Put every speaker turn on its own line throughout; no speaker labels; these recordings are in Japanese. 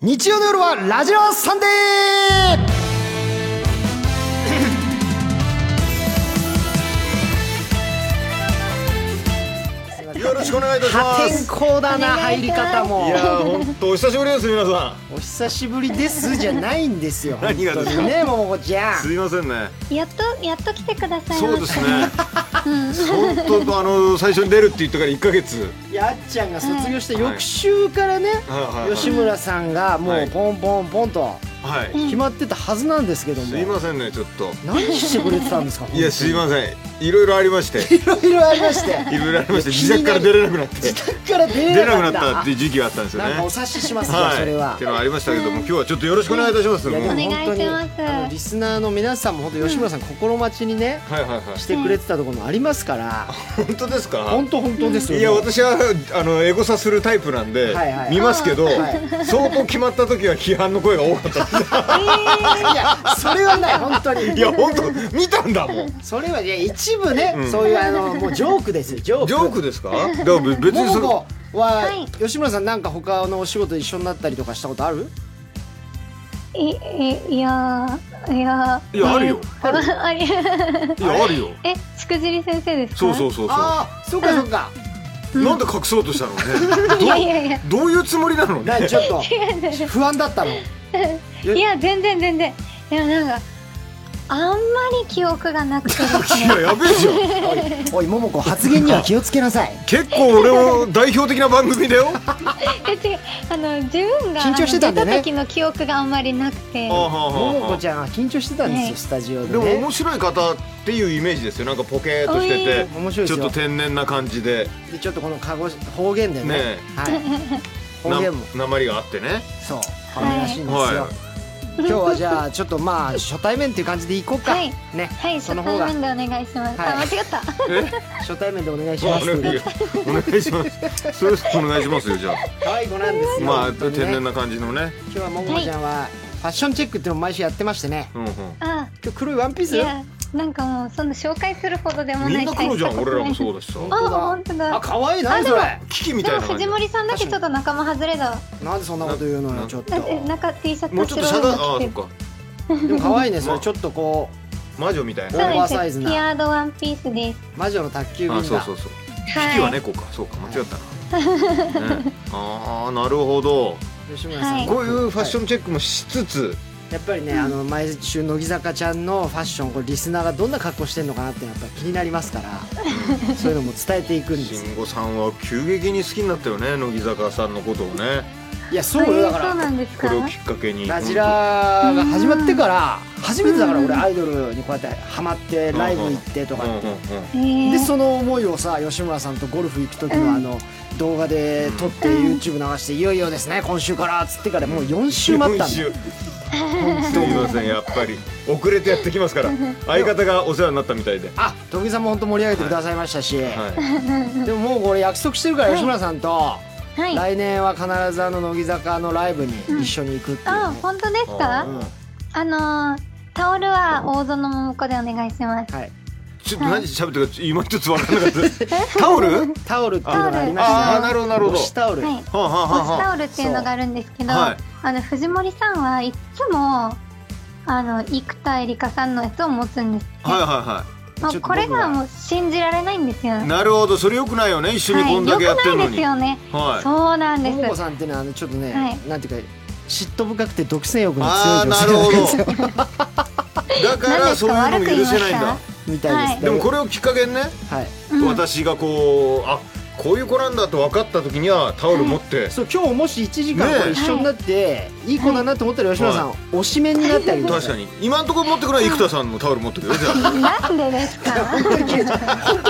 日曜の夜はラジオサンデー
よろしくお願いいたし
破
ま
天
す。
荒だな
お願
入
い
り
いたします
方も
いやー、本当お久しぶりです、皆さ
お久しぶりですじゃないんですよ
何が
本当に
です
ねももこちゃ
ん。す
ん
いませんね。
やっとやっと来てください
そうですね。本当あの最初に出るって言ったから一ヶ月。
やっちゃんが卒業して翌週からね、
はいはい
吉村さんがも
は
う
い
ポンポンポンと
はい。
決まってたはずなんですけども、
すいませんね、ちょっと。
何してくれてたんですか
いや、すい
ん
ません。いろいろありまして。
いろいろありまして
いろいろありまして、
いや
自宅から
気にな
出
る
れなくなって。
自宅から出
出
れ
なくな
なか
っ
った
たっていう時期があったんですよ
なんかお
ね。
察ししますよ、それ
はい。っ
は
ていうのはありましたけども、今日はちょっとよろしくお願いいたします。
いや
もう
で
は
お
い
願
も
い
本当に
します
あのリスナーの皆さんも本当吉村さん心待ちにね、
はいはい。
してくれてたところもありますから、
本当ですか
本。当本当ですよ、
いや私はあのエゴサするタイプなん
は
で
いはい
見ますけど
は
相当決まった時は批判の声が多かった
いやそれはない本当に
いや本当見たんだもん。
それはいや一部ね、
ん
そういうあのもうジョークですよジョーク
ジョークですか？だから別にそれ
桃子は、
はい
吉村さんなんか他のお仕事一緒になったりとかしたことある
いいいやーいやー
いやあるよ
えーっとあり
いやあるよ。
えしくじり先生ですか
そうそうそうそ
ああそうかそうか、
う。なんで隠そうとしたのね。
いやいやいや
どういうつもりなの
な
ね
ん。ちょっと
違うんです
不安だったの
いや全然全然いやなんかあんまり記憶がなくてです
い
ね
ややべえじゃん。
おいおい桃子発言には気をつけなさい
結構俺を代表的な番組だよ。
え違うあの自分が
緊張してたんだね
あの出た時の記憶があんまりなくて
桃子
で
ちゃんは緊張してたんですよ、
ね
スタジオで
も
ね
面白い方っていうイメージですよ。なんかポケーっとして
おい
面
て、
白いで
ちょ
す
っ
よ
と天然な感じで、
でちょっとこの鹿児方言でね
ね
はい
な
方言も
鉛があってね。
そう可愛らしいんですよ、
は
今日はじゃあちょっとまあ初対面っていう感じでいこうか、
はい
ね
はい
そ
初
の
対
方が
面でお願いします、
はい
あ間違った
え、
初対面でお願いし
お
ます
願いお願いします。それお願いしますよじゃ
可愛い子なんです
あ。
よ、
まあ
本当
天
にね
然な感じのね。
今日はももこちゃんは、ファッションチェックっていうのを毎週やってましてね
うんうん。
あ
今日黒いワンピー
い
ス
やなんかもうそんな紹介するほどでもな
み
い
んな黒じゃん。俺らもそうだしさ。
あ本当だ
あ可愛いな
あで
そ
も
れ
危機み
で
たい
も
な感じ
藤森さんだけちょっと仲間外れだわ
なんでそんなこと言うのよ
な
ちょっと
だって中 T シャツ
もうちょっとシャダあ
の
あそ
着て
っか
でも可愛いねそ
ま
れ
あ
ちょっとこ
魔女みたい
そう
な
オーバーサ
な
イ
ん
ズ
です
な
ピアードワンピースです
う魔女の宅急便
あ
だ
そうそうそう
はい
月は猫かそうか間違ったな、ね、ああなるほど
吉村さん、
はい
こういうファッシ
ン、
ョンチェックもしつつ、
やっぱりね、あの毎週乃木坂ちゃんのファッションこれリスナーがどんな格好してんのかなってやっぱり気になりますからそういうのも伝えていくんですよ
慎吾さんは急激に好きになったよね乃木坂さんのことをね
いやそうよだか
そう
ら
なんです
こ
か
れをきっかけに
ラジラが始まってから初めてだから俺アイドルにこうやってハマってライブ行ってと
う
か
んうんうん
って
うん
えー
でその思いをさ吉村さんとゴルフ行く時のあの動画で撮って YouTube 流していよいよですね今週からっつってからもう4週待ったんだよ
すいませんやっぱり遅れてやってきます から相方がお世話になったみたいで、
あ徳井さんも本当盛り上げてくださいましたし、
は
でももうこれ約束してるから吉村さんと、
はい
来年は必ずあの乃木坂のライブに一緒に行くっていう
あ
ね、
本当ですか
う
うん
あのータオルは大園桃子でお願いします
はい、
い、ちょっと何喋ってるか今ちょっと分からなか ったタオル
タオルっていうのがありました
あーなるほどなるほど
推しタオル、
はい
はあはあ
ボ
はあ
ス
は
タ
あ
オルっていうのがあるんですけど、
そうはい
あの藤森さんはいっつもあの生田絵梨花さんのやつを持つんですって、
はいは
も
ちょっ
う
と
これ
僕は
がもう信じられないんですよ
いはいなるほどそれよくないよね一緒にこんだけやってる
はい、
の
よくないです
に、
よね、
はい
そうなんで
桃子
す
さんっていうのはあのちょっとね、
はい
なんていうか嫉妬深くて独占欲の
あーなる
強い
ほ
女性なん
ど
ですよ
だからそういうのも許せないんだ
悪く
みたいです、
でもこれをきっかけにね、
はい、
うん
私がこうあこういう子なんだと分かった時にはタオル持って、
そう今日もし1時間これ一緒になって、い、い子だなと思ったら吉村さん、
は
推しメンになってあげてくだ
確
さ
か
い
に今のところ持ってくのは生田さんのタオル持ってくよじゃあ
なんでですか
本当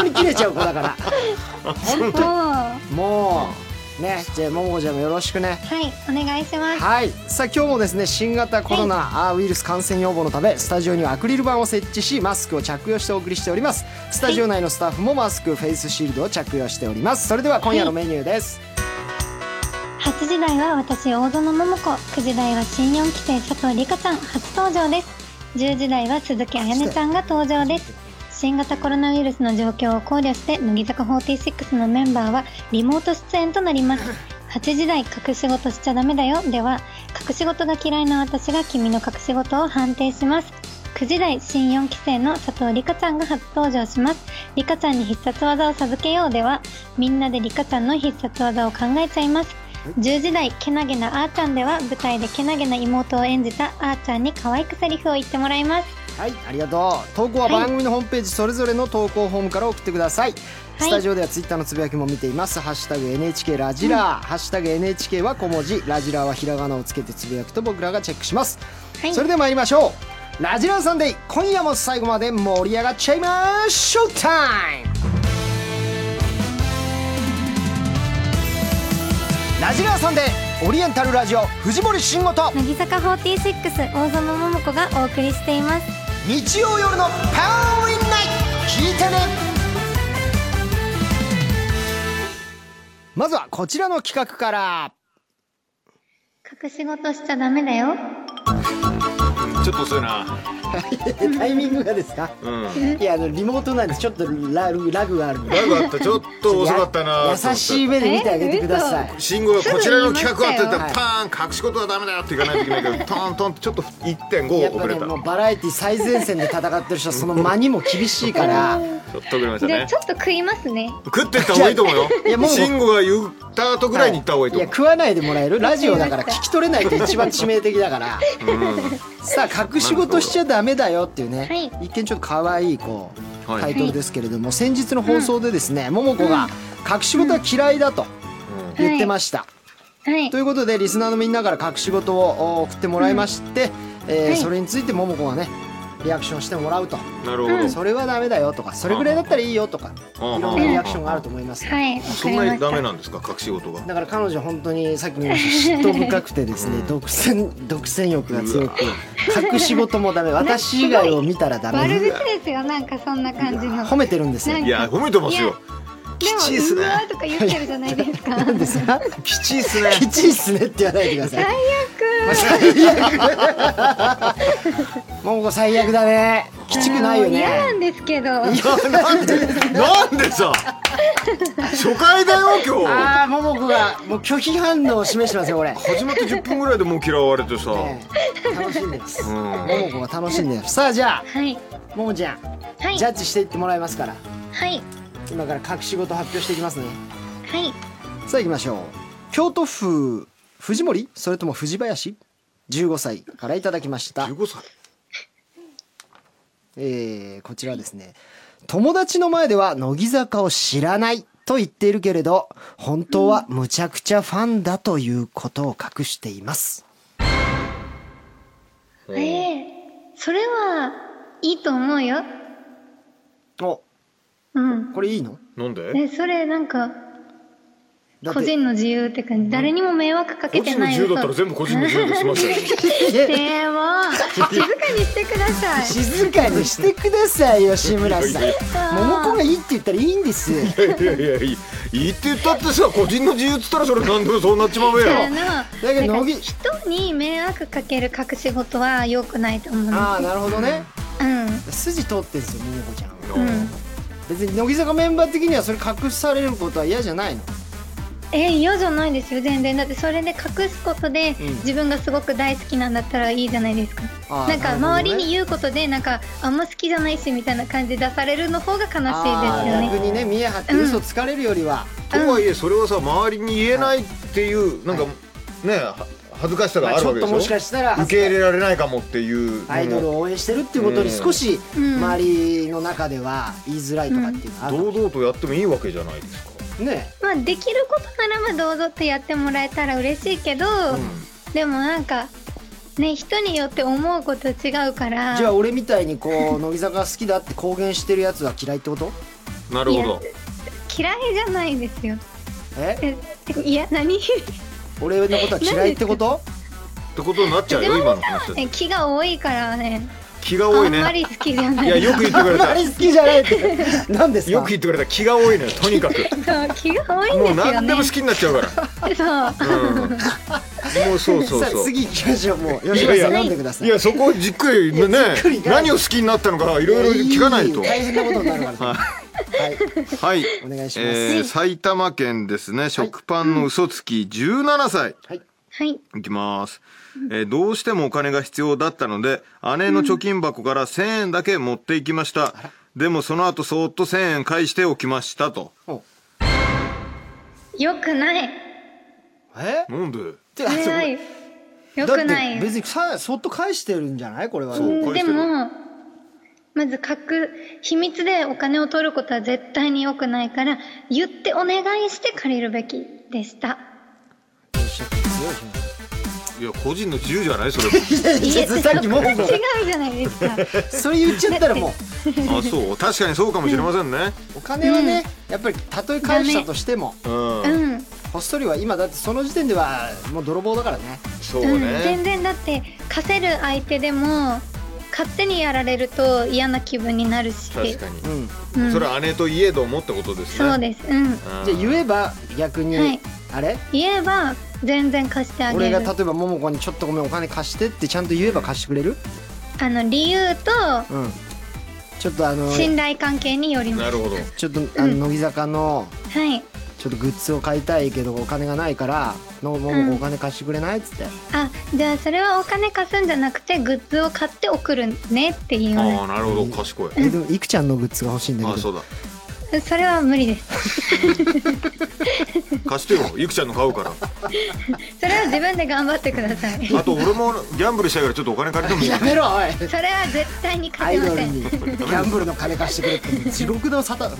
に切れちゃう子だから
もうは
もうねじゃあももこちゃんもよろしくね
いお願いします
はいさあ今日もですね新型コロナあーウイルス感染予防のためスタジオにはアクリル板を設置しマスクを着用してお送りしておりますスタジオ内のスタッフもマスクフェイスシールドを着用しておりますそれでは今夜のメニューです、
8時台は私大園桃子9時台は新4期生佐藤里香ちゃん初登場です10時台は鈴木彩音ちゃんが登場です新型コロナウイルスの状況を考慮して乃木坂46のメンバーはリモート出演となります8時台隠し事しちゃダメだよでは隠し事が嫌いな私が君の隠し事を判定します9時台新4期生の佐藤理香ちゃんが初登場します理香ちゃんに必殺技を授けようではみんなで理香ちゃんの必殺技を考えちゃいます10時台けなげなあーちゃんでは舞台でけなげな妹を演じたあーちゃんに可愛くセリフを言ってもらいます
はいありがとう投稿は
はい
番組のホームページそれぞれの投稿フォームから送ってください、
はい
スタジオではツイッターのつぶやきも見ています「ハッシュタグ #NHK ラジラー」ハッシュタグ NHK は小文字ラジラーはひらがなをつけてつぶやくと僕らがチェックします、
はい
それでは参りましょうラジラーサンデー今夜も最後まで盛り上がっちゃいましょうタイムラジラーサンデーオリエンタルラジオ藤森慎吾と
乃木坂46大園桃子がお送りしています
日曜夜のパワーウィンナイト聞いてねまずはこちらの企画から
隠し事しちゃダメだよ
ちょっと遅いな。
タイミングがですか
うん。
いやあのリモートなんでちょっとララグがあるんで
ラグあった。ちょっと遅かったな。
優しい。目で見てあげてください
信号がこちらの企画はって言った
は
ら
い
パーン隠し事はダメだよっていかないといけないけどトーントーンってちょっと
や
1.5
っぱ
遅れ
ね
たち
も
ょ
うバラエティ最前線で戦ってる人はその間にも厳しいから
っと遅れました
じゃ
ね
あちょっと食いますね
食ってった方がいいと思うよ
いやもう
慎吾が言った後ぐらいに行った方がいいと
や
思う
食わないでもらえるラジオだから聞き取れないと一番致命的だからさあ隠し事しちゃダメだよっていうね、
は
一見ちょっと可愛いこう、
はい
タイトルですけれども、先日の放送でですね、桃子が隠し事は嫌いだと言ってました、
はい
ということでリスナーのみんなから隠し事をお送ってもらいまして、えー
はい
それについて桃子がねリアクションしてもらうと、
うんなるほど、
それはダメだよとかそれぐらいだったらいいよとか、
うん
いろんなリアクションがあると思います、
はいわ
そ
かり
ん
ま
な
し
に
た
ダメなんですか隠し事が
だから彼女本当にさっきも言いました嫉妬深くてですね独占独占欲が強く隠し事もダメ私以外を見たらダ
悪
メ
口ですよなんかそんな感じの
褒めてるんですよ
なん
いや褒めてますよ
でも
きちいっすね
うわーとか言ってるじゃないですか最悪
ですか
きちいっすね
きちいっすねって言わないでくださいもうこ最悪だ ねきちくないよ
もう嫌
ね
なんですけど
いやなんでなんでさ初回だよ今日
ああももこがもう拒否反応を示してますよ これ、
始まって10分ぐらいでもう嫌われてさ、
ええ楽しんでます
う
も
ん
もこが楽しんでますさあじゃ
はい
あももちゃん、
はい
ジャッジしていってもらいますから
はい
今から隠し事発表していきますね
はい
さあ行きましょう京都府藤森それとも藤林15歳からいただきました、
15歳
えーこちらですね友達の前では乃木坂を知らないと言っているけれど本当はむちゃくちゃファンだということを隠しています、
ええそれはいいと思うよ
お
うん
これいいの
なんで
えそれなんか
だって
個人の自由って感じ誰にも迷惑かけ
個
て
人の
ない
自由だったら全部個人の自由で済ませたよ
え
でも静かにしてください
静かにしてください 吉村 さん桃子がいいって言ったらいいんです
いやいやいや言ってたってさ個人の自由っつったらそれ何でもそうなっちまうよ
あの
けど
なん
乃木
か人に迷惑かける隠し事は良くないと思うんです
ああなるほどね
うん
筋通ってんですよ桃子ちゃん
うん
別に乃木坂メンバー的にはそれ隠されることは嫌じゃないの
え嫌じゃないですよ全然だってそれで隠すことで、
うん
自分がすごく大好きなんだったらいいじゃないですか
あー
なん
なる
か
ほどね
周りに言うことでなんかあんま好きじゃないしみたいな感じで出されるの方が悲しいですよ
あー
ね
逆にね見え張って嘘つかれるよりは、
とはいえそれはさ周りに言えないっていうなんか
は
ねは恥ずかしさが
ま
あ
あ、ち
る
ょ
わ
っ
けで
と
しょ
もしかしたら
受け入れられないかもっていう
アイドルを応援してるっていうことに少し
うん
周りの中では言いづらいとかっていうのはある、
堂々とやってもいいわけじゃないですか
ね
まあできることならまあどうぞってやってもらえたら嬉しいけど、でもなんかね人によって思うこと違うから
じゃあ俺みたいにこう乃木坂好きだって公言してるやつは嫌いってこと
なるほど
嫌いじゃないですよ
え
えいや何
俺のことは嫌いってこと
ってことになっちゃうよ今の話
え気が多いからね
気が多い
あん
ね
まり好きじゃない
いやよく言って
あ
く
ん
れ
まり
た
好きじゃないって何ですか
よく言ってくれた気が多いのよとにかく
そう 気が多いんで
も
すよね
う何でも好きになっちゃうから
そう
うんもうそうそう
さ
そ
あ
う
次行きましょうもう吉村さん読んでください
いやそこをじっくりね
じっくり行かない
何を好きになったのかいろいろ聞かないと
大変なことになるから、はい、
はい。
お願いします。
えー、埼玉県ですね、食パンの嘘つき17歳。
はい。
はい。
いきます、えーどうしてもお金が必要だったので姉の貯金箱から1000円だけ持っていきました、でもその後そーっと1000円返しておきましたと
お
よくない。
え
なんで
てかそ
はい。よ
だ
く
っ
ない
て。別にさそっと返してるんじゃないこれは。
そう
うん
返
で
してる
も、まず隠、秘密でお金を取ることは絶対に良くないから、言ってお願いして借りるべきでした。
いや個人の自由じゃないそれも
いやさっきもう
違うじゃないですか。
それ言っちゃったらもう
あそう確かにそうかもしれませんね、
お金はね、やっぱりたとえ返したとしても
うん
うん。
ほっそりは今だってその時点ではもう泥棒だからね
そう
うん、
ね
全、然だって貸せる相手でも勝手にやられると嫌な気分になるし
確かに、
うん
うん、
それは姉といえどもってことですね
そうですうん
うん
じゃあ言えば逆に、
はい
あれ
言えば全然貸してあげ
俺
る
が例えば桃子にちょっとごめんお金貸してってちゃんと言えば貸してくれる
あの理由と
うんちょっとあの
信頼関係によりま
な
す
るほど
ちょっとあの
うん
乃木坂の
はい
ちょっとグッズを買いたいけどお金がないからの桃子お金貸してくれないっつって、
あじゃあそれはお金貸すんじゃなくてグッズを買って送るねって言
あ
わ
あなるほど賢い
えでもいくちゃんのグッズが欲しいんだ
あ
けど
そうだ
れそれは無理です
貸してよゆきちゃんの買うから
それは自分で頑張ってください
あと俺もギャンブルしたいからちょっとお金借りても いい
やめろおい
それは絶対に
ア
貸
イ
せま
ドル
せ
に
ん
ギャンブルの金貸してくれって地獄の沙汰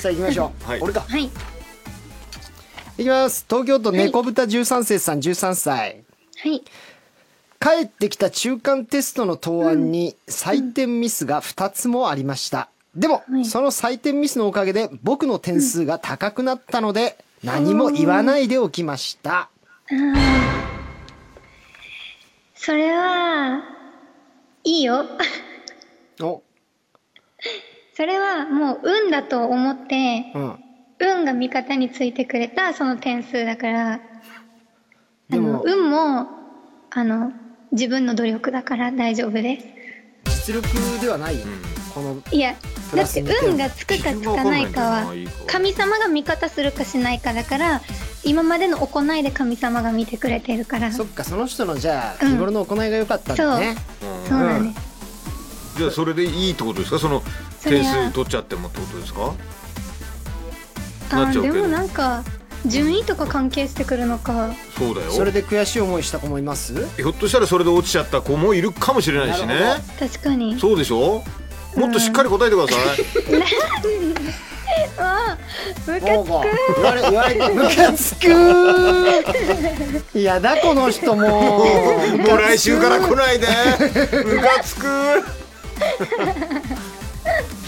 さあ行きましょう、
はい
俺か
はい
いきます東京都猫豚13世さん13歳
はい
帰ってきた中間テストの答案に採点ミスが2つもありましたでも、
はい
その採点ミスのおかげで僕の点数が高くなったので、何も言わないでおきました
それはいいよ
お
それはもう運だと思って
うん
運が味方についてくれたその点数だからあ
で
の
も
運もあの自分の努力だから大丈夫です
実力ではないよ、この
いや
プ
だ
ラ
っ
ス
て
に点
運がつくかつかな
自分
いか
がわかんないんだよな
はい
いか
神様が味方するかしないかだから今までの行いで神様が見てくれてるから
そ
そ
っかその人のじゃあ
うん
日頃の行いが良かったんだね、
うん
うなんです、
じゃあそれでいいってことですかその
それ
点
は
数取っちゃってもってことですか
あ
なっちゃ
ー
うけ
で
ど
もなんか順位とか関係してくるのか
そうだよ
それで悔しい思いした子もいます
ひょっとしたらそれで落ちちゃった子もいるかもしれないしね
なる
確かに
そうでしょもっとしっかり答えてくださ
あームカ
もうこう言われ言われてムカつくーいやだこの人 も
い、もう来週から来ないでムカつく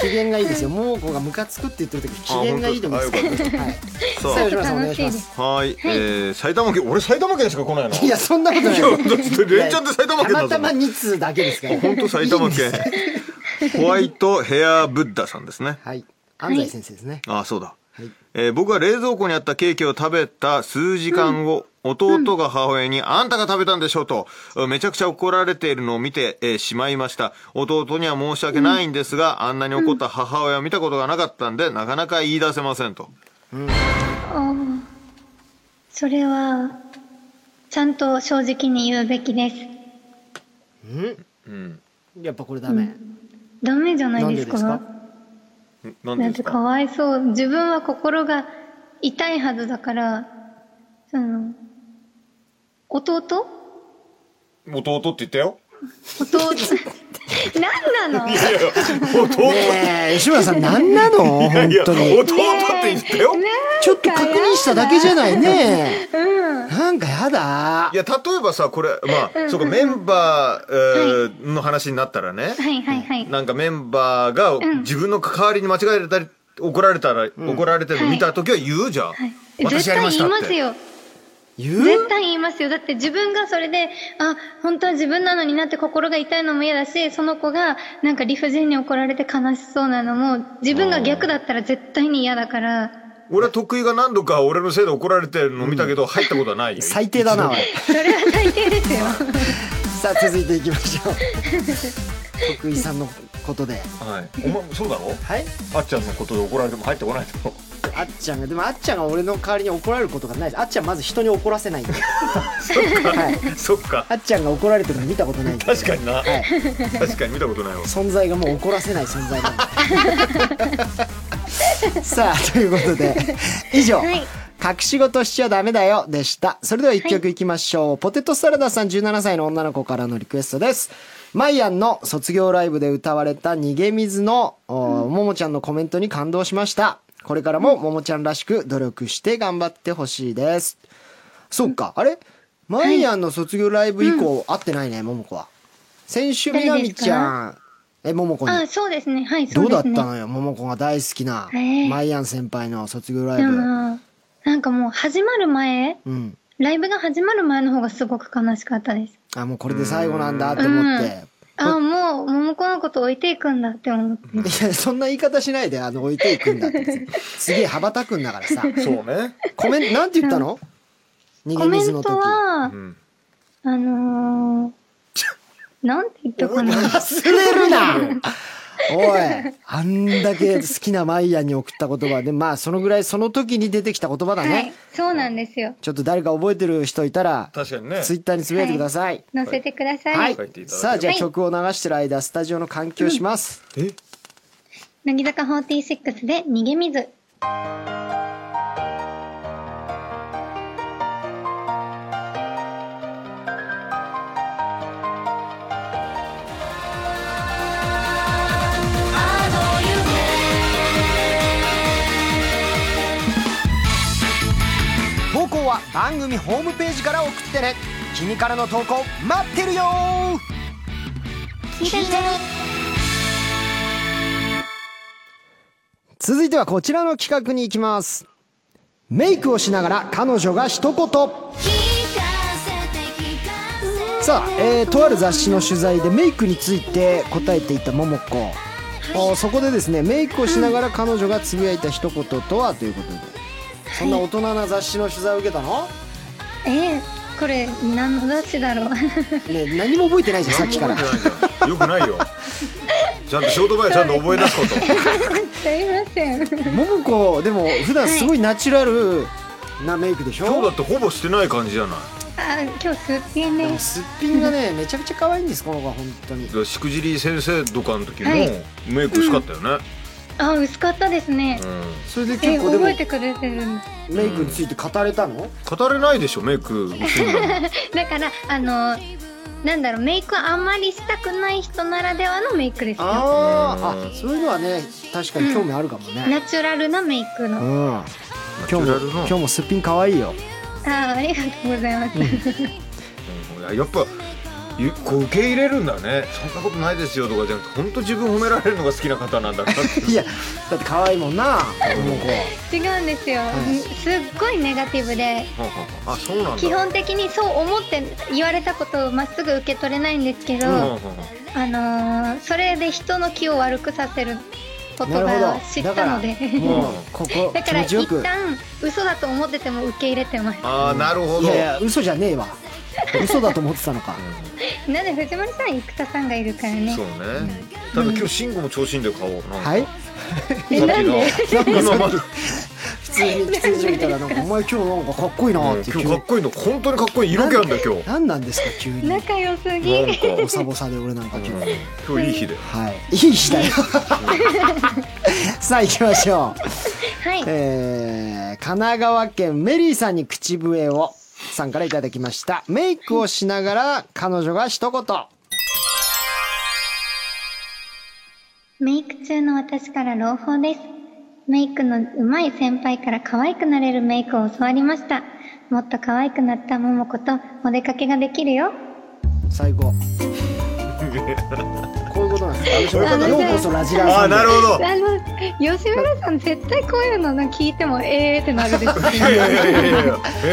機嫌がいいですよ桃子がムカつくって言ってる時機嫌がいいでも
あ
は
本
い
当ですさ
さあ吉
ちょ
村
っと
さんお願いし
楽しいで
ますす
あはい、えー、埼玉県俺埼玉県しか来ないの
いやそんなことない
いやだって連チャンで埼
た
玉県だ
ま
ぞ
たま2通だけですから
本当埼 玉県ホワイトヘアブッダさんですね
はい安西先生ですね
あそうだ、
はい
えー僕は冷蔵庫にあったケーキを食べた数時間後、弟が母親に、あんたが食べたんでしょと、めちゃくちゃ怒られているのを見て、えーしまいました。弟には申し訳ないんですが、あんなに怒った母親を見たことがなかったんで、なかなか言い出せませんと。
あーそれはちゃんと正直に言うべきです
うん。
やっぱこれダメ
ダメじゃない
なん
で
ですで
か
すか
なんで
だ
で
って
す
か
か
わいそう自分は心が痛いはずだからその弟 弟
弟って言ったよ。
何なの
いやいや、弟、
ねえ吉村さん何なの本
いや、
当
弟
に
って言ったよ。
ちょっと確認しただけじゃないねなんかやだ
いや、例えばさ、これ、まあ、そうか、メンバー、えーの話になったらね。
はいはいはい
なんかメンバーが自分の代わりに間違えたり怒られたら、怒られてるの見た時は言うじゃん、
はい
私
絶
やりま
対
し
言
た
い
っ
ます
て
よ
言う
絶対言いますよだって自分がそれであ本当は自分なのになって心が痛いのも嫌だしその子がなんか理不尽に怒られて悲しそうなのも自分が逆だったら絶対に嫌だから
俺は得意が何度か俺のせいで怒られてるの見たけど入ったことはないよ、
最低だなおい
それは 最低ですよ
さあ続いていきましょう徳井さんのことで
はいお前そうだろ
はい
あっちゃんのことで怒られても入ってこないと
あっちゃんがでもあっちゃんが俺の代わりに怒られることがないですあっちゃんまず人に怒らせないんで、はい、
そっか
あっちゃんが怒られてるの見たことないんで
確かにな
はい、
確かに見たことないわ
存在がもう怒らせない存在なん でさあということで以上、
はい
隠し事しちゃダメだよでしたそれでは1曲いきましょう、ポテトサラダさん17歳の女の子からのリクエストですマイアンの卒業ライブで歌われた逃げ水の、おももちゃんのコメントに感動しましたこれからもももちゃんらしく努力して頑張ってほしいですそうかあれマイアンの卒業ライブ以降、会ってないねももこは先週みなみちゃんえももこに
あ、そうですね。はい、そ
ど
う
う
で
だっ
す
た
ね。
のよももこが大好きな、
えー
マイアン先輩の卒業ライ
で
ブ
も、なんかもう始まる前、
うん
ライブが始まる前の方がすごく悲しかったです。
あもうこれで最後なんだって思って、
あ、もう、桃子のこと置いていくんだって思って。
いやそんな言い方しないであの置いていくんだってすげえ羽ばたくんだからさ
そうね
コメントなんて言ったの、
コ
逃げ
メ
水
ン
の
ト
時
は、
ん
あのー、なんて言ったかな。
忘れるなおいあんだけ好きなマイアンに送った言葉でまあそのぐらいその時に出てきた言葉だね、
はい、そうなんですよ。
ちょっと誰か覚えてる人いたら
確かにね
ツイッターにつぶやいてください、
載せてください。
はい、
書いていただければ
さあじゃあ
はい
曲を流してる間スタジオの換気をします、
え
乃木坂46で逃げ水。
投稿は番組ホームページから送ってね君からの投稿待ってるよ
聞いてね。
続いてはこちらの企画に行きますメイクをしながら彼女が一言さあ、えーとある雑誌の取材でメイクについて答えていたももこあーそこでですねメイクをしながら彼女がつぶやいた一言とはということで、そんな大人な雑誌の取材を受けたの、
えー、これ、何の雑誌だろう。
ねえ、何も覚えてないじゃんさっきから
よくないよちゃんと仕事場でちゃんと覚え出 すこと
すいません。
ももこでも普段すごいナチュラルなメイクでしょ、
今日だってほぼしてない感じじゃない
あ、今日すっげー
で
ね
も。すっぴんがねめちゃくちゃ可愛いんですこの子は本当に
だからしくじり先生とかの時も
はい
メイク薄かったよね、
あ、薄かったですね。
う
それで
え
結
ー、
構でも
覚
メ
えてくれてるんだ。
イクについて語れたの、
ん、語れないでしょメイク 薄いのに
だからあのなんだろうメイクあんまりしたくない人ならではのメイクですよ
あーあそういうのはね確かに興味あるかもね、
ナチュラルなメイク
う
の、あ
ん今日
ナチュラ
も
ルな
今日もすっぴん可愛いよ
あーありがとうございます、
うんやっぱゆこう受け入れるんだねそんなことないですよとかじゃなくて本当自分褒められるのが好きな方なんだなって
いやだって可愛いもんなこの子
違うんですよ、
い
すっごいネガティブで
はあはああそうなんだ
基本的にそう思って言われたことをまっすぐ受け取れないんですけど、
うんはあは
あのーそれで人の気を悪くさせること
なるほ
が
ど
知っ
だか
た
ら
ので
もうここ
だ
気
から
持ちよ
一
く
旦嘘だと思ってても受け入れてます
あああなるほど
いやいや嘘じゃねえわ嘘だと思ってたのか
なんで藤森さん生田さんがいるからね
そうねただ今日慎吾も調子いいんだよ顔なんか
はい
さっきの今まで
普通に喫煙所いたらなんか「お前今日なんかかっこいいな」って
今日かっこいいの本当にかっこいい色気あるんだよ今日
何なんですか急に
仲良すぎ
なんか
ボサボサで俺なんか今日
今日いい日だよ
はいいい日だよ さあ行きましょう
はい
えー神奈川県メリーさんに口笛をさんからいただきましたメイクをしながら彼女が一言
メイク中の私から朗報です。メイクの上手い先輩から可愛くなれるメイクを教わりました。もっと可愛くなった桃子とお出かけができるよ。
最高こういうことなんですよ
あの
ようこそラジラー
あ
さ
あ
んで
なるほ
あ
ど
の、吉村さん絶対こういうの聞いてもええーってなるでしょ。
いやいやいやいやいやえ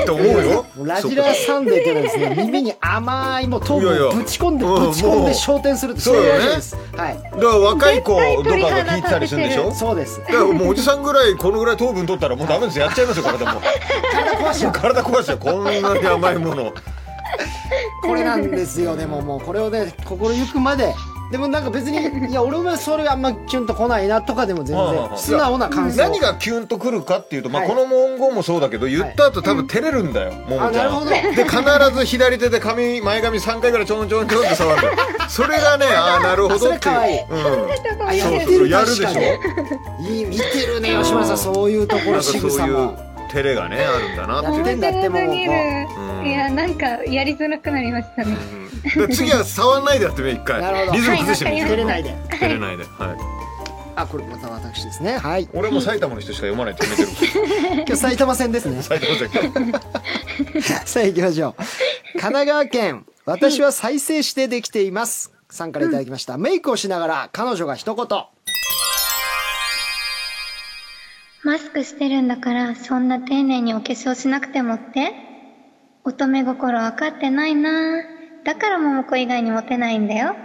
ーって思うよ
ラジラーサンデーっていうのはですね耳に甘いもう糖分をぶち込んで
いやいや
ぶち込んで焦点するってそういう
そうよね
やつですはい
だから若い子とかが聞いてたりするんでしょだ
そうです
からもうおじさんぐらいこのぐらい糖分取ったらもうダメですよやっちゃいますよ体もう
体壊しちゃう
体壊しちゃうこんなに甘いもの
これなんですよでももうこれをね心ゆくまででもなんか別 にいや俺はそれあんまキュンと来ないなとかでも全
はいはいは
然
い
素直な感想
何がキュンとくるかっていうと、まあ、
はい
この文言もそうだけど言った後多分照れるんだよ、も
あ
もち
な
ゃ
る
ん
ほど
で必ず左手で髪前髪3回ぐらいちょんちょんちょんって触るんだよそれがねああなるほどっていう
あそれ可愛い
うん、
あや
そう
って
そう
る
やるでし
確かにいい見てるね吉村さんそういうとこ
ょな
ろ
んかそ
仕
う
草
いう
も
照れがねあるんだなって
や
い
っ
う
てんだってもうもう
面白すぎ
う
る
ん
いやなんかやりづらくなりましたね
うんで次は触んないでやってみよう一
なるほ
回
ど
リズム崩してみよう
照れないで
照れないで、はい、
あこれまた私ですねはい
俺はもう埼玉の人しか読まないって決めてる
今日埼玉戦です ね
埼玉じゃん
さあ行きましょう神奈川県私は再生してできていますさんからいただきました、メイクをしながら彼女が一言
マスクしてるんだからそんな丁寧にお化粧しなくてもって乙女心分かってないなだから桃子以外にモテないんだよ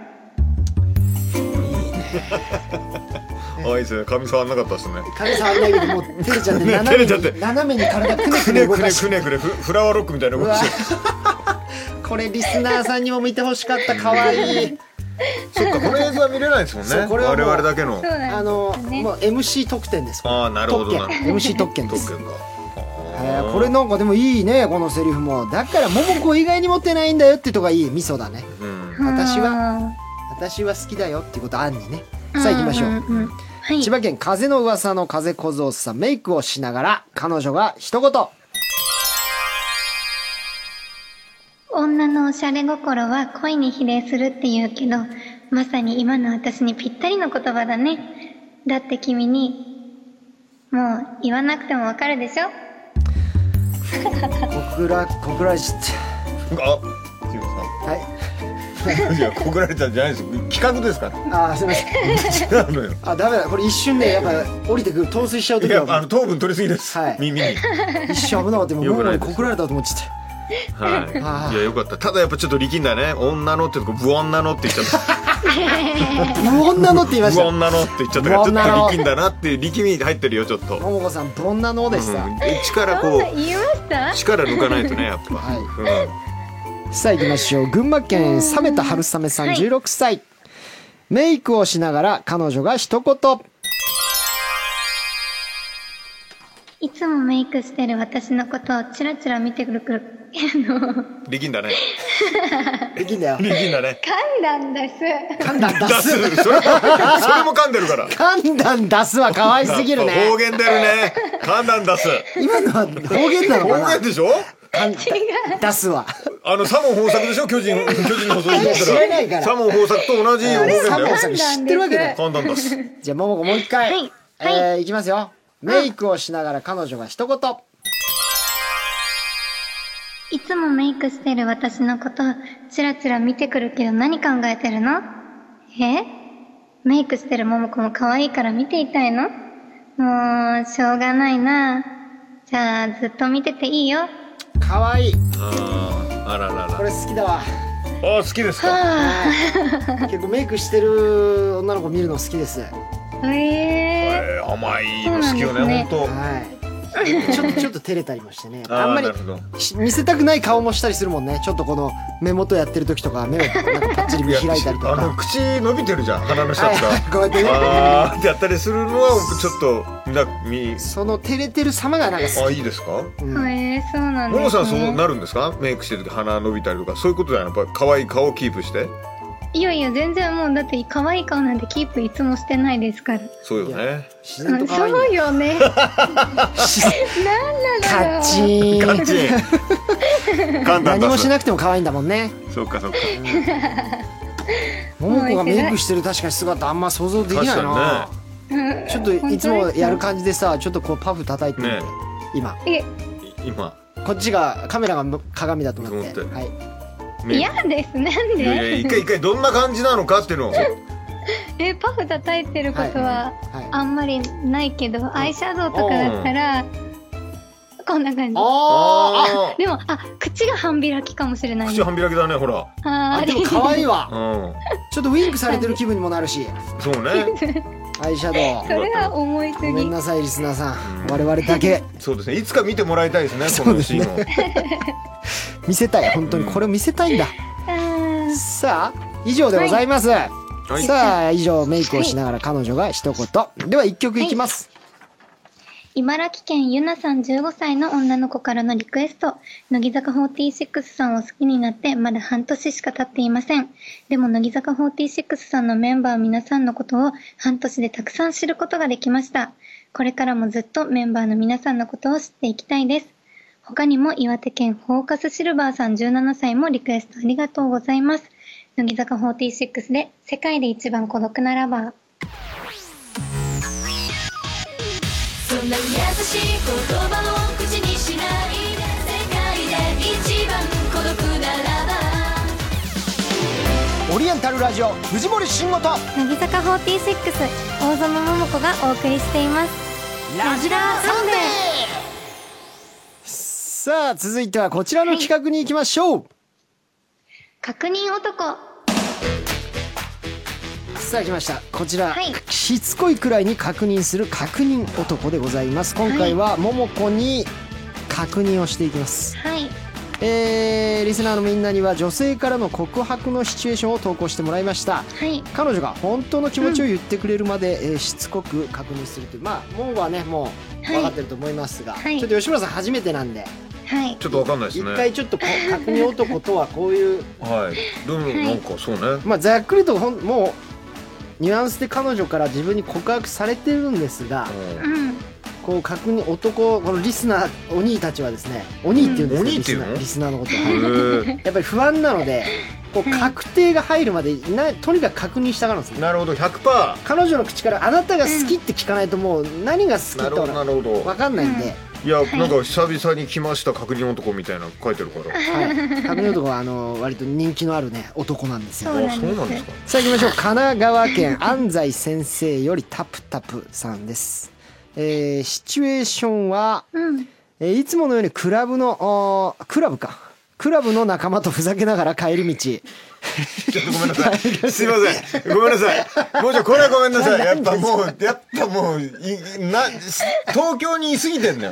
あいいですね髪触んなかったですね
彼さんないけどもう照れちゃって
ね
斜め
照れちゃって
に斜めに体くね
く
くね
ね
動
く
か
ね
して
くねくねふフラワーロックみたいな動きしてる
これリスナーさんにも見てほしかった可 愛い
そっかこの映像は見れないですもんね
そうこれは
我
もう
々だけの
そうな
あ
ん
の
ですよね
もう MC 特典ですこれ
ああなるほ
特
ど
権
な
MC 特権で
特
す
権か
えーこれなんかでもいいねこのセリフもだから桃子以外に持ってないんだよってとがいい味噌だね
うん
私
は
私は好きだよっていうことあんにねさあ行きましょう、
はい
千葉県風の噂の風小僧さんメイクをしながら彼女が一言
女のおしゃれ心は恋に比例するって言うけど、まさに今の私にぴったりの言葉だね。だって君に、もう言わなくてもわかるでしょ
告ら告られちゃっ
あキム
たはい
さん いや告られたんじゃないですよ企画ですから
あーすいません
違うのよ
あダメだこれ一瞬ねやっぱ降りてくる陶酔しちゃう
い
時
や
は
あの糖分取りすぎです、
はい
耳に
一瞬危なかった今
よく
桃子
な
に
いです
告られたと思っちゃってあ
は
ー
い、いやよかったただやっぱちょっと力んだね女のってとこブ女のって言っちゃった
無女のって言いまし
ブ
た
女のって言っちゃったからちょっと力んだなっていう力み入ってるよちょっと、
桃子さんどんなのでした、
うんで力
そん
こ
な
う
言いました
力抜かないとねやっぱ、
はい
うん
さあ行きましょう群馬県冷めた春雨さん
はい
16歳、メイクをしながら彼女が一言
いつもメイクしてる私のことをチラチラ見てくるくる。
力 んだね
できんだよ
力んだね
噛んだんです。
判断出
出
す
すそれもそれも噛んでるから
判断出すは可愛すぎるね
方言出るね噛んだん 出す
今のは方言なのか
方言
な
でしょ
勘出すは
あのサモン豊作でしょ巨人巨人の細い
知らないから
サモン豊作と同じ方言
サモ
だ
ン
よ
さん知ってるわけだよ
簡単だす
じゃあ桃子もう一回、
はい
えーいきますよメイクをしながら彼女が一言
いつもメイクしてる私のこと、チラチラ見てくるけど何考えてるのえメイクしてる桃子も可愛いから見ていたいのもう、しょうがないな。じゃあ、ずっと見てていいよ。は
可愛い
あーあらら
これ好きだわ
らあ好きですか
あ
結構メイクしてる女の子見るの好きですは
え
えー甘いの好きよ
そうなんで
ね
す
本
い ちょっとちょっと照れたりもしてね
当
あんまり
ーなるほど
し見せたくない顔もしたりするもんねちょっとこの目元やってる時とか目をなんかパッチリ見開いたりと
あの
か
口伸びてるじゃん鼻の下とか
はいこうやってね
あーってやったりするのはちょっとなみ
その照れてる様がなんか好
あ
き
いいですか
う
ー、
ん
ええそうなん
モ
です、ね。
ノさんそうなるんですかメイクしてる時鼻伸びたりとかそういうことじゃないやっぱ可愛い顔をキープして
いやいや、全然もう、だって可愛い顔なんてキープいつもしてないですから。
そうよね
自
う
然と
ん
可愛いんだ
そう
よ
よね。なん
カ
なのよ。
ッチーン
ガチン 簡単
何
だ
もしなくても可愛いんだもんね
そっかそっか
桃子がメイクしてる確かに姿あんま想像できない
確
な
か
ちょっといつもやる感じでさちょっとこうパフ叩いてみて、
ね
今
え、
にねい今
こっちがカメラが鏡だと思って
と思って
はい、
ね
嫌です。なん
い
で
やいや一回一回どんな感じなのかっていうのを
えパフ叩いてることは
はい、
あんまりないけど、アイシャドウとかだったら、こんな感じ
あ
あ
でもあ口が半開きかもしれな
ー
い
口半開きだねほら
ー
あ
あ
ー
でも可愛いわ
う
ちょっとウィンクされてる気分にもなるし
んそうね
アイシャド
それは思いす
ウごめん
ぎ
なさいリスナーさん、
うん
我々だけ
そうですねいつか見てもらいたいですねこのシーンを、
見せたい本当にこれを見せたいんだ、
あー
さあ以上でございます、
はい
さあ以上メイクをしながら彼女が一言では1曲いきます、
茨城県ゆなさん15歳の女の子からのリクエスト。乃木坂46さんを好きになってまだ半年しか経っていません。でも乃木坂46さんのメンバー皆さんのことを半年でたくさん知ることができました。これからもずっとメンバーの皆さんのことを知っていきたいです。他にも岩手県フォーカスシルバーさん17歳もリクエストありがとうございます。乃木坂46で世界で一番孤独なラバー。
そんな優しい言葉を口にしないで世界で一番孤独ならば
オリエンタルラジオ藤森慎吾と
乃木坂46大園桃子がお送りしていますラジラーサンデ
さあ続いてはこちらの企画に行きましょう、
ー確認男
さあ来ましたこちら、
はい
しつこいくらいに確認する確認男でございます今回は桃子に確認をしていきます、
はい
えーリスナーのみんなには女性からの告白のシチュエーションを投稿してもらいました
はい
彼女が本当の気持ちを言ってくれるまで、えーしつこく確認するというまあ門はねもう
はい
分かってると思いますが、
はい
ちょっと吉村さん初めてなんで
はい
ちょっとわかんないです
一、
ね
回ちょっとこ確認男とはこういう
はいでもなんかそうね、
まあざっくりとほんもうニュアンスで彼女から自分に告白されてるんですが、
うん
こう確認男このリスナーお兄たちはですねお兄っていうんです
うんお兄
リ
っていう
スナ
の
ーリスナーのこと
うんへ
やっぱり不安なのでこう
はい
確定が入るまでなとにかく確認したがるんです
え
ね
なるほど100%
彼女の口からあなたが好きって聞かないともう何が好きって
なるほどな
分
るほど
かんないんで、
いや、
い
なんか久々に来ました確認男みたいなの書いてるから
はい、確認男はあの割と人気のあるね男なんですよ
そう
あ
なん
そ
です
うなんですか
さあ行きましょう神奈川県安西先生よりタプタプさんです、えーシチュエーションは
うん
えーいつものようにクラブのあークラブかクラブの仲間とふざけながら帰り道
ちょっとごめんなさい。すいません。ごめんなさい。もうちょいこれはごめんなさい。やっぱもう、やっぱもう、いな、東京にいすぎてんのよ。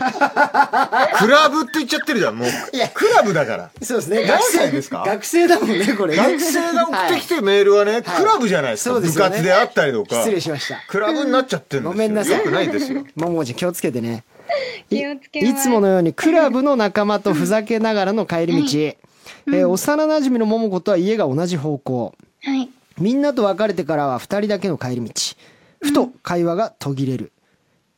クラブって言っちゃってるじゃん。もう
いや、
クラブだから。
そうですね
何歳ですか
学生だもんねこれ
学生が送ってきてるメールはね、クラブじゃないです
そ
か。
うで
部
すよね
活であったりとか。
失礼しました
クラブになっちゃってるんですよ。
ごめんなさい
よくないですよ。
ももち気をつけてねい
気をつけます
いつものようにクラブの仲間とふざけながらの帰り道、えー幼なじみの桃子とは家が同じ方向
はい
みんなと別れてからは二人だけの帰り道ふと会話が途切れる、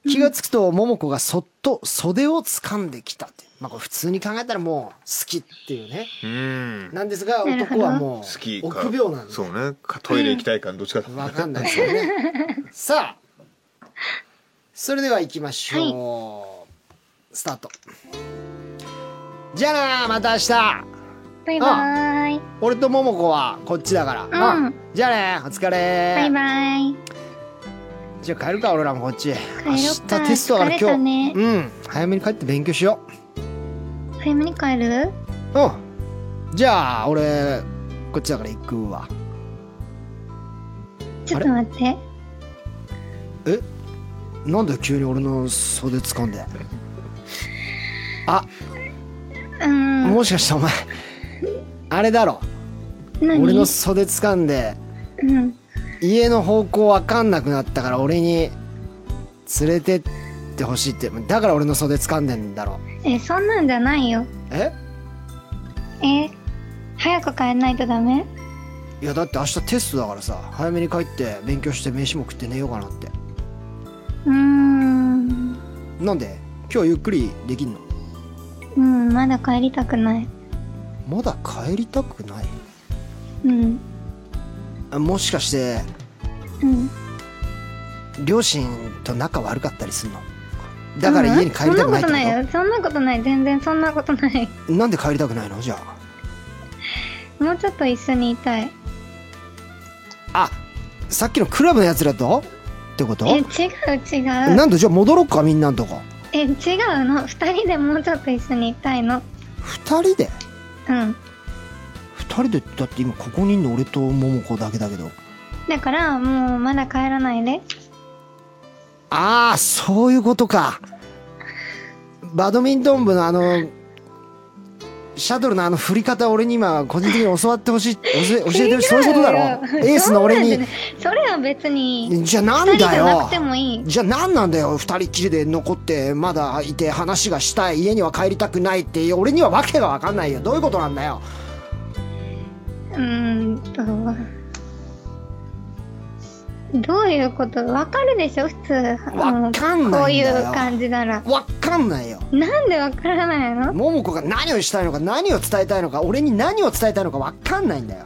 気がつくと桃子がそっと袖を掴んできたってまあこれ普通に考えたらもう好きっていうね
うん。
なんですが
なるほ
男
ど
はも
好き
う
か。
臆病なんで
そうね。かトイレ行きたいか、どっちかだ。
わかんないですよ ねさあそれでは行きましょう、スタートじゃあなまた明日
バイバーイ
俺と桃子はこっちだから、
うん
あじゃあねお疲れ
バイバイ
じゃあ帰るか俺らもこっち明
ろ
日
うか
テストだから
疲れ
今
た
日、
ね
うん早めに帰って勉強しよ
早めに帰る
ううんじゃあ俺こっちだから行くわ
ちょっと待って
なんで急に俺の袖掴んであ、
うん
もしかしてお前あれだろ
何
俺の袖掴んで
うん
家の方向わかんなくなったから俺に連れてってほしいってだから俺の袖掴んでんだろ
えそんなんじゃないよ
え
え早く帰んないとダメ
いやだって明日テストだからさ早めに帰って勉強して飯も食って寝ようかなって
うーん
なんで今日はゆっくりできんの
うんまだ帰りたくない
まだ帰りたくない
うん
あもしかして
うん
両親と仲悪かったりするのだから家に帰りたくないってこと,、
うんそんなことないよそんなことない全然そんなことない
なんで帰りたくないのじゃあ
もうちょっと一緒にいたい
あさっきのクラブのやつらとってこと
え違う違う
なんだじゃあ戻ろっかみんなのとこ
え違うの二人でもうちょっと一緒にいたいの
二人で
うん
二人でだって今ここにいんの俺と桃子だけだけど
だからもうまだ帰らないで
ああそういうことかバドミントン部のあのシャドルのあの振り方俺に今個人的に教わってほしい教え教えてほしいそういうことだろ
違うよ
エースの俺に
そうなんじゃないそれは別に
じゃあな
二
ん
人じ
だ
ゃな
よ
くてもいい
じゃあ何なんだよ二人っきりで残ってまだいて話がしたい家には帰りたくないって俺には訳が分かんないよどういうことなんだよ
うーんとどういうことわかるでしょ普通あの
わかん
こ
な
う
いん
い
だよ
う感じなら
分かんないよ
なんでわからないの
桃子が何をしたいのか何を伝えたいのか俺に何を伝えたいのか分かんないんだよ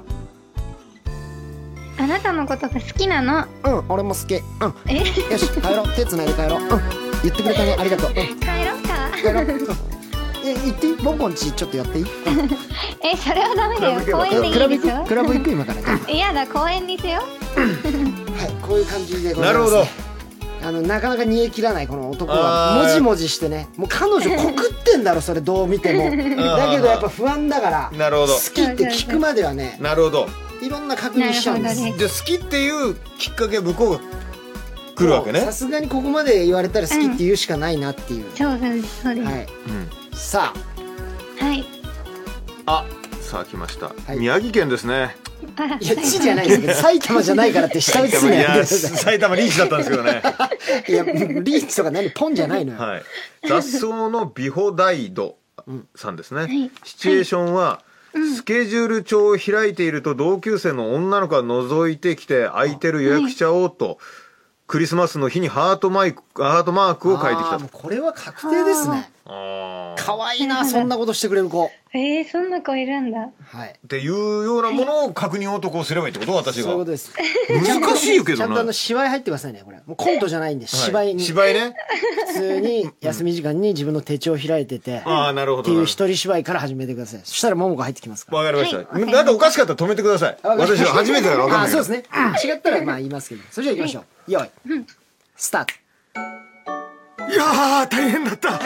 あなたのことが好きなの
うん俺も好きうん
え
よし帰ろう手つないで帰ろううん言ってくれたねありがとう、うん、帰
帰ろうか
ろう、うんえ行っていいボンボンちちょっとやっていい
えそれはダメだよ公園で
クラブ
いい
行
でしょ
くクラブ行く今からね
嫌だ公園にしよ
はいこういう感じでござ
ないる
ま
ほ
す、
ど。
あのなかなか煮え切らないこの男が
あー
もじもじしてねもう彼女告ってんだ ろそれどう見てもだけどやっぱ不安だから
なるほど
好きって聞くまではね
なるほど。
いろんな確認しちゃうんで
なるほど
す
じ
ね
ゃあ好きっていうきっかけ向こうが来るわけ
もう
ね
さ。すがにここまで言われたら好きって言うしかないなっていう
う、そうそうですそうです
は
はい
いさ あ
はい
あ、さあ来ました。
はい
宮城県ですね。
あ
いや地じゃない ですけど埼玉じゃないからって下打ちすん
い
な
や
よ
埼玉リーチだったんですけどね。
いやリーチとか何ポンじゃないのよ、
はい。雑草の美穂大度さんですね。
い
シチュエーションは、スケジュール帳を開いていると同級生の女の子が覗いてきて空いてる予約しちゃおうと、クリスマスの日にハートマイクハートマークを書いてき
あ
た
ーもう
と。
これは確定ですね
あー
可愛いなそんなことしてくれる子
えー、そんな子いるんだ
はい
っていうようなものを確認男をすればいいってこと
そ
私
ういうこ
が
と。です
難しいけ
ちゃ
ど
んとあの
な。
芝居入ってくださいねこれもうコントじゃないんで芝居
はい
に
芝居ね。
普通に休み時間に自分の手帳を開いてて
ああ、
っ
なるほ
て
ど。
い
な
う
る
一人芝居から始めてくださいそしたら桃子入ってきますから
わかりまし
はい
た。だっておかしかったら止めてください。私は初めてだからわかんない
あ
け
そ
ど。
うですね違ったらまあ言いますけどそれじゃあ行きましょうよいスタート
いやー、大変 だった。え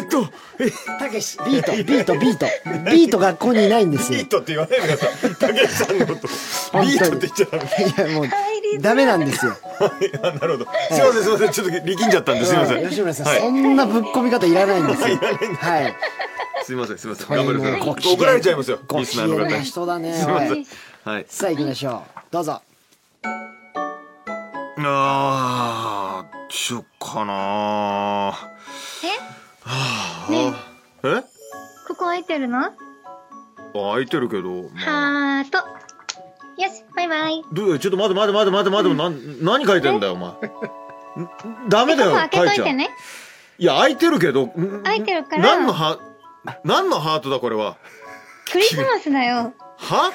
ーっと、え
たけしビートビートビートビート学校にいないんですよ
ビートって言わないでください。たけしさんのこと。
本当に
ビートって言っちゃダメ。
いやもうダメなんですよ
あなるほど。すいません、すいません。ちょっと力んじゃったんです。すいません。
吉村さん、
はい
そんなぶっ込み方いらないんですよはい
すいません、すいません。頑張り
これもうご
ま
機
す。
嫌
怒られちゃいますよ。
ご
リ
機
スナーの
嫌
方
な
に。
人だね
すいませ
お
ん
い
はい。
さあ行きましょうどうぞ
あー、しよっかなー
えね
え
ここ空いてるの
あ開いてるけど。まあ
ハートよしバイバイ
どうだちょっと待て待て待て待て待て、なん、何書いてんだよ、お前。んダメだ
こ
よ
こ、開
書い
け
ち
とい
ゃ
て
う。
ね
いや、開いてるけど。
開いてるから
何のハ、何のハートだ、これは。
クリスマスだよ
は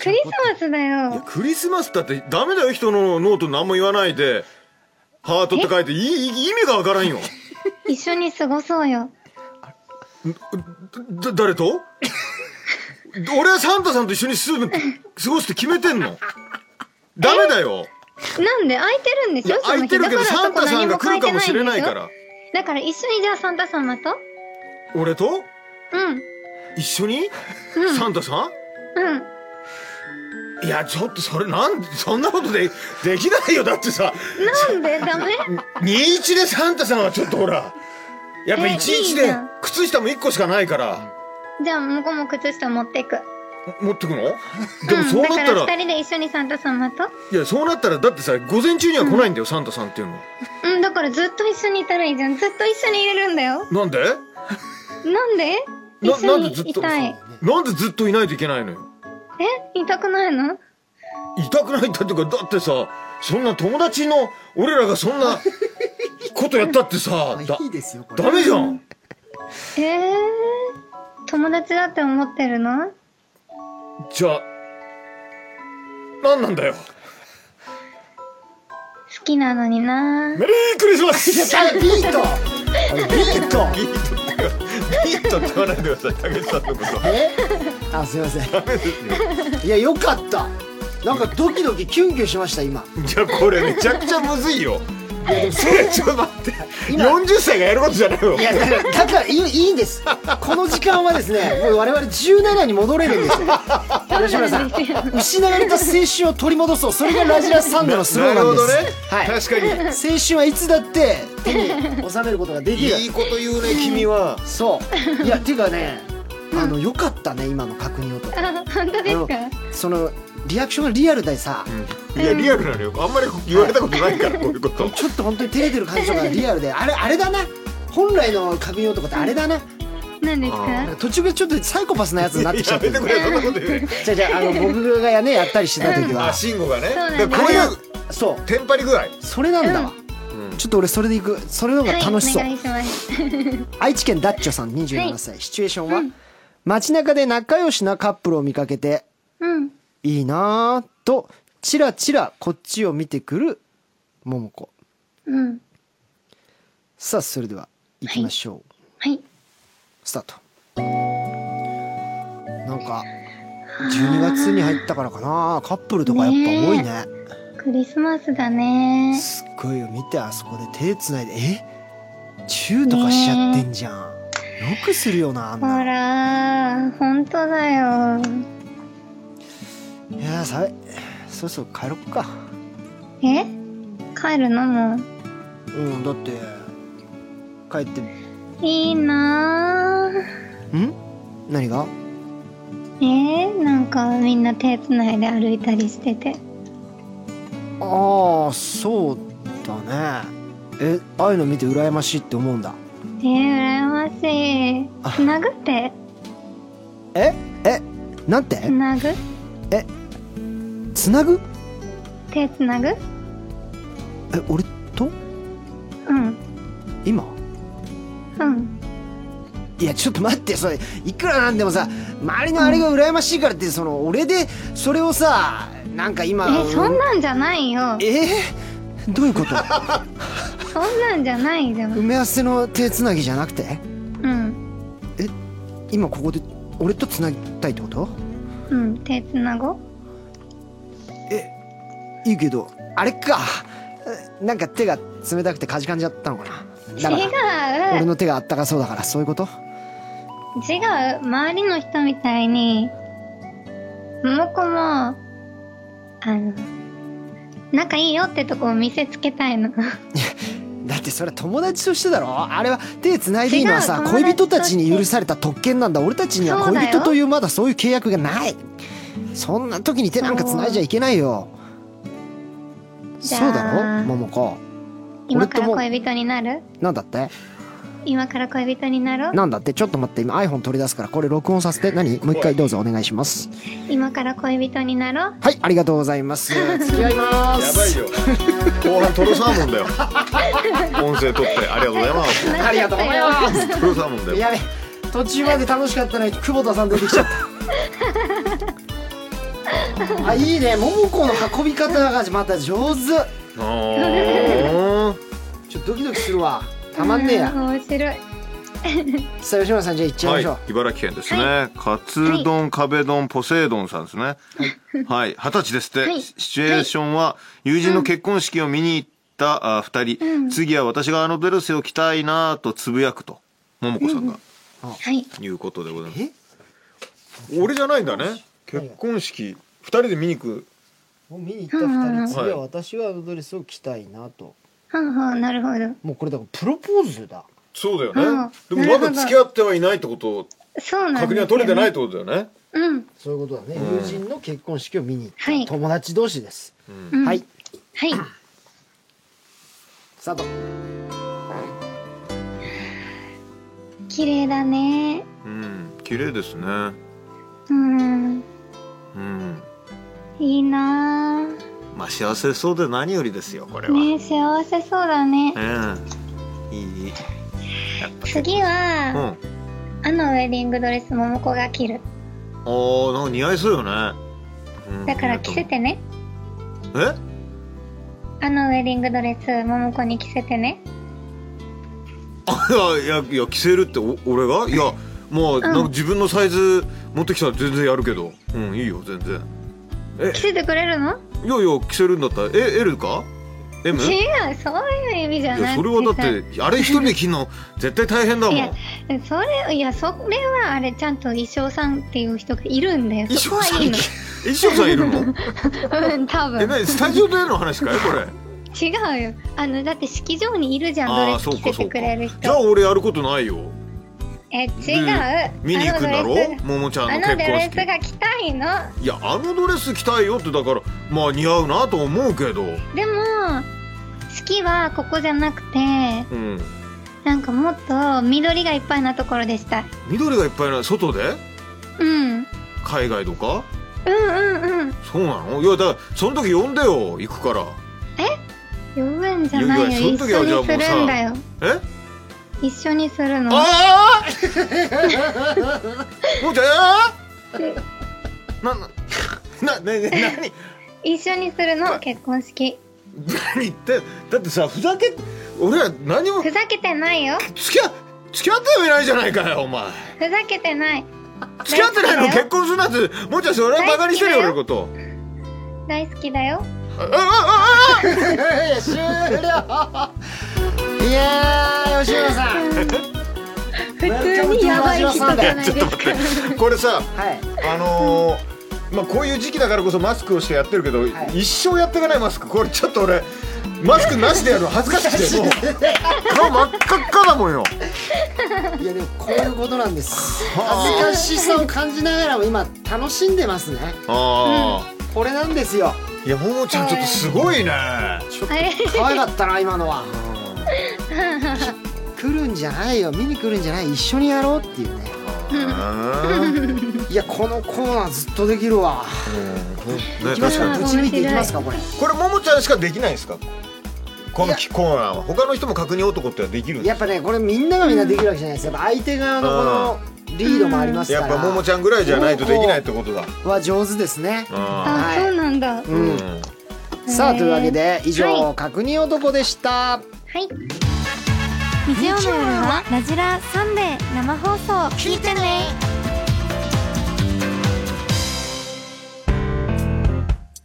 クリスマスだ
いや
よ
クリスマスだってダメだよ人のノートに何も言わないでハートって書いていい意味がわからんよ
一緒に過ごそうよ
だ誰と俺はサンタさんと一緒に住む過ごすって決めてんのダメだよ
なんで空いてるんで
い
し
や
ょそ
空
の
いて
日
る
だ
け
か
どサ
らそ
ン
こ
タさ
何
んが
も
来
書
る
い
かも
てない
し
んで
れ
し
ないか
ょ
ら
だから一緒にじゃあサンタ様と
俺と
うん
一緒に、サンタさん
うん
いやちょっとそれなんそんなことでできないよだってさ
なんでダメ
21でサンタさんはちょっとほらやっぱ
えい
11
いじ
で
ゃん
靴下も1個しかないから
じゃあ向こうも靴下持ってく
持ってくのでもそうなった
ん、だ
ら
から二人で一緒にサンタ様と
いやそうなったらだってさ午前中には来ないんだよ、サンタさんっていうのは
うんだからずっと一緒にいたらいいじゃんずっと一緒にいれるんだよ
なんで
なんで一
な
緒
なん
に
でずっ
い
と
たい
なんでずっといないといけないのよ
え痛くないの
痛くないんだってかだってさそんな友達の俺らがそんなことやったってさだ
いいですよこれ
ダメじゃん
えー、友達だって思ってるの
じゃあなんなんだよ
好きなのにな
メリークリスマス
ビートビート
ビートってビートって言わないでください竹内さんのこと
えあすいませんいやよかったなんかドキドキキュンキュンしました今
じゃあこれめちゃくちゃむずいよ。いやでもそれちょっと待って。40歳がやることじゃないよ
い。やだからだからいいいいんですこの時間はですねもう我々17に戻れるんですよ吉村さん失われた青春を取り戻そうそれがラジラサンドのスローガンですはい、
確かに。
青春はいつだって手に収めることができる
いいこと言うね君は。
そういやていうかねあのよかったね今の確認をと
あ、本当ですか
あそのリアクションがリアルでさ、
いやリアルなのよあんまり言われたことないから こういうこと
ちょっと本当に照れてる感じと かリアルであれあれだな本来の確認をとかってあれだな
何です
あ
か
途中でちょっとサイコパスなやつになってきちゃ
や
って
めて
る
くれそんなこと言うね
じゃあじゃああの僕がねやったりしてた時
あ
は
慎吾がね
そうなんで
だ
す
からこういう
そう
テンパり具合
それなんだわ、
うん
ちょっと俺それでいくそれの方が楽しそう、
はい、お願いします。
愛知県ダッチョさん27歳、シチュエーションは、街中で仲良しなカップルを見かけて
うん。
いいなぁとチラチラこっちを見てくる桃子
うん。
さあそれでは行きましょう、
はい。
スタートなんか12月に入ったからかなカップルとかやっぱ多いね
クリスマスだね。
すっごいよ見てあそこで手つないでえチューとかしちゃってんじゃん、よくするよなあん
ほ
なの
ら、本当だよ。
いやーさいそろそろ帰ろっか
え帰るのもう
うんだって帰って
いいなぁ。
ん何が
えー、なんかみんな手つないで歩いたりしてて
ああそうだねえああいうの見て羨ましいって思うんだ
えー、羨ましいつなぐって
ええなんて
つなぐ
つなぐ
手つなぐ
え俺と
うん
今
うん
いやちょっと待ってそれいくらなんでもさ周りのあれが羨ましいからってその俺でそれをさなんか今
えそんなんじゃないよ
えーどういうこと
そんなんじゃないじゃん
埋め合わせの手つなぎじゃなくて
うん
今ここで俺とつなぎたいってこと
うん手つなごう
いいけどあれかえなんか手が冷たくてかじかんじゃったのかな
違
だから俺
う
の手があったかそうだからそういうこと
違う周りの人みたいに桃子もあの仲いいよってとこを見せつけたいの
だってそれは友達としてだろあれは手繋いでいいのは
違
さ
う友
恋
達
人
として
たちに許された特権なんだ俺たちには
そうだ
恋
よ
人というまだそういう契約がないそんな時に手なんか繋いじゃいけないよ
じ
そ
ゃあ
うだろ桃子
今か
俺と
ら
も
恋人になる
なんだって
今から恋人になろう
なんだってちょっと待って今 iPhone 取り出すからこれ録音させて何もう一回どうぞお願いします
今から恋人になろう
はいありがとうござい ます付き合いま
や
す
ばいよ
後半トロサーモンだよ音声取ってありがとうございます
ありがとうございます
トロサーモンだよ
やべ途中まで楽しかったのに久保田さん出てきちゃった あいいね桃子の運び方がまた上手
あ
ちょっとドキドキするわたまんねえ
う
や
面白い
さあ吉村さんじゃあ行っち
ー
ゃ
はい
ましょう、
い茨城県ですね、カツ丼壁丼ポセイドンさんですねはい二十歳ですって、
はい
シチュエーションは友人の結婚式を見に行ったあ二人、
うん
次は私があのドレスを着たいなぁとつぶやくと桃子さんが
はい
いうことでございます、
え
俺じゃないんだね結婚式二人で見に行く
もう見に行った
うん
2
うん
人次は私はドレスを着たいなと
はんはんなるほど
もうこれだからプロポーズだ
そうだ
う
よね
ん
でもまだ付き合ってはいないってこと
そうなんです
確認
よね
は取れてないってことだよね
うん
そういうことだね、
うん
友人の結婚式を見に行った、
はい
友達同士です、
うん
はい
はい
スタート
綺麗だね
うん綺麗ですね
うん
うん
いいなあ
まあ幸せそうで何よりですよこれは、
ね幸せそうだね
うんいいやっぱ結
次
構う
は、
ん
あのウェディングドレス桃子が着る
ああなんか似合いそうよね、うん
だから着せてね
え
あのウェディングドレス桃子に着せてね
あいやいやいや着せるってお俺がいやまあ、なんか自分のサイズ持ってきたら全然やるけどうんいいよ全然
着せてくれるの
いやいや着せるんだったらえ L か M? い
違うそういう意味じゃな
や
い
それはだってあれ一人で着んの絶対大変だもん
いやそれいやそれはあれちゃんと衣装さんっていう人がいるんだよそこ
衣装さ
は
ん
いいの
衣装さんいる の
うん多
え
分
何スタジオでの話かいこれ
違うよあのだって式場にいるじゃんド
あ
レ
あ
ス
そう
着
か
せ
そ
て
う
く
か
れる
じゃあ
人
俺やることないよ
え、違う。
見に行くんだろ
あのドレス
ももちゃんの
あ
結
のドレ
婚
ス
式
が着たいの。
いやあのドレス着たいよってだからまあ似合うなと思うけど
でも、式はここじゃなくて、
うん
なんかもっと緑がいっぱいなところでしたい。
緑がいっぱいない外で
うん。うん
海外とか
うんうん。
そうなのいやだからその時呼んでよ行くから
呼ぶんじゃないよ。
いやいや
一
その時は
緒にするん
じゃあもうさ
だよ。
え
一緒にするの。
あ あもうちゃんえーななななな何
一緒にするの、結婚式。
何言ってだってさふざけ俺ら何も
ふざけてないよ。
付き合付き合ってはいないじゃないかよお前
ふざけてない。
付き合ってないの
大好きだ
結
よ
婚するなんてもうちゃんそれはバカにしてるよ俺
大
の
好
こと
大好きだよ。
あああああ
終了いやー吉村さん
普通にやばい人じゃないですか。
これさ
はい
あのーまあこういう時期だからこそマスクをしてやってるけど、
い
一生やっていかないマスクこれちょっと俺マスクなしでやるの恥ずかし くてもう顔真っ赤っかだもんよ
いやでもこういうことなんです恥ずかしさを感じながらも今楽しんでますね
あ
これなんですよ
あ、いやももちゃんちょっとすごいね
ちょっと
あれ
可愛かったな今のは来るんじゃないよ見に来るんじゃない一緒にやろうっていうね
うん
いやこのコーナーずっとできるわ
ね
行きます
確か
か
に
ぶち抜いていきますかこれ
これももちゃんしかできないんですかこのコーナーは他の人も確認男ってはできるんです
やっぱねこれみんながみんなできるわけじゃないですやっぱ相手側のこのリードもあります
や
か
っぱもも
ら
ちゃんぐらいじゃないとできないってことだ
は上手ですね
あ
あ、そうなんだ。
う
ー
ん
うん
さあというわけで以
は
上確認男でした
はい。
日曜の夜はラジラサンデー生放送聞いてね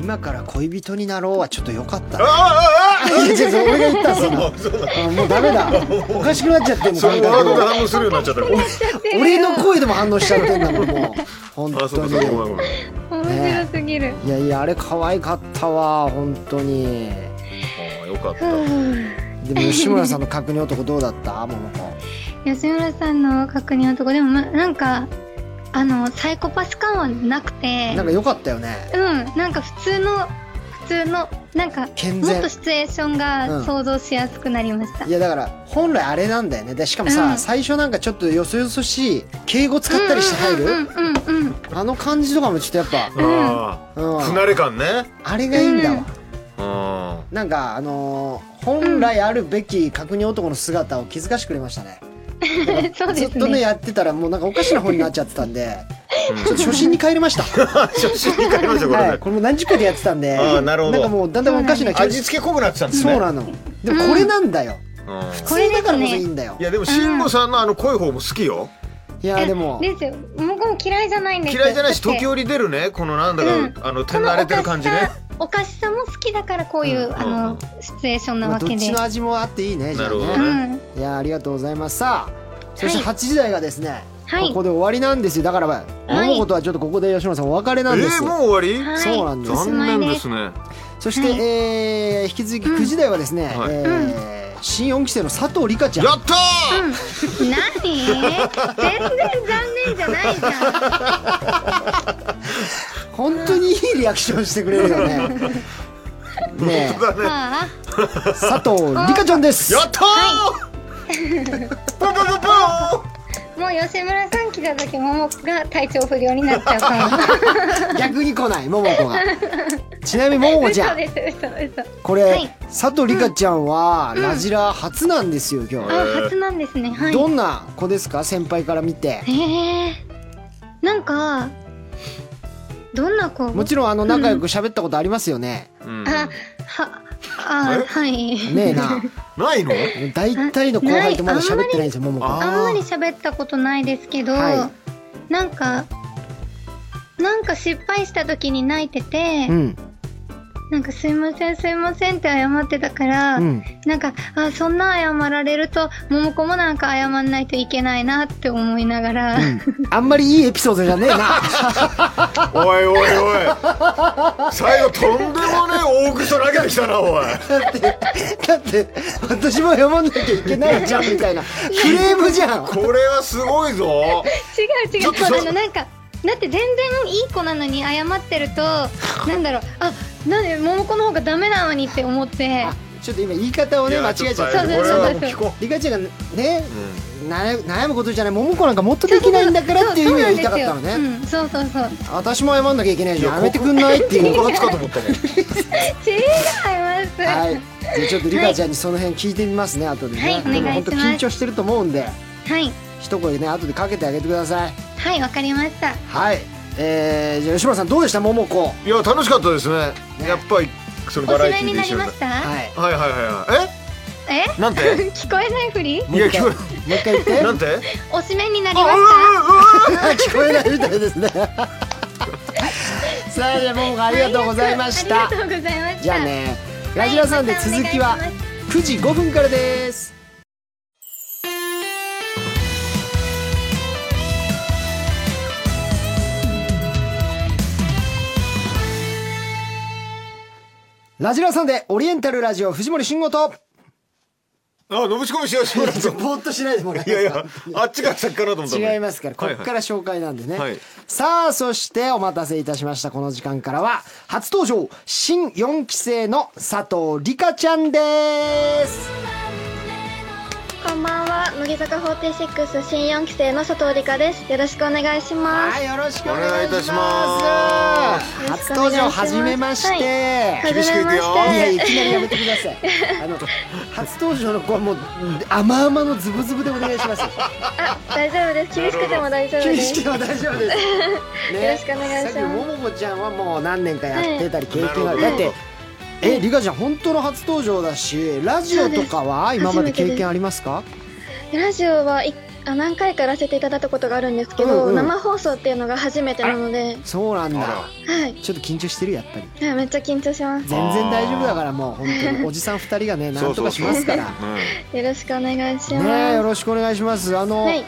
今から恋人になろうはちょっと良かった
あ
ね
ーあーあー
いや違う俺が言ったんです
あ
よ
ーそうだ
今もうダメだおかしくなっちゃってんの
そう
感
ドラ
覚
ゴン
が
が反応するようになっちゃったから
俺の声でも反応しちゃってんだもんもう本
あ、
当
そうか、
に
そうか、ごめん、ごめん。
面白すぎる。
いやいやあれ可愛かったわ本当に
ああ、よかっ
ふ
た。
う
でも吉村さんの確認男どうだったももこ
吉村さんの確認のとこでもまなんかあのサイコパス感はなくて
なんか良かったよね
うんなんか普通の普通のなんか
健全
もっとシチュエーション
うん
が想像しやすくなりました、
いやだから本来あれなんだよねでしかもさ、
うん
最初なんかちょっとよそよそしい敬語使ったりして入る、
うんうんうんうん
あの感じとかもちょっとやっぱ、
あ
うん
あ、不慣れ感ね。
あれがいいんだわ、
うん
あ
なんかあのー本来あるべき確認男の姿を気づかしてくれましたね、
うん そう
ず
で
っ
す
とね
ね
やってたらもうなんかおかしな方になっちゃってたんで、ちょっと初心に帰りま した
あ。初心に帰りました、これ
はい、
ね。
これもう何十回でやってたんで、
あーなるほど
んかもうだんだんおかしな気が
味付け濃くなってたんですね。
そうなの。でもこれなんだよ。
うん
普通だからこそいいんだよ。
いや、でも、慎吾さんのあの濃い方も好きよ。
いやでも、
ですよもう嫌いじゃないんです
嫌いじゃないし、
だって
時折出るね、このなんだ
うん
か、あの、手慣れてる感じね。
このおかしさおかしさも好きだからこういう、
うん
あ
う
の
ん
シチュエーションな
まあ
わ
どっ
けで、
ちの味もあっていいね。じゃあ
なるほ
ね
ど。
うん
いやありがとうございます。さあ、そして8
は
時台がですね、
はい
ここで終わりなんですよ。だから、
い
桃子とはちょっとここで吉野さんお別れ
え
なんです。
ー、もう終わ
はい
そうなん
り。
ですよ。
おしまい
残念
です
ですね。
そして、
はい
えー引き続き9時台はですね、
はい
えー新4期生の佐藤理香ちゃん
や。ったー。
何全然残念じゃな いじゃん
本当にいいリアクションしてくれるよね。ね
だね。
ああ
え佐藤理香ちゃんです。
やったー。ポンポンポンポン。
もう吉村さん来た時桃が体調不良になっちゃうかも
逆に来ない、桃子が。ちなみに 桃子ちゃ
嘘
ん。
です嘘嘘
これ、
はい
佐藤理香ちゃんは、ラジラ初なんですよ今
あ
日、
初なんですねはい
どんな子ですか先輩から見て
えー、なんかどんな子
もちろんあの仲良く喋ったことありますよね、
うん
あはあはい
ねえな
ないの。
大体の後輩とまだ喋ってないんですよ桃子
あ
あんまり喋ったことないですけど、
は
なんかなんか失敗した時に泣いてて、
うん
なんかすいませんすいませんって謝ってたから、
うん
なんかあそんな謝られると桃子もなんか謝んないといけないなって思いなが ら、
あんまりいいエピソードじゃねえな
おいおいおい最後とんでもねえ大口と投げてきたなおい
だって私も読まなきゃいけないじゃんみたいなクレームじゃん
これはすごいぞ
違う違
ちょっ
う
とそ
あのなんかだって全然いい子なのに謝ってると なんだろうあなんで桃子の方がダメなのにって思って
ちょっと今言い方をね間違えちゃっ
いやょ
た
そう
っとこれはもう聞こ
リカちゃんがね、悩悩むことじゃない桃子なんかもっとできないんだからっていう意味を言いたかったのね、
そうそ うなんですよ
私も謝んなきゃいけないじゃ
い
んや
や
めてくんないって いうう
告発かと思ったね
うんそうそうそう違います、
は
はい
じゃあちょっとリカちゃんにその辺聞いてみますね、後でね、
はいお願いします
本当緊張してると思うんで
い
一声ね後でかけてあげてください
はいわかりました
はいえー、じゃあ吉村さんどうでした桃子はい
や楽しかったですねやっぱり
それバ
おし
ラ
ま
エテ
い
ィ
に
ーで
な
一
り
緒
ま
だ
した
い
はいはいはいはい
え
えなんて
聞こえないふり
いや聞こ
もう一回言 って
えなんて
おしめになりました
聞こえないみたいですねさあじゃあ桃子ありがとうございました
ありがとうございました
じゃあねラジラさんで続きは
はいまたお願いし
9時5分からですラジラさんでオリエンタルラジオ藤森慎吾と
あのぶしこみしようしよう
ぼーっとしないでもらえます
いやいやあっちが先かなと思った
違いますから、こ
はい
っ
はい
から紹介なんでね。
はい
さあ、そしてお待たせいたしました。この時間からは、初登場、新4期生の佐藤里香ちゃんです。
こんばんは、乃木坂46新4期生の佐藤理香です。よろしくお願いしま
は
す。
い、よろしくお
お
願
願
い
い
い
い
た
た
し
し
ま。
ます
よろしくお
初
願いしま
登
す
場、はじめまして。
はじ
しく
め
いく
ま
よ
いやい
して。
やいきなりやめてください。あの、初登場の子はもう、甘々のズブズブでお願いします。
あ、大丈夫です。厳しくても大丈夫
厳
で
し
す。
くは大丈夫です。
よろしくお願いします
さっきもももちゃんはもう何年かやってたり経験がある。だって。え、リカちゃん本当の初登場だし、ラジオとかは
そうです
今ま
初め
で
てで
経
す
験ありますか？
ラジオはいあ何回かやらせていただいたことがあるんですけど、
うんうん
生放送っていうのが初めてなので、
そうなんだ。
はい、
ちょっと緊張してるやっぱり。
はい、めっちゃ緊張します。
全然大丈夫だからもう本当におじさん二人がねなんとかしま すから。
よろしくお願いし
ねよ
ま
ろしくお願いします。あ
す。
の、
はい、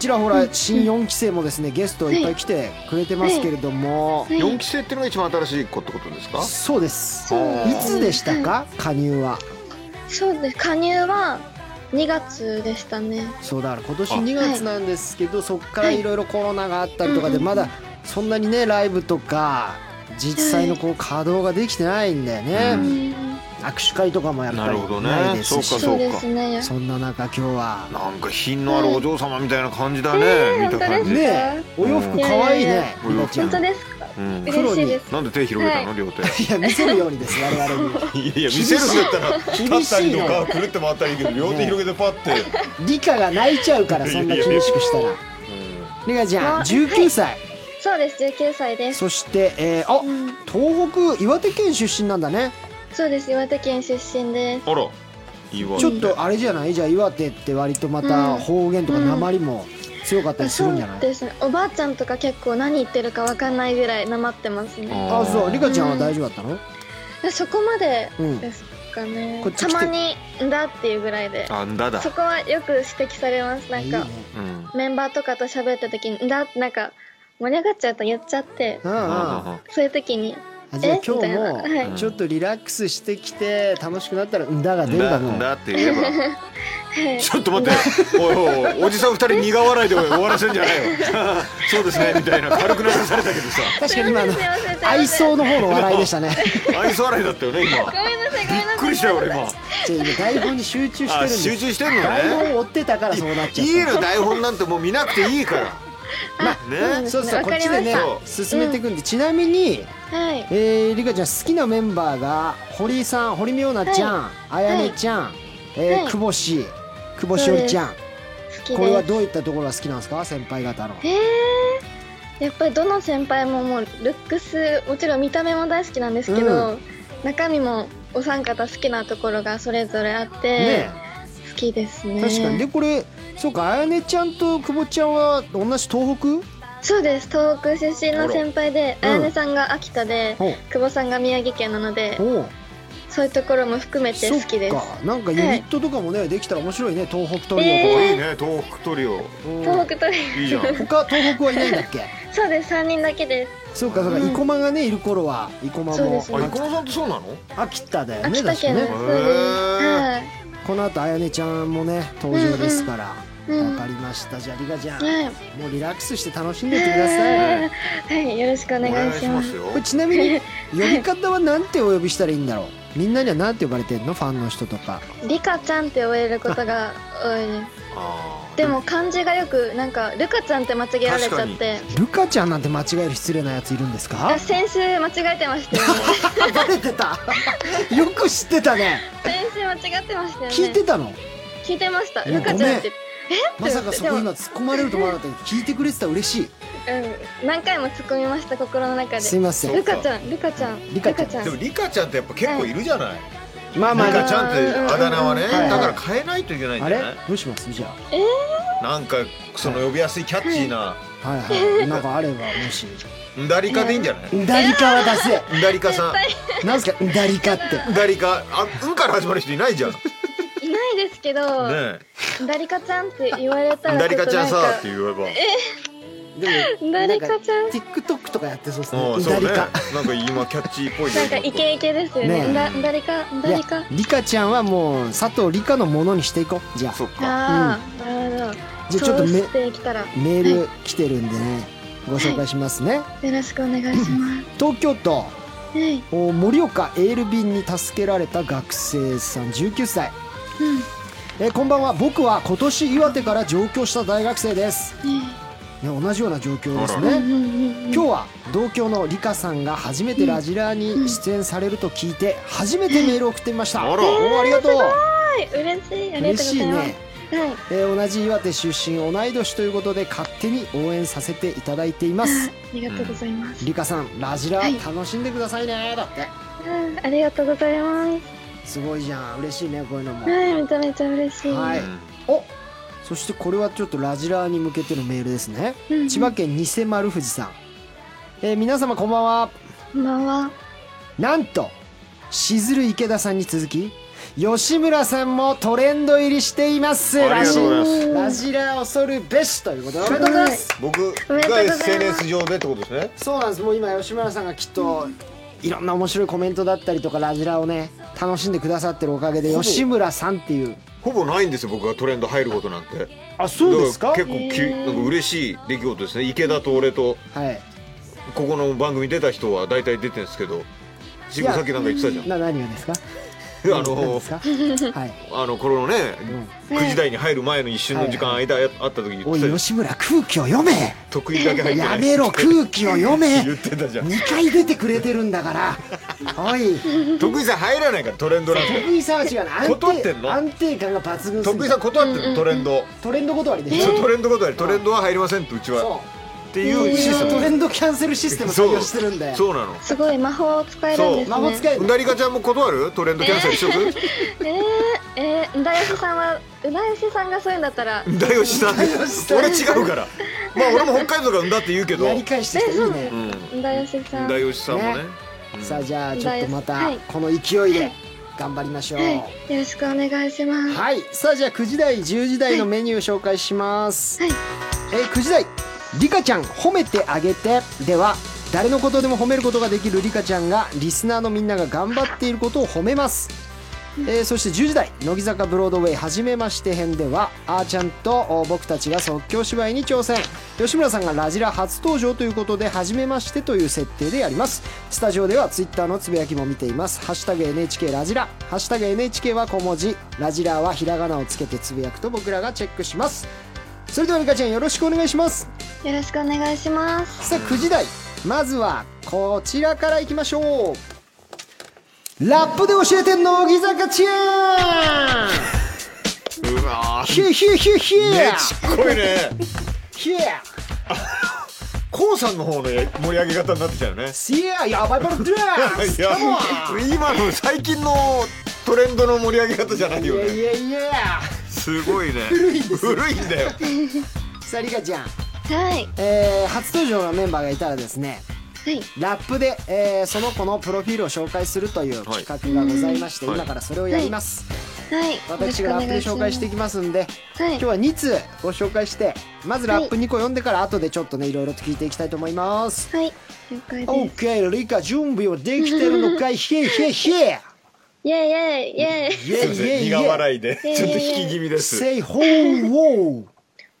ちらほら新四期生もですねゲストいっぱい来てくれてますけれども、
い
四期生っていうのが一番新しい子ってことですか
そうです。
そう
いつでしたか加入は？
そうです。加入は2月でしたね。
そうだから今年2月なんですけど、そこからいろいろコロナがあったりとかで、まだそんなにねライブとか実際のこう稼働ができてないんだよね、
うん、
握手会とかもやっぱ
なるほ
り
どね
ないですし、
そうか
そうですね。
そんな中今日は
なんか品のあるお嬢様みたいな感じだね見た感
本当です
じ
か
ねえお洋服かわい
い
い
やいや
ね
いや
リカちゃん
本
い
当ですか。
うん
嬉しいです。
なんで手広げたの両手
や見せるようにです我々
いやいや見せるんだったら
厳
立っ
したい
り
の
とかくるって回ったらいいけど両手広げてパッて
にリカが泣いちゃうからそんな厳しくしたらリカちゃん
あ
19歳、
そうです。19歳です。
そして、えーあ
うん
東北岩手県出身なんだね
そうです岩手県出身です
あらいいわ
ちょっとあれじゃないじゃあ岩手って割とまた
うん
方言とか鉛も強かったりするんじゃない、
ですねおばあちゃんとか結構何言ってるかわかんないぐらいなまってますね
あそうリカちゃんは
うん
大丈夫だったの、
そこまで
うん
ですかね、
こっち来
た
て
まに「んだ」っていうぐらいで
あんだだ
そこはよく指摘されますないん
いね
か
うん
メンバーとかと喋った時に「んだ」ってなんか盛り上がっちゃうと言っちゃって
うんうんあ
あ
そういう時に
じゃあ
えみたいな
今日
は
も
い
ちょっとリラックスしてきて楽しくなったら「んだ」が出るか
だ
も
だって言えばちょっと待っておいおいおじさん二人苦笑いで終わらせんじゃないよそうですねみたいな軽く流されたけどさ
確か に今あの
すいませんすいません
愛想の方の笑いで したね
愛想笑いだったよね今
ごめんなさいごめん
び
な
っ
さ
く
い
りしたよ俺今
ちょ今台本に集中してるん
あ
です
集中してんの
台
ね
本を追ってたからそうなっちゃっ
い
た
いの台本なんてもう見なくていいからね
そうそう
わ
こ
か
っち
りま
で
し
ね
た
進めていくんで、ちなみに、
はい
えー、リカちゃん好きなメンバーが堀井さん堀美央奈ちゃん、あやねちゃん、えー
はい
久保氏久保しおりちゃん
好き
これは
です
どういったところが好きなんですか先輩方の
えー、やっぱりどの先輩ももうルックスもちろん見た目も大好きなんですけど、
う
中身もお三方好きなところがそれぞれあって、
ね
好きですね
確かにでこれそうかあやねちゃんと久保ちゃんは同じ東北
そうです東北出身の先輩で
あら
綾音さんが秋田で、
ほう
久保さんが宮城県なので
おう
そういうところも含めて
そ
好
っ
きです
かなんかユニットとかもねできたら面白いね東北トリオ
え
いいね東北トリオ
うん
東北と
いいじゃん
他東北はいないんだっけ
そうです3人だけです
そうかそうか生駒がねいる頃は生駒
そう
も
ですね
生駒さんってそうなの
秋田だよね
秋田
だし
県の
ね
そう
へ
です
ー
はい
この後あやねちゃんもね登場ですからわ、
うんうん
かりましたじゃあリカちゃん、
はい
もうリラックスして楽しんでってください、
はい、よろしくお願いします。
よ
これちなみに呼び方は何てお呼びしたらいいんだろうみんなには何て呼ばれてんのファンの人とか
リカちゃんって呼ばれることが多いで
あ
す。でも漢字がよくなんかルカちゃんって間違えられちゃっ
確
て、
ルカちゃんなんて間違える失礼なやついるんです か
あ先週間違えてましたよね。
バレてたよく知ってたね
先週間違ってましたよね。
聞いてたの
聞いてました。
いや
ルカちゃんって。
まさかそこ今突っ込まれると思わなかったけど聞いてくれてたら嬉しい
うん、何回も突っ込みました心の中
す
で
い。ませ
そ
ん
う
ルカちゃん、ルカちゃん、
リカちゃん
ーでもリカちゃんってやっぱ結構いるじゃない
まあまあ
リ
ね
カちゃんってあだ名はね
う
だ
んうんうん
から変えないといけないん
あ
じ
れ
ゃない
どうしますじゃ
なんかその呼びやすいキャッチーな
あはいはいなんかあればもし
んだりかでいいんじゃない
んだりかは出せ
んだりかさ
なんすかんだりかって
んんだりかあうんから始まる人いないじゃんね
いないですけど、
え
ダリカちゃんって言われた
んだ
ら
り
ち
か
ょっと
ちゃ
なんん
さ
か
って言えば
でも
んだりかちゃ
な
ん
んか TikTok とかやってそうですね
うん
ん
そ
だ
う
り
ね
か
なんか今キャッチーっぽいね
なんかイケイケですよ
ねえ
ね。ダダリカ、ダ
いや
リカ。
リカちゃんはもう佐藤リカのものにしていこうじゃあ
そっか
ああ、なるほど。
じゃあちょっと
そ
メ
うしてきたら。
メール来てるんでねご紹介しますね
よろしくお願いします。
東京都
はい、
お盛岡エール便に助けられた学生さん19歳、えーこんばんは僕は今年岩手から上京した大学生です、ね、同じような状況ですね、今日は同郷のリカさんが初めてラジラーに出演されると聞いて初めてメールを送ってみました、
あら
おありがとう
はい、嬉しい、ありが
嬉し
とうござ
い
います。
ね
はい、
えー同じ岩手出身同い年ということで勝手に応援させていただいています
ありがとうございます。
リカさんラジラ
はい
楽しんでくださいねだって
うんありがとうございます。
すごいじゃん嬉しいねこういうのも
はい、めちゃめちゃ嬉しい。
は
う
い
ん
おそしてこれはちょっとラジラーに向けてのメールですね、
うんうん
千葉県偽丸富士さん、えー皆様こんばんは
こんばんは。
なんとしずる池田さんに続き吉村さんもトレンド入りしています
ありがとうございます
ラジラジラー恐るべしということでおめでとうございます、
僕
おめでとうご
が
ざいます
SNS 上でってことですね
そうなんですもう今吉村さんがきっと、いろんな面白いコメントだったりとかラジラーをね楽しんでくださってるおかげで
ほぼ
吉村さんっていう
ほぼないんですよ僕がトレンド入ることなんて
あそうですか
だら結構きなんか嬉しい出来事ですね池田と俺と
はい
ここの番組出た人は大体出てるんですけど自分さっきなんか言ってたじゃん
な何がですか
あ
何
の
ですか はい
あのこのね、9時台に入る前の一瞬の時間、
は
間あった時に言
お
って
い
た
吉村空気を読め
得意だけ入ってな
や
い
めろ空気を読め
言ってたじゃん
2回出てくれてるんだからおい
得意さん入らないからトレンドなんて
徳井さんは違うな安
断ってん
定
の
安定感が抜群すぎ
得意
て
さん断ってるのトレンド、
トレンド断りでしょ、
そうトレンドことよりトレンドは入りませんとうちは
そ
っていう
う
システム
トレンドキャンセルシステム採用してるんだよ
そうなの
すごい魔法を使えるんです
魔
ね。
法使いう
なりかちゃんも断るトレンドキャンセルしとく
えええー、うだよしさんは、うだよしさんがそういうんだったら。
だよしさん俺違うからまあ俺も北海道がうんだって言うけど
やり返してきていいね、
う
うだよしさ
ん
ん。
だよしさんもね
ねさあじゃあちょっとま
は
た
い
この勢いで頑張りましょう、
はい、よろしくお願いします。
はい、さあじゃあ9時台10時台のメニュー紹介します、
はい
えー9時台「リカちゃん褒めてあげて」では誰のことでも褒めることができるリカちゃんがリスナーのみんなが頑張っていることを褒めます、えーそして10時台乃木坂ブロードウェイはじめまして編ではあーちゃんとお僕たちが即興芝居に挑戦吉村さんがラジラ初登場ということではじめましてという設定でやりますスタジオではツイッターのつぶやきも見ています「ハッシュタグ #NHK ラジラ」「ハッシュタグ #NHK は小文字」「ラジラ」はひらがなをつけてつぶやくと僕らがチェックしますそれではリカちゃんよろしくお願いします
よろしくお願いします。
さあ9時台まずはこちらからいきましょうラップで教えて乃木坂チェーン
うわ
ヒューヒューヒューヒュ
ーねち
ー
っこいね
ヒュー
こうさんの方のや盛り上げ方になってきたよね
シェアやばいバルドラス
いや
カモン
今の最近のトレンドの盛り上げ方じゃない
い
よ
やい
ね
やいや
すごいね
古いんですよ
古いんだよ
さあリカちゃん
はい。
えー初登場のメンバーがいたらですね
はい。
ラップで、えーその子のプロフィールを紹介するという企画がございまして、
はい
今からそれをやります、
はい。
私がラップで紹介していきますんで
はい
今日は2通ご紹介してまずラップ2個読んでから後でちょっとねいろいろと聞いていきたいと思います
はい。了解です。
OK リカ準備はできてるのかいヒェイヒェイヒェイ
イェイイェイイェイ。
イェイイェイイ
苦
ェイ
笑いで、
いやい
ちょっと引き気味です。
Say ho wo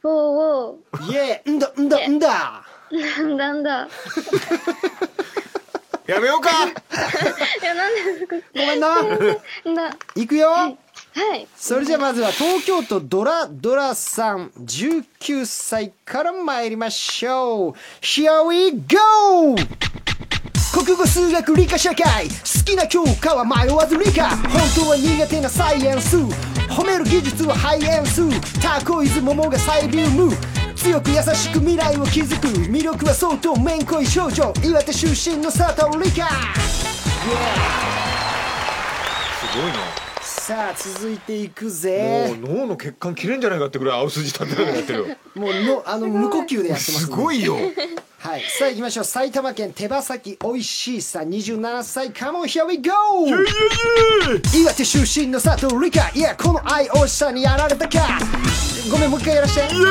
ウォーウ
イェイんだんだんだ
ォー。なんだんだ。
やめようか
いや、なんで
ごめんな
なんだ。
いくよ、
はい。
それじゃあまずは東京都ドラドラさん19歳から参りましょう Here we go! 国語数学理科社会好きな教科は迷わず理科本当は苦手なサイエンス褒める技術はハイエンスターコイズ桃がサイビウム強く優しく未来を築く魅力は相当めんこい少女岩手出身の佐藤理科
すごいな。
さあ続いていく
も
ぜ
う脳の血管切れんじゃないかってぐらい青筋立てなくなってるよ
もうのあの無呼吸でやってます
す
んで
ごいよ
はい、さあ行きましょう埼玉県手羽先おいしいさん27歳カモン here we go 岩手出身の佐藤理香いやこの愛おしさにやられたかごめんもう一回やらして
イエイイエイイ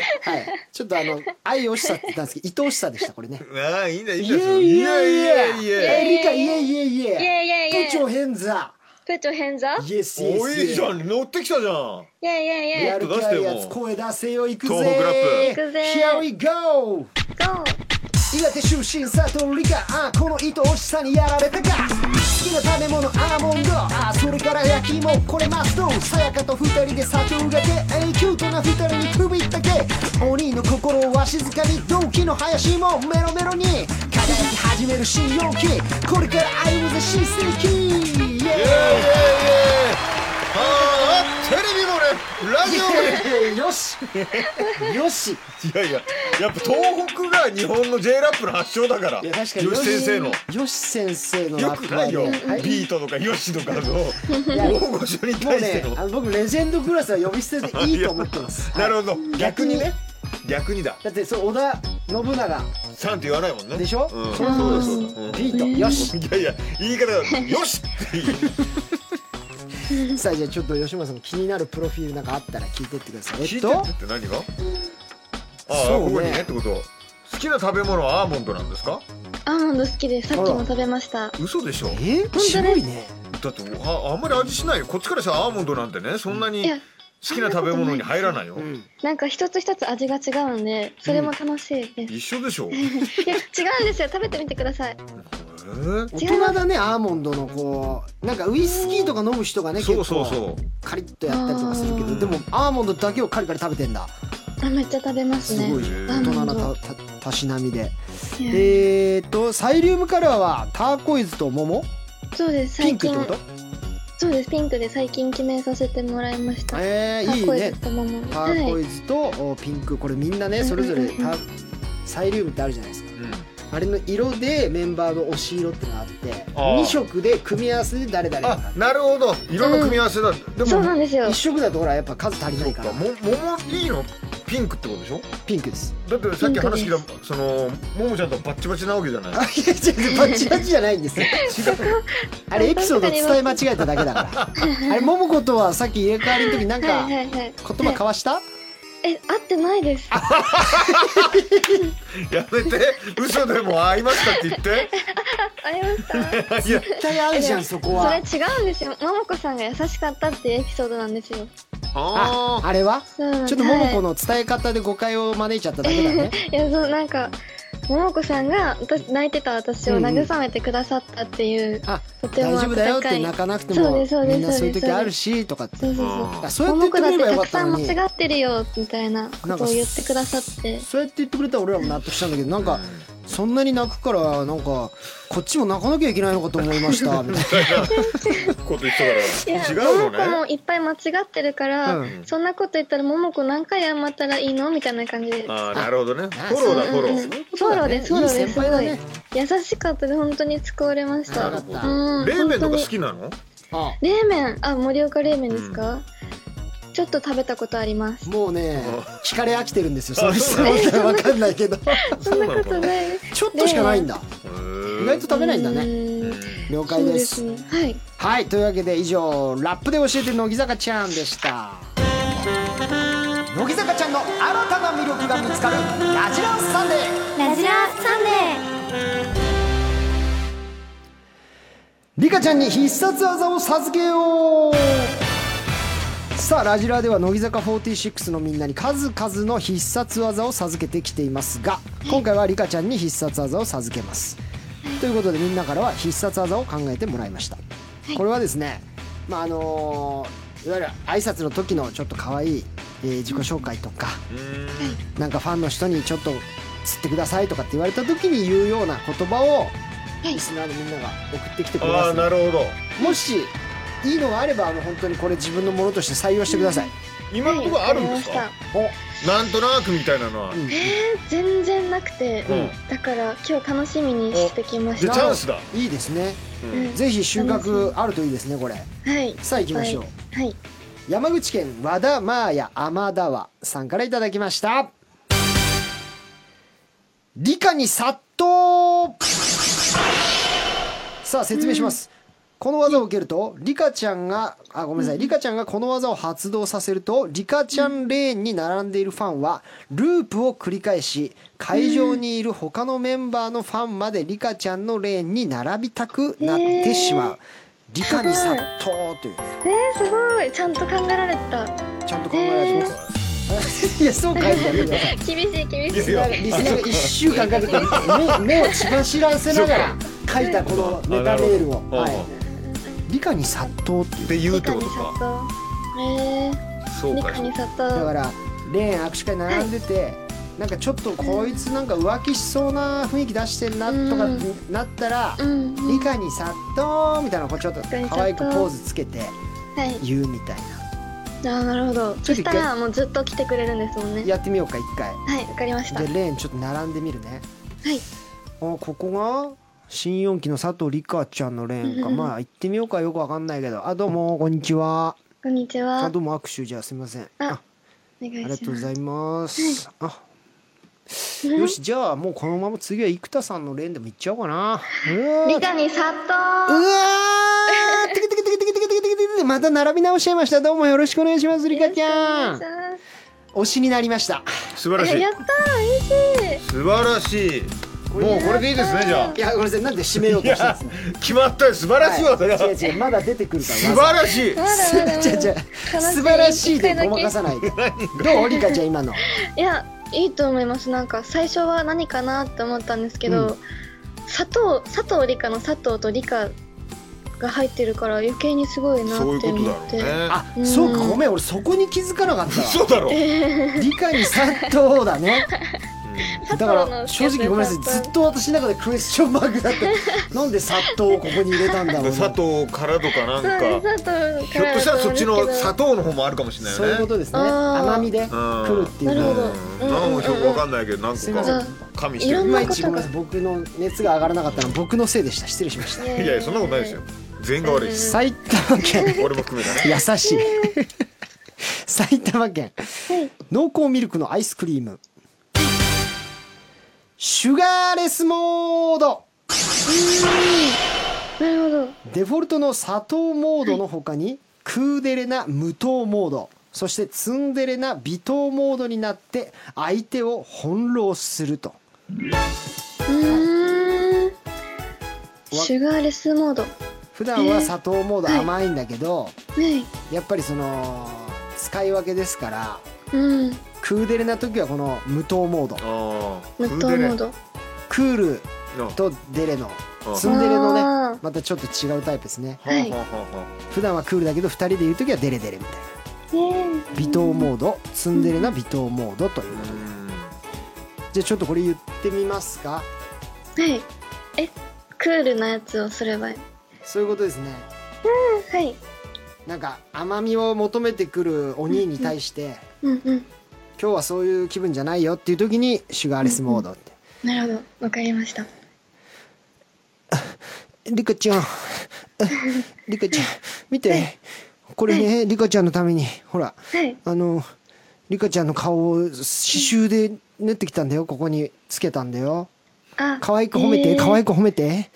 エ
はいちょっとあの愛おしさって言ったんですけど愛おしさでしたこれね
イああいいんだいいん
い
だ
や
その
いやいや
イエイ
い
イエイ
や
イ
理香いやいやいやいや
イエイイエイ
部長変座
プチョ変座
イエスイエス
おいいじゃん乗ってきたじゃん
イェイイェイイェイ。
やる気あるやつ声出せよ行くぜ
東北ラッ
プ行くぜ
Here we go
ゴー。
岩手出身佐藤理香あこの愛おしさにやられたか好きな食べ物アーモンドあそれから焼き芋これマストさやかと二人で砂糖がけえーキュートな二人に首ったけ鬼の心は静かに同期の林もメロメロに輝き始める新容器これから歩むぜ新世紀イエーイ
イエイイエイイエイああテレビもねラジオもね
よしよし
いやいややっぱ東北が日本の J ラップの発祥だから
いや確かに
吉先生の
よし先生の
よ
ラッ
く
プ
な
はいね
よ、
はい
ビートとかヨシとかの
や
大御所に
もう
対して
ね
の、
あの僕レジェンドクラスは呼び捨てでいいと思ってます。
な
はい
るほど逆にね逆にだ
だってそう織田信長
さんって言わないもんね
でしょ？
うん
そりゃそうですよ。ビートよし。
いやいや言い方が よしっていう
さあじゃあちょっと吉村さんの気になるプロフィールなんかあったら聞いてってください。え
聞
っ
いて
と
ってって何がああ、
そうね
ここにねってこと好きな食べ物はアーモンドなんですか
アーモンド好きです。さっきも食べました。
嘘でしょ
えー、渋いね。
だってああんまり味しないよこっちからしたらアーモンドなんてねそんないに
や
好きな食べ物に入らないよ、
ん
なんか一つ一つ味が違うんで、それも楽しいです。
一緒でしょ、え
いや、違うんですよ。食べてみてください。
ー
大
違いま
人
す
だねアーモンドのこうなんかウイスキーとか飲む人がね結
そ
構
うそうそう
カリッとやったりとかするけ
あ
ど
ー
でもアーモンドだけをカリカリ食べてんだ
あ、めっちゃ食べますね。
すごい
ね
ア
大
ー
人
モンド
なたたたしなみで
いや
えー、っとサイリウムカラーはターコイズと桃
そうです。
ピ
最
ンクっ
近
て。こと
そうです。ピンクで最近記念させてもらいました。
え
タ
ー、いい
コイ
ね
ズと桃。
タ
は
ーコ
い。
イズとおピンクこれみんなねそれぞれ
うんうんうん
タサイリウムってあるじゃないですか
うん
あれの色でメンバーの推し色ってのがあって
あー
2色で組み合わせで誰々
あ
が
なるほど色の組み合わせだ、でも
そうなんですよ
1。色だとほらやっぱ数足りな
そ
いうか
からも桃いいのピンクってことでしょ
ピンクです
だってさっき話聞いたそのももちゃんとバッチバチなわけじゃない
あいや違うバッチバチじゃないん ですよあれエピソード伝え間違えただけだからあれ桃子とはさっき入れ替わりの時なんか
はいは
言
いはい。
葉交わした
え、合ってないです。あ、
やめて嘘でも会いましたって言 って
合いました。
いや
絶対合うじゃんそこ
それ
は
違うんですよ。ももこさんが優しかったっていうエピソードなんですよ。
ああれは
そうなん
ちょっと桃子の伝え方で誤解を招いちゃっただけだ ね
いやそうなんか桃子さんが私泣いてた私を慰めてくださったっていう、
あ
とて
大
も
丈夫だよ
温
っ
か
て
い
泣かなくて
そう
も
ですそうで
み
す
んなそういう時ある
そ
しとかって
そうそうそう
あそうやって言って
桃子
く
だっ
れれ
て
ば
た
よか
く
った
さん
のに
間違ってるよみたいなことを言ってくださって
そうやって言ってくれたら俺らも納得したんだけどなんかそんなに泣くからなんかこっちも泣かなきゃいけないのかと思いま したみたいな
こと言って
いや
たから違うの
桃子
ね
もいっぱい間違ってるから、
うん
そんなこと言ったら桃子何回謝ったらいいのみたいな感じで
ああなるほどね
あ
フォローだフォロ
うんうん
ー
フォローですフォロー
い
で
い
す
先輩だね
すごい優しかったで本当に使われまし
な
た
るほど
うん
冷麺と
本当
か
に
好きなの
あ
冷麺あ盛岡冷麺ですか、ちょっと食べたことあります。
もうね聞かれ飽きてるんですよその質問わかんない けど
そんなことないです。
ちょっとしかないんだ意外と食べないんだね
ね。
了
そ
解
う
で
ですすね。はい。
はいというわけで以上ラップで教えて乃木坂ちゃんでした乃木坂ちゃんの新たな魅力が見つかるラジランサンデー
ラジラサンデー
リカちゃんに必殺技を授けようさあラジラーでは乃木坂46のみんなに数々の必殺技を授けてきていますが今回はリカちゃんに必殺技を授けますということでみんなからは必殺技を考えてもらいましたこれはですねまああのーいわゆる挨拶の時のちょっと可愛い、えー自己紹介とかなんかファンの人にちょっと釣ってくださいとかって言われた時に言うような言葉を
い
リスナーのみんなが送ってきてくれ
あ
ま
あ
す
なるほど
もしいいのがあればあの本当にこれ自分のものとして採用してください、
今のところあるんです
わ
か
りまし
なんとなくみたいなのは
うん
た全然なくて、
うん
だから今日楽しみにしてきまし
じゃあ
た。
チャンスだ
いいですね、
うん
ぜひ収穫あるといいですねこれ
はい。
さあ行きましょう、
はい。
山口県和田マーヤ天田和さんからいただきました理科に殺到さあ説明します、この技を受けるとリカちゃんがあごめんなさいリカちゃんがこの技を発動させるとリカちゃんレーンに並んでいるファンはループを繰り返し会場にいる他のメンバーのファンまでリカちゃんのレーンに並びたくなってしまう理科に殺到という
えー、すごい。ちゃんと考えられた。
ちゃんと考えられて ます。いや、そう書いてあるよ。
厳しい厳し
リ
い。
スナーリスナーが一週間かけて目目を血走らせながら書いたこのネタメールを。
あな
は
るほど
い。理科に殺到っていう。
って言うっ
理
て
科
こ
に
と
砂
か
糖。え
そ
ー、
う
理
か
科に砂
だか
糖。
らレーン握手会並んでて。なんかちょっとこいつなんか浮気しそうな雰囲気出してんなとか
うん
なったら
うん、うん
理科に殺到みたいなこうちょっと可愛くポーズつけて
はい。
言うみたい
ああ、なるほど。
ちょ
そ
っと一回
したらもうずっと来てくれるんですもんね
な。やってみようか一回
はい、わかりました。
でレーンちょっと並んでみるね
はい
あここが新四期の佐藤理香ちゃんのレーンか
うんうん
まあ行ってみようかよくわかんないけどあどうもこんにちは
こんにちは。
あ
お
どうも握手じゃあすみません
あ
あ
願
あり
い
が
し
とうご
ます。
ざいますあ よしじゃあもうこのまま次は生田さんのレーンでも行っちゃおうかなうわー
理科に砂
う
糖。
わーテクテクテクテクテクテクテクテクまた並び直しちゃいましたどうもよろしくお願いします理香ちゃん推しになりました
素晴らし
え
い
やった嬉しい。
素晴らしいもうこれでいいですねじゃ
いやごめんなさいなんで締めようとしたんですね
あ決まったよ素晴らしいわそれは
はい違う違うまだ出てくるから
素晴らしい
まだまだまだ。
じゃじゃ
悲しい
素晴らしいでごまかさないで。どうリカちゃん今の。
いや、いいと思います。なんか最初は何かなって思ったんですけど、
う
砂糖、砂糖理科の砂糖と理科が入ってるから余計にすごいなって
そうい
思っ
うこ
て。
とだろうね
あ、
うん
そうかごめん俺そこに気づかなかったわ。
そうだろう
理科に殺到だね。だか
砂糖
ら
の
正直ごめんなさい
砂糖
ずっと私の中でクエスチョンマークだった。なんで殺到をここに入れたんだろうな。
佐藤からとかなん
そう
か
です砂糖
ひょっとしたらそっちの
砂
砂
糖
糖の方もあるかもしれない
そういう
よ
こ
ね
とですね。
あー
甘みで来るっていう
なるほ
の
ど
は。
うんなんかよくわかんないけど何
す
個
いま
か
せん。
加味して
いろ
る
ん
い
な
まいちごめんなさい僕の熱が上がらなかったのは僕のせいでした失礼しました。
い
いやいやそんなことないですよ全員が悪いです
埼玉県
俺も含めたね
優しい 埼玉県濃厚ミルクのアイスクリームシュガーレスモード
なるほど
デフォルトの砂糖モードの他にクーデレな無糖モードそしてツンデレな微糖モードになって相手を翻弄すると
うーんシュガーレスモード
普段は砂糖モード甘いんだけど、
ね
やっぱりその使い分けですから
うん
クーデレな時はこの無糖モード
ああ
無糖モード
クールとデレのツンデレの
あ
ね
ー
またちょっと違うタイプですね
はいはは
普段はクールだけど2人でいる時はデレデレみたいな
ね
微糖モードツンデレな微糖モードというじゃあちょっとこれ言ってみますか
えはいえクールなやつをすればいい
そういうことですね
はい
なんか甘みを求めてくるお兄に対して
うんうん
今日はそういう気分じゃないよっていう時にシュガーレスモードって
なるほどわかりました
リカちゃん、リカちゃん、見て、これね、リカちゃんのために、ほら、
はい
あの、リカちゃんの顔を刺繍で縫ってきたんだよ、ここにつけたんだよ。
あ
可愛く褒めて、
えー
可愛く褒めて。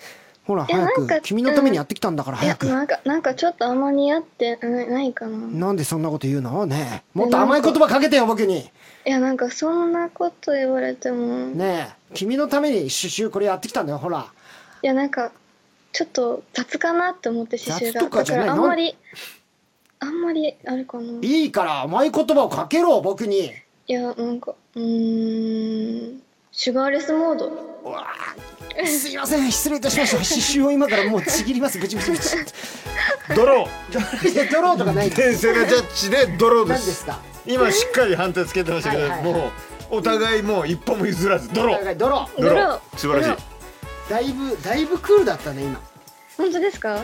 ほら、
いや
早
なん
く。
か
君のためにやってきたんだから、
い
早
や
く。
なんかなんかちょっとあんま似合ってなないかな、
なんでそんなこと言うのねえもっと甘い言葉かけてよ、僕に。
いやなんかそんなこと言われても、
ねえ、君のために刺繍これやってきたんだよ、ほら。
いやなんかちょっと雑かなって思って刺繍
雑と
が
か
だ
じ
か
ゃない
らあんまりあんまりあるかない
いから甘い言葉をかけろ、僕に。
いやなんかうーんシュガーレスモード
うわあすいません、失礼いたしました。刺繍を今からもうちぎります、ぐちぐちぐち。
ドロ
いや、ドローとかない
ー天性のジャッジでドローで
何ですすか
今しっかり判定つけてましたけど、
はいはいはい
もうお互いもう一歩も譲らずドロ
お
ー
互いドロー。
ドロー
ドロー
素晴らしい
ドロー
だいぶ、だいぶクールだったね、今。は
本当ですか
い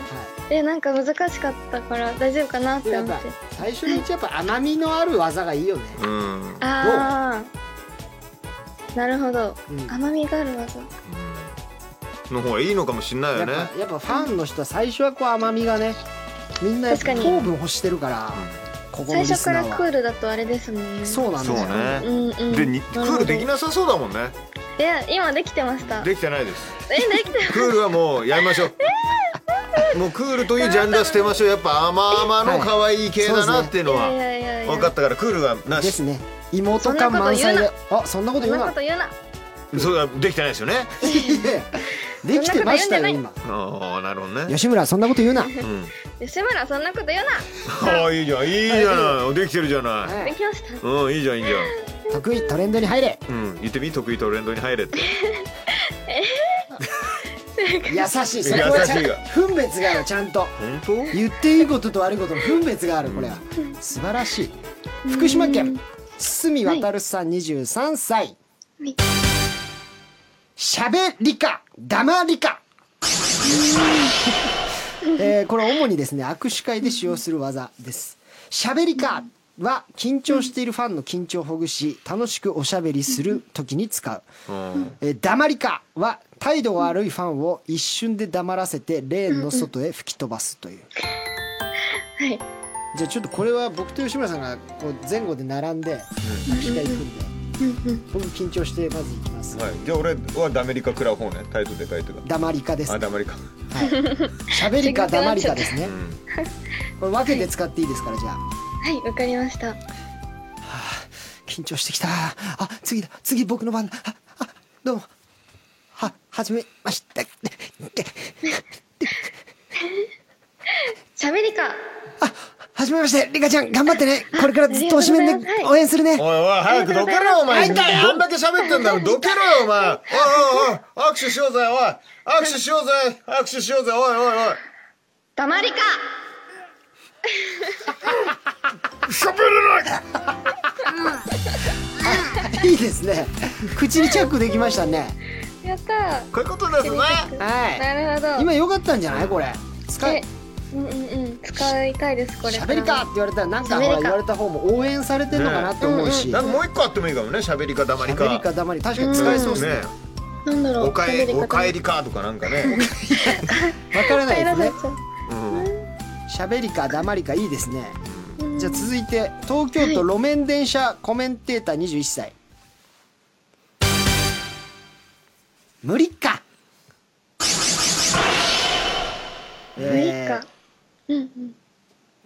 えなんか難しかったから大丈夫かなっ
で
て
やっ
思っ
ぱ
て
最初のうちやっぱ甘みのある技がいいよね。
うん
ああなるほど、
うん
甘みがある技
の方がいいのかもしれな
や
いよ
っぱ
ね
やっぱファンの人は最初はこう甘みがねみんなやっぱ
確かに
糖分欲してるからここの
最
リ
初
ス
か
ナ
ら
ー
ク
は
ールだとあれですもんね
そうなん
そう
だよ
ね
うんうん
でにクールでき
なる
なさそうだもんね
ほどいや今できてましたえで
できてないです
きて
クールはもうやめましょうもうクールというジャンルは捨てましょうやっぱ甘々の可愛い系だなっていうの
いやい
は
やいやいや
分かったからクールはな
で
し
すね妹感満載であそんなこと
そ
言
ん
う
なこ
な
と言うな
そうだできてないですよね
いやいや できてましたよ
そん
今
ああなるほどね
吉村そんなこと言う な
うん
吉村そんなこと言うな
ああいいじゃんいいじゃないできてるじゃない
は
で
い
きました
うんいいじゃんいいじゃん
得意トレンドに入れ
うん言ってみ得意トレンドに入れって
優しいそこはちゃん
優しいよ
分別があるちゃんと
本当
言っていいことと悪いことの分別があるこれは素晴らしい福島県堤渉さん23歳
はい
しゃべりか黙りかえーこれ主にですね握手会で使用する技ですしゃべりかは緊張しているファンの緊張をほぐし楽しくおしゃべりする時に使う
うん
えー黙りかは態度が悪いファンを一瞬で黙らせてレーンの外へ吹き飛ばすという
はい
じゃあちょっとこれは僕と吉村さんがこう前後で並んで握手会行くんで僕緊張してまず行きます
はいじゃあ俺はダメリカ食らう方ね態度でかいとか
黙りかです
あダメリカ
喋りか黙りかですねこれ分けて使っていいですからじゃあ
はいわかりました
緊張してきたあ次だ次僕の番だああどうもははじめまして
しゃべりか
あはじめましてリカちゃん頑張ってねこれからずっと推しメンで応援するね
おいおい早くどけろお前どんだけ喋ってんだろどけろよお前おいおいおい握手しようぜおい握手しようぜ握手しようぜおいおいおい
黙りか
いいですね口にチャックできましたね
やった
こういうことですね
ー
は
なるほ
い
ど
今良かったんじゃないこれ使
え
い
うんうんうん使いたいですこれ
喋りかって言われたらなんかほ
喋り
ら
か
言われた方も応援されてるのかなって思うし
なんかもう一個あってもいいかもね喋りか黙り
喋りか
か
黙り確かに使えそうですね
ね
なんだろう
おか
喋
え
り
お
方
かえりかとかなんかね
わからないですね
帰らされちゃ
う
う
ん
喋りか黙りかいいですねじゃあ続いて東京都路面電車コメンテーター21歳無理か無
無理かうん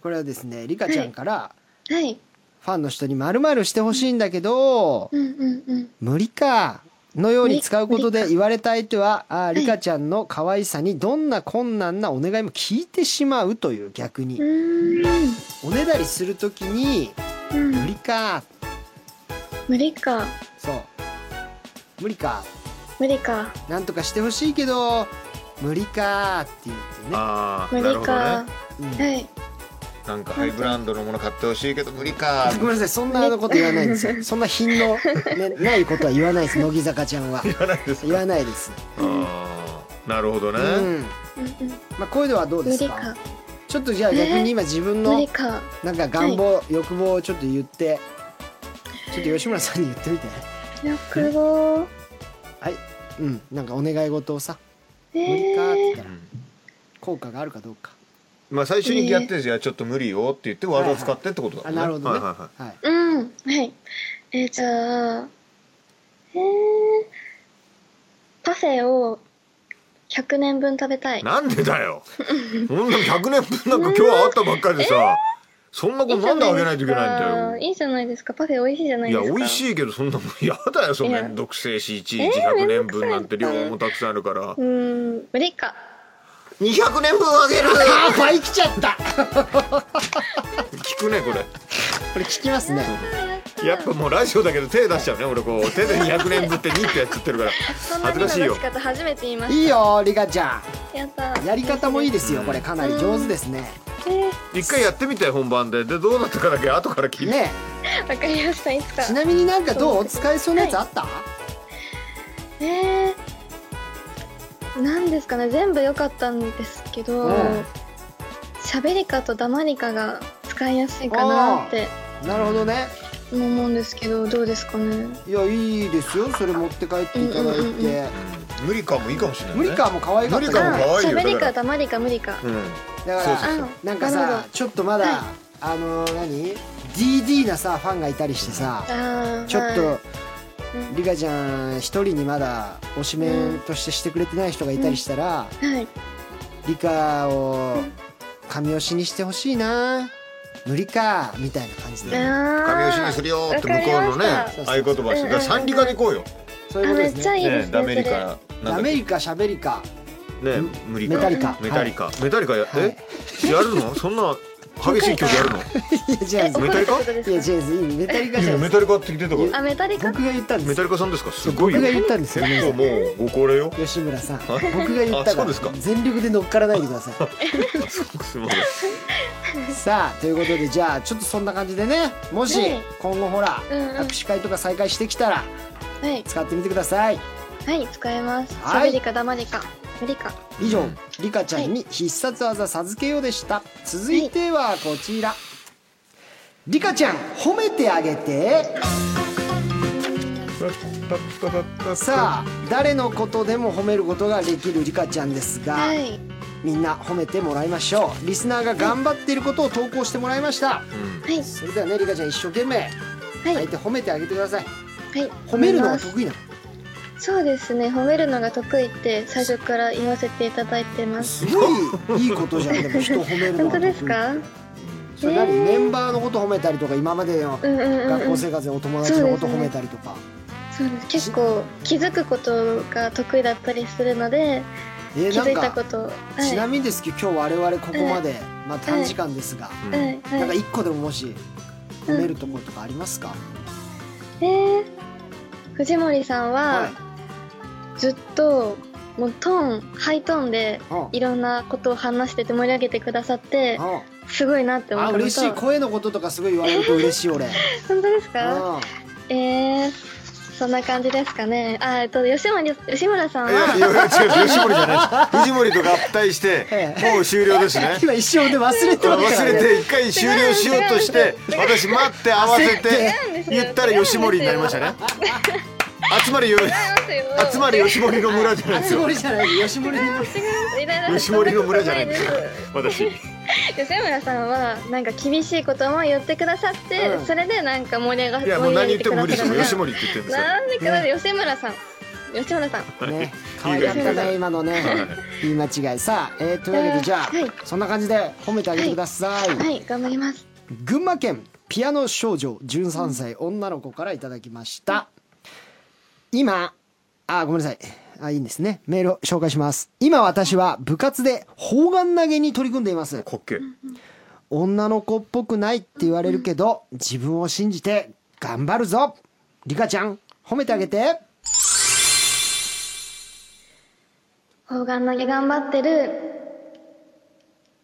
これはですねリカちゃんから
うんはい
ファンの人に〇〇してほしいんだけど
うんうんうん
無理かのように使うことで言われた相手はあーリカちゃんの可愛さにどんな困難なお願いも聞いてしまうという逆に
うーん
おねだりするときに
うん
無理か
無理か
そう無理か
無理か
なんとかしてほしいけど無理かって言ってね
ああ
無
なる
理
ほど
か
ね、
はい
なんかハイブランドのもの買ってほしいけど無理か
ごめんなさいそんなこと言わないんですよそんな品の、ね、ないことは言わないです乃木坂ちゃんは
言わないです
言わないです
あーなるほどね、
うん
うんうん
まあこういうのはどうで
無
す
理
か
か
ちょっとじゃあ逆に今自分
無
の
理か
なんか願望、欲望をちょっと言ってちょっと吉村さんに言ってみて
欲望
はいうんなんかお願い事をさ
え
無理かって言っ
ー
たら効果があるかどうか
まあ、最初にやってるじゃちょっと無理よって言って技を使ってってことだ
あ
もんね
なるほどね、
はいは
は
い
い
うん、はい。えーじゃあ、えー、パフェを100年分食べたい。
なんでだよそんな100年分なんか今日会ったばっかりでさ、そんなことなんであげないといけないんだよ
いいじゃないですか。いいじゃないですかパフェ美味しいじゃない
い
で
や
すか。
美味しいけどそんなもんやだよそのめんどくせえしいちいち
えー
100
め
年
んどく
分
さい
なんて量もたくさんあるから
うーん、無理か。
200年分あげる
あー倍来ちゃった
聞くね
こ
これ
れ聞きますね
やっぱもうラジオだけど手出しちゃうね俺こう手で200年分って2ってやっちゃってるから
そんな
恥
手
ず
の
かしいよ
出し方初めて言いまし
いいよリカちゃ
た。やった。
んやり方もいいですよこれかなり上手ですね
一回やってみて本番ででどうなったかだけ後から聞いて
ね
わかりました。いつか
え。ちなみになんかどう使えそうなやつあった
えー、なんですかね。全部良かったんですけど
うん、
喋、りかと黙りかが使いやすいかなって
なるほどね
思うんですけど、どうですかね。
いやいいですよそれ持って帰っていただい
うんうんうん
て
無理かもいいかもしれない、ね、
無理かも可愛かったけど
無理かも可愛いよ
喋り
だか
から黙りか無理か。
うん
だか
そ
ら
うそうそう
なんか
なるほ
さ
ど
ちょっとまだあのー何 DD なさファンがいたりしてさ
あー
ちょっ
はい
とリカちゃん一人にまだ推しメンとしてしてくれてない人がいたりしたら
はい
リカを神押しにしてほしいな無理かみたいな感じで
髪
髪
をしにするよって向こうのね
わ
ま
かり
した
合言葉してだから三理科に行こうよ、
そういうこと
め
で
っ
す
ちゃ
ね
いいです
ね
ね
ダメリ
それ
カなん
ダ
だっ
メリカしゃべりか
けね無理か
メタリカ
メタリカメタリカやえやるのそんな激しい曲やるの
いや違う
メ
ん
タリカ
怒るって
です
こと
い
で
や
すか
違うんですメタリカじゃ
メ
ないで
タリカって聞いてたか
あメタリ
す
カ
僕が言ったん
ら
で
メ
す
タリカさんですかすごいよ
僕が言ったん ですよ
結構もうご高齢よ
吉村さん僕が言った
あそうです
か
から
全力で乗っからないでください
すまない
さあということでじゃあちょっとそんな感じでねもし
はい
今後ほら
うんうん
握手会とか再開してきたら
はい
使ってみてください
はい使えます
はい
喋りか黙りか無理か
以上リカちゃんに必殺技授けようでした続いてはこちらリカちゃん褒めてあげてさあ誰のことでも褒めることができるリカちゃんですが、
はい
みんな褒めてもらいましょうリスナーが頑張っていることを投稿してもらいました
はい
それではねリカちゃん一生懸命
はいは
相
い
手褒めてあげてください褒めるのが得意なの
そうですね褒めるのが得意って最初から言わせていただいてます
すごいいいことじゃんでも人を褒めるの
本
が
当
得意
ですか
それ何、メンバーのこと褒めたりとか今までの
うんうんうん
学
う
校
ん
生活のお友達のこと褒めたりとか、
そうです結構気づくことが得意だったりするので
えー
気
な
づ
ん
いた
か
ことを
ちな
は
みにですけど今日我々ここまで、まあ短時間ですが、
いはい
なんか
はい
一個でももし褒めるところとかありますか、
えー藤森さん
は
はいずっともうトーンハイトーンで
うん
いろんなことを話してて盛り上げてくださって
うん
すごいなって思っ
あ
たのと
嬉しい声のこととかすごい言われると嬉しい俺、
本当ですか
うん
えー、そんな感じですかねあえっと吉森吉村さん
いや
はい
や違う吉森じゃないです藤森と合体して
え
もう終了ですね
今一瞬で忘れてました
忘
からね
れて一回終了しようとして私待って合わせて
違うんですよ
言ったら吉森になりましたね集まりよ集まり吉森の村じゃないです
吉
よ
森じゃない吉森に
吉森の村じゃないんですよ
そんことです
私
吉村さんはなんか厳しいことも言ってくださって、
うん
それでなんか盛り上が
いやもう
盛
何言っ
り上げ
ても無理ですよ
くだ
吉
さる
森って言ってるんですよ
なんでかな吉村さん吉村さん
ね、可愛かった
いい感
ね
じ
今のね言い間違いさあ、えー、というわけでじゃあ、
はい
そんな感じで褒めてあげてください、
はい頑張ります
群馬県ピアノ少女13歳女の子からいただきました今あごめんなさいあいいんですねメールを紹介します今私は部活で砲丸投げに取り組んでいます
滑稽
女の子っぽくないって言われるけど自分を信じて頑張るぞリカちゃん褒めてあげて
砲丸投げ頑張ってる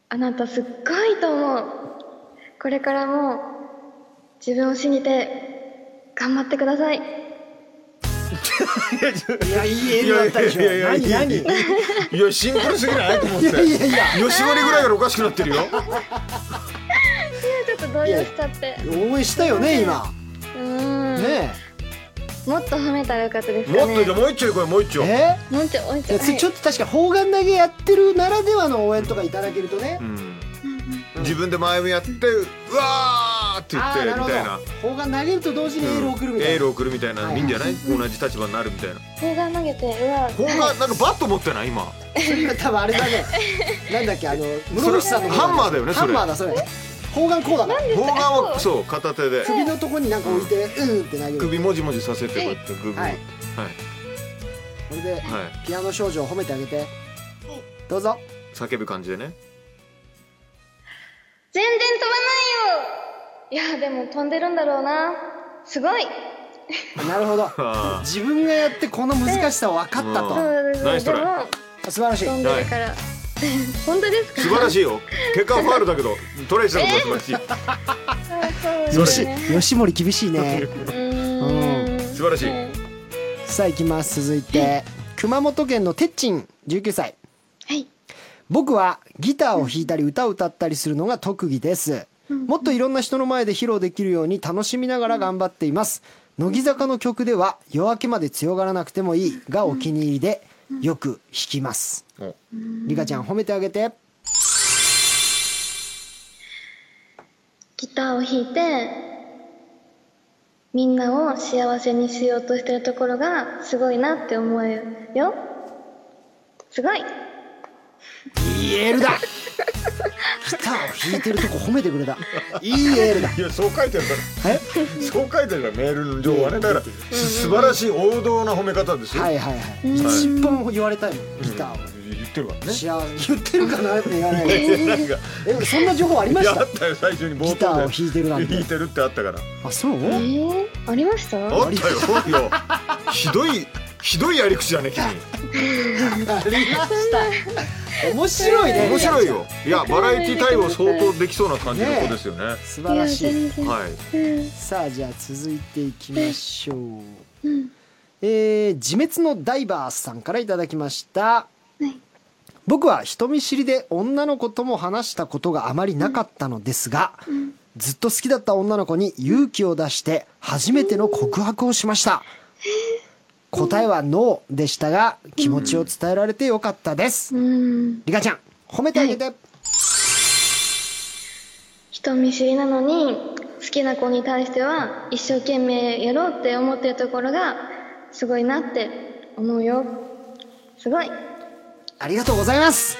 あなたすっごいと思うこれからも自分を信じて頑張ってください
いやいいエールだったでしょ
いやいやい
何
や
何
いやいやシンプルすぎないと思って
いやいやいや
吉森ぐらいからおかしくなってるよ
ちょっと動揺しちゃって
応援したよね今
うーん
ね
もっと褒めたらよかったです
も
か
っとじゃ
ね
あもう一丁いこうよもう一丁
え
もっともうち
い
ょ
や
い
ちょっと確かに砲丸投げやってるならではの応援とかいただけるとね
う、ん
う
自分で前見やってうわーって言
あ
って
ーなる
み
ほ
たいな
ど砲丸投げると同時にエールを送るみた
エ
い
ー
な、
ル送るみたいなのいいんじゃない同じ立場になるみたいな
砲丸投げてうわ
こんななんかバット持ってない今
それが多分あれだ ねなんだっけあの室伏さんの
ハンマーだよねそ
ハ
れ
ンマーだそれ砲丸こうだな
砲丸をそう片手で
首のとこになんか置いてうんって投げる
首もじもじさせてこうやってググ
は
はいい
それで
はい
ピアノ少女を褒めてあげてどうぞ
叫ぶ感じでね
全然飛ばないよいやでも飛んでるんだろうなすごい
なるほど
あ
自分がやってこの難しさを分かった
う
と
ん
そうです
ナイス
で
ト
も
ラ
素晴らしい
飛んでるから、本当ですか
素晴らしいよ結果はファールだけどトレイしたことが素晴らし
い
よ
そ
し
うですね
吉森厳しい ね
うーん
い素晴らしい
はい
さあ行きます続いて熊本県のてっちん19歳
はい
僕はギターを弾いたり歌を歌ったりするのが特技ですもっといろんな人の前で披露できるように楽しみながら頑張っています乃木坂の曲では「夜明けまで強がらなくてもいい」がお気に入りでよく弾きます
いお
リカちゃん褒めてあげて
ギターを弾いてみんなを幸せにしようとしてるところがすごいなって思うよすごい
いいエールだ ギターを弾いてるとこ褒めてく れたいいエールだ
いやそう書いてるか
え
らそう書いてるからメールの情報はねだから素晴らしい王道な褒め方ですよ
はいはいはい一番言われたいもんギターを
言ってるからね
幸せ言ってるかなって言わないで
なんか
えそんな情報ありま
い
し
やあ
た
ったよ最初に冒
ギター
頭
を弾
で
いてるな
弾
んて
いてるってあったから
あそう
えー、ありました
あったよそうよひどいひどいやり口だね君
ありました面白いね
面白いよいやバラエティ対応相当できそうな感じの子ですよね
素晴らしい
全然
はい
うん
さあじゃあ続いていきましょう、えー自滅のダイバーさんからいただきました、僕は人見知りで女の子とも話したことがあまりなかったのですが、ずっと好きだった女の子に勇気を出して初めての告白をしました、答えはノーでしたが気持ちを伝えられてよかったです、
うん
リカちゃん褒めてあげて、
人見知りなのに好きな子に対しては一生懸命やろうって思ってるところがすごいなって思うよすごい
ありがとうございます。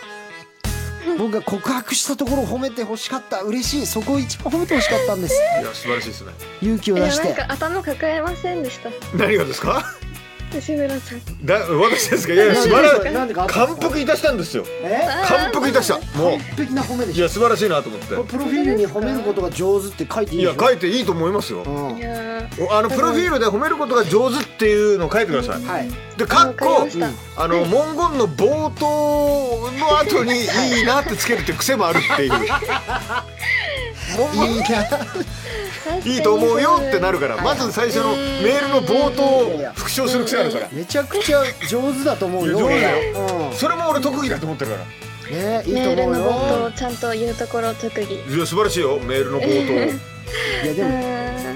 僕が告白したところを褒めて欲しかった嬉しいそこを一番褒めて欲しかったんです
いや素晴らしいですね
勇気を
いや
出し
なん
て
か頭抱えませんでした
何がですか
吉村さん
だ私ですかいやいや素晴らしい
なんでか
感服いたしたんですよ
え
感服いたしたもう
完璧な褒めで
い
しょ
や素晴らしいなと思って
これプロフィールに褒めることが上手って書いていい
い
でしょ
や書いていいと思いますよ
うん
いやー
あのプロフィールで褒めることが上手っていうのを書いてください
はい
でかっ
わかり
こ
ました
あの文言の冒頭の後に「いいな」ってつけるって癖もあるっていう文
いいな
確か
言
に
いいと思うよってなるからまず最初のメールの冒頭を復唱する癖あるから
めちゃくちゃ上手だと思うよ
いや上手だ
俺は
それも俺特技だと思ってるから
うんねいい
メ
と
ール
思う
の
よ
冒頭をちゃんと言うところ特技
いや素晴らしいよメールの冒
いやで
う
も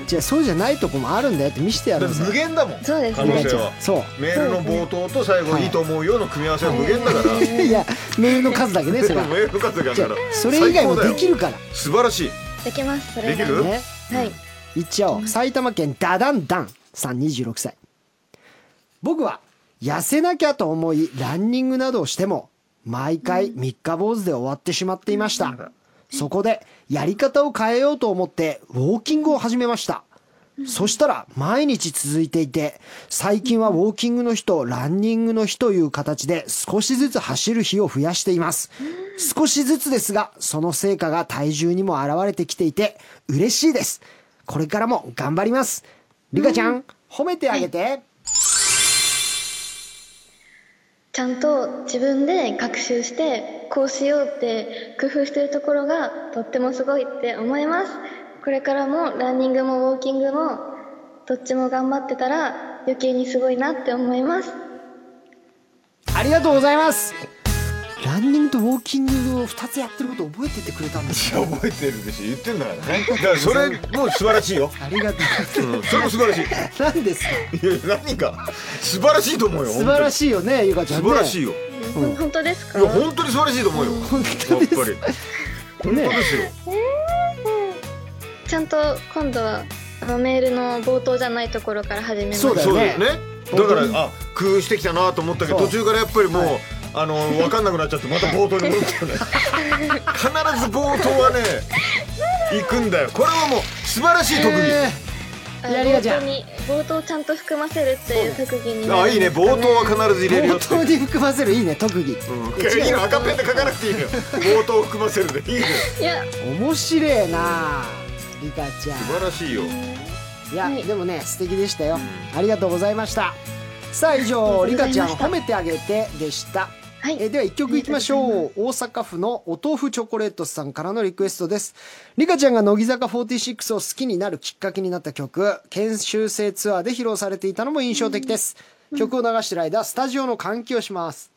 ん
じゃあそうじゃないとこもあるんだよって見せてや
頭
るん
だって無限だもん
そうです
可
ね
能性は
そ
メールの冒頭と最後「いいと思うよ」の組み合わせは無限だから
ういやメールの数だけねそ
で
れは
もメールの数がある
じ
か
ゃあ
ら
それ以外もできる
最高だよ
から
素晴らしい
できますそれ
で
が
きる
ね
はい
いっちゃおう埼玉県ダダンダンさん26歳僕は痩せなきゃと思いランニングなどをしても毎回三日坊主で終わってしまっていました、そこでやり方を変えようと思ってウォーキングを始めました、そしたら毎日続いていて最近はウォーキングの日とランニングの日という形で少しずつ走る日を増やしています少しずつですがその成果が体重にも表れてきていて嬉しいですこれからも頑張りますリカちゃん、褒めてあげて
ちゃんと自分で学習してこうしようって工夫してるところがとってもすごいって思いますこれからもランニングもウォーキングもどっちも頑張ってたら余計にすごいなって思います
ありがとうございますランニングとウォーキングを2つやってること覚えててくれたんですよ
いや覚えてるでしょ言ってんだからねだからそれもう素晴らしいよ
ありがと
うんそれも素晴らしいいう
何ですか
や何か素晴らしいと思うよ
素晴ら
い
しいよねゆかちゃん
素
ね
晴らしいよ
本当ですか
いや本当に素晴らしいと思うよ
本当です
やっぱり
本当ですよ。
ちゃんと今度はあのメールの冒頭じゃないところから始めます
そうだよね
そうだよね。だか
本当に
ら、あ、工夫してきたなと思ったけど、
そう
途中からやっぱりもう、あの、わかんなくなっちゃって、また冒頭に戻っちゃうね。必ず冒頭はね、 行くんだよ。これはもう、素晴らしい特技。
え
あ
やりが
冒
ちや
頭に冒頭をちゃんと含ませるっていう特技にな
あ、
る
いいね。
んですか
冒頭は必ず入れ
ー
るよっ
冒
て。
頭に含ませるいいね特技
いいの赤ペンで書かなくていいのよ冒頭を含ませるでいいのよ
いや
面白えなリカちゃん
素晴らしいよ
いや、
はい
でもね素敵でしたよ、ありがとうございましたさあ以上
あり
リ
がと
カちゃ
うございま
ん
した
褒めてあげてでした
はい
えーでは一曲いきましょう大阪府のお豆腐チョコレートさんからのリクエストですリカちゃんが乃木坂46を好きになるきっかけになった曲研修生ツアーで披露されていたのも印象的です、曲を流してる間スタジオの換気をします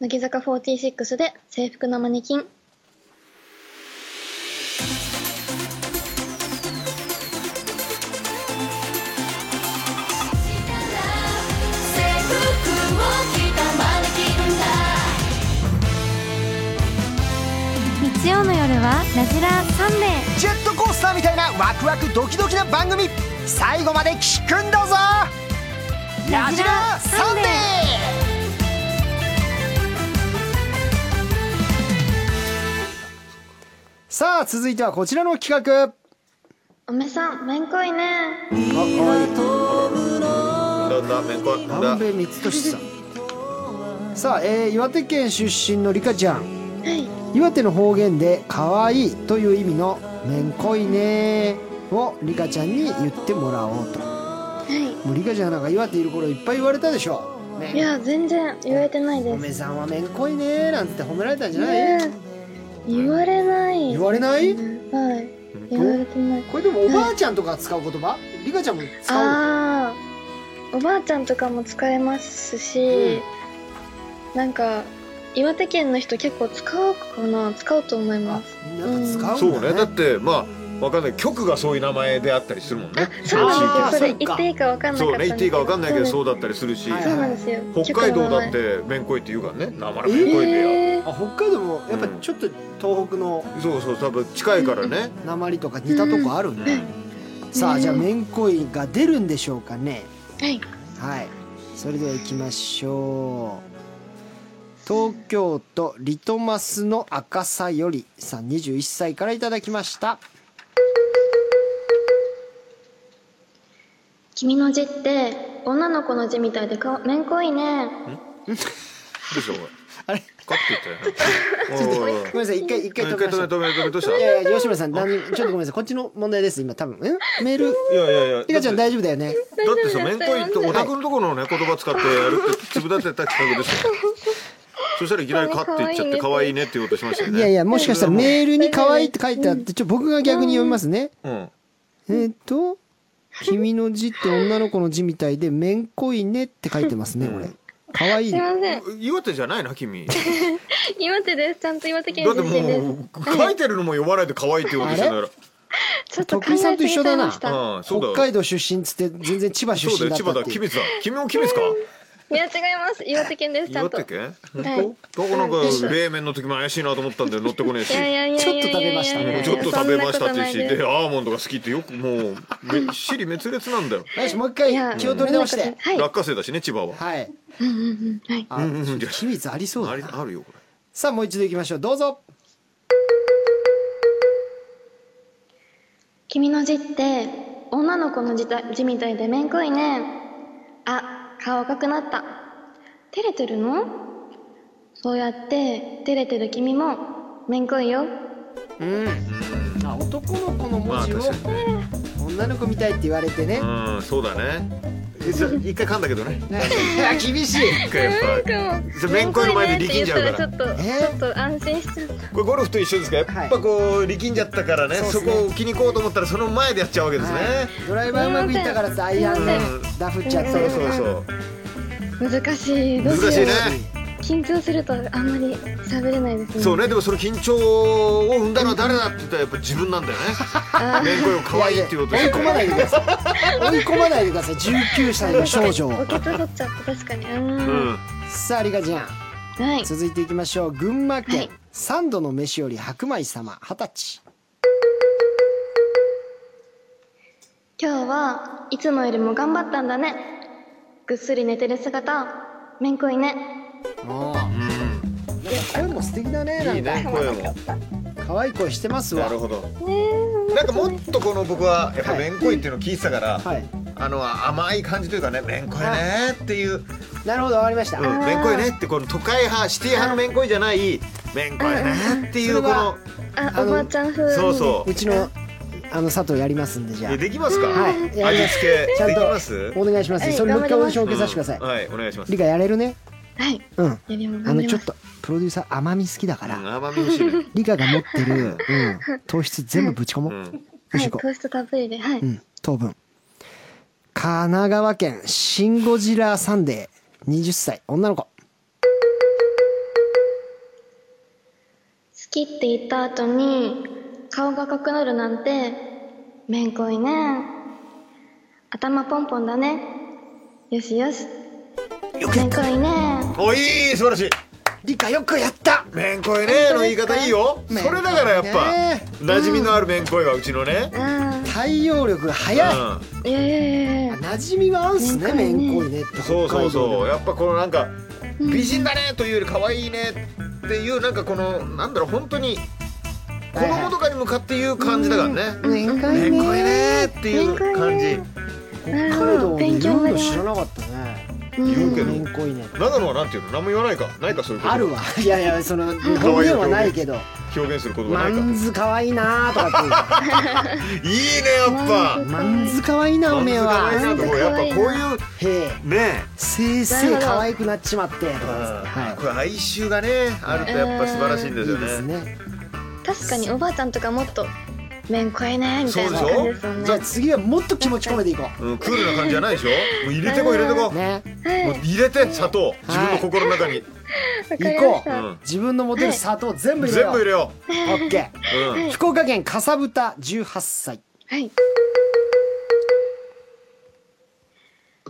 乃木坂46で制服のマネキン
制服を着たマネキンだ
日曜の夜はラジラサンデー
ジェットコースターみたいなワクワクドキドキな番組最後まで聞くんだぞラジラサンデーさあ続いてはこちらの企画
おめさんめんこいね
だんだんめんこだ
南米光俊さんさあ、えー岩手県出身のリカちゃん
はい
岩手の方言で「可愛いという意味の「めんこいね」をリカちゃんに言ってもらおうと
は
もうリカちゃんなんか岩手いる頃いっぱい言われたでしょね
いいや全然言われてない
お
です
めさんはめんこいねーなんて褒められたんじゃない、
ねえ言われない
言われない
はい言われてない
これでもおばあちゃんとか使う言葉リカちゃんも使う
ああおばあちゃんとかも使えますし、なんか岩手県の人結構使うかな使うと思い
あ
ます
みんな使
そううん
だ
ねだ
ね
ってまあわかんない局がそういう名前であったりするもんね
そうなんですよそ
あー
れ言っていいか分かんなか
そ
っ
う
た
ね言っていいかわかんないけどそううだったりするし
はい
そうなんですよ
北海道だっ
曲の名前
てめんこいって言うからね生のめんこいで
えー、
あ北海道もやっぱちょっと東北の
やそうそう多分近いからね
鉛とか似たとこあるね、さあじゃあめんこいが出るんでしょうかね
はい
はいそれでは行きましょう東京都リトマスの赤さよりさん21歳からいただきました
君の字って女の子の字みたいでかめんこいね
でしょ
あれ
カッて言ったよねおいおいおい
ごめんなさい一回一回止
一
め
回
ましょう
止め止め止めどうした
いやいや吉村さん何ちょっとごめんなさいこっちの問題です今多分んメー ル
いやいやいや
リカちゃん
だっ
大
て
丈夫だよね
だってさめんこいってお宅のところのね言葉使ってやるってつぶだてた企画ですよそしたらいきなりカッて言っちゃって可愛いねって言おうとしましたよ
い
ね
やいやもしかしたらメールに可愛いって書いてあってちょっと僕が逆に読みますね
うん
えっと「君の字って女の子の字みたいでめんこいね」って書いてますねこれ可愛い
すいません
岩手じゃないな君だ
岩手ですちゃんと岩手県
って
出身です
もう書いてるのも読まないで可愛いって言おうとしてんだか
ちょっと考
徳井さん
え
と
す
一
ぎ
緒
ちゃ
だ
い
な
ました
らうんそうだ
北海道出身っつって全然千葉出
そ
身だっ
うだよ千葉
た
だ
ってい
君
う
も君ですか君も君ですか
いや違います岩手県ですちゃん
岩
と
手
い
県
はい
本当どこなんか冷麺の時も怪しいなと思ったんで乗ってこねえし
やいやいやいやいやいや
ちょっと食べましたね
もうちょっと食べましたって言うし
そんなことないです
でアーモンドが好きってよくもうめっしり滅裂なんだよ
よしもう一
い
回
や
気を取り直し
そん
て
なことないはい
落花生だしね千葉は
はい
はい
あちょっと秘密ありそう
あ
だ
り
な
あるよこれ
さあもう一度いきましょうどうぞ
君の字って女の子の字だ字みたいでめんこいねあ顔赤くなった照れてるのそうやって照れてる君もめんこいよ
あ男の子の
ま
文
あ
字を
確かにね
女の子みたいって言われてね
うんそうだねえじゃあ一回噛んだけどね
いや厳しい
一回やっぱそれめんこいの前で力んじゃうから
めんこいねって言ったらちょっとちょっと安心しちゃった
これゴルフと一緒ですかやっぱこう力んじゃったからね,、
そうっ
そ
すね
こを気に行こうと思ったらその前でやっちゃうわけですね、
はい ドライバーうまくいったからさアイアンねダフっちゃった
そう
り
そうそう
難しいどうしよう
難しいね
緊張するとあんまり喋れないですね
そうねでもその緊張を生んだのは誰だって言ったらやっぱ自分なんだよ
あ
ねめんこいを可愛いって言おうとして
追い込まないでください追い込まないでください19歳の少女を
ボケと取っちゃって確かにうーん
うん
さあリカちゃん
はい。
続いていきましょう群馬県、
はい
三度の飯より白米様二十歳
今日はいつもよりも頑張ったんだね。ぐっすり寝てる姿、めんこいね。
おーなんか声も素敵だねなんか
いいね声も
可愛い声してますわ
なるほどなんかもっとこの僕はやっぱめんこいっていうのを聞いてたから、
はい
あの甘い感じというかねめんこいねっていう、うん、
なるほどわかりました、
めんこいねってこの都会派シティ派のめんこいじゃないめんこいねっていうこの
あ、
あ
お
の
ばあちゃん風に。
そうそう
うちのあの佐藤やりますんでじゃあ
えできますか、
はい
味
やります
付
ち
け
ゃ
で
ん
きます
とお願いします、
はい
それもう一回
頑
オーディ
張ります
ション受けさせてください、
はいお願いします
リカやれるね
はい。
うん
やります。
あ
頑張
の
り
ちょ
ま
っ
す
とプロデューサー甘み好きだから、
うん甘み欲しいね
理科が持って る、うん、糖質全部ぶち込もう、
うん
よ
は
し
い、
行こ、
糖質たっぷりで、はいう
う。ん、糖分神奈川県シン・ゴジラサンデー20歳女の子
好きって言った後に顔が赤くなるなんてめんこいね頭ポンポンだねよしよしめんこいね
おいい素晴らしい
理科よくやった
めんこいねの言い方いいよそ
めんこいね
れだからやっぱ馴染みのあるめんこいはうちのね、
あ
対応力が
う
早い、
ん、
あいやいやいやいや
馴染みは合うんすねめ
めんこ
んこ
いね
いねって
そうそうそうや
や
っぱこのなんか美人だねというより可愛いねっていうなんかこのなんだろう本当に子供とかに向かって言う感じだからね
めんこ
め
い
んこい
ね
ねっていう感じ
北海道にいるの知らなかったね
言うけど
めんこいね
長野はなんていうの何も言わないかないかそういうこと
あるわいやいやその方言はないけど
表現することが
マ
ないかいい
ンズかわいいなとかっ
ねやっ
て
ぱ
マンズかわいいなおめえは
マンズ可愛いなとこやっぱこういう
へえ
ね
せいせい可愛くなっちまってとかですね
これ哀愁がねあるとやっぱ素晴らしいんですよね,、
はいいいですね
確かにおばあちゃんとかもっとめんこいねみたいな
そうでしょ
感じですもんね
じゃあ次はもっと気持ち込めていこ
うん、クールな感じじゃないでしょもう入れてこう入れてこ
うね
うもう入れて砂糖自分の心の中に、
わかりま
行こ
した
うん
う自分の持てる砂糖全部入れ
全
よ
部入
う
れよ
オッケー
う、うん、
福岡県かさぶた18歳
はい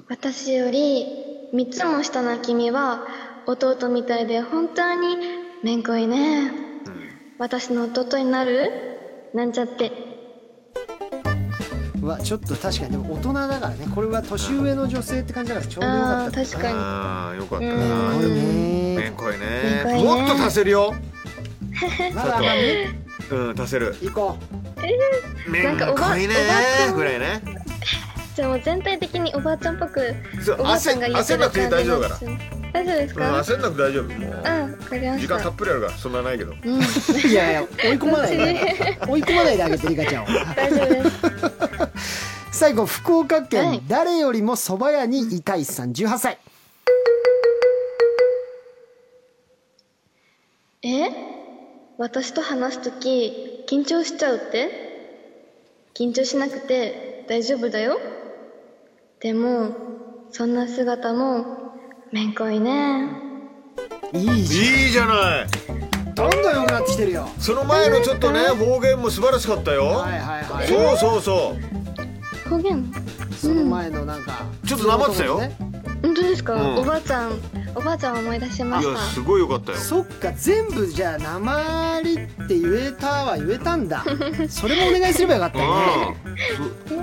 私より3つも下の君は弟みたいで本当にめんこいね、私の弟になるなんちゃって
うわちょっと確かにでも大人だからねこれは年上の女性って感じだからちょうどよか
あ
っ
ー
た
確か
ああよかった
かっこいい
な。め
ね
んこいね
めんこいね
もっと足せるよ。
まだまだね
うん足せる。
行こ
めん
なんかおば
こいね
おばあちゃん
ぐらいね。
にじゃあもう全体的におばあちゃんっぽく
そう
おばあちゃ
焦
んが言って
焦ん
る
な
感
く
じ
て
に
大丈夫
な
だか
っちゃう大丈夫です
ら。うん
か
焦んなくて大丈夫。もう
うんわかりま
時
し
間た
た
っぷりあるからそんなないけど。
うん
う いやいや追い込まないで追い込まないであげてリカちゃんを
大丈夫です
最後福岡
は
県
い
誰よりも蕎麦屋にいたいさん18歳
え私と話すとき緊張しちゃうって緊張しなくて大丈夫だよでもそんな姿もめんこいね
いいじ
いいじゃない。
ゃんどんどん良くなってきてるよ
その前のちょっとね方言も素晴らしかったよ。
はいはいはい
そうそうそう。
方言
その前のなんか
ちょっとなまってたよ
本当ですか、
うん
おばあちゃんおばあちゃんを思い出しま
い
し
や
た
すごいよかったよ。
そっか全部じゃあなまりって言えたは言えたん だそれもお願いすればよかったよ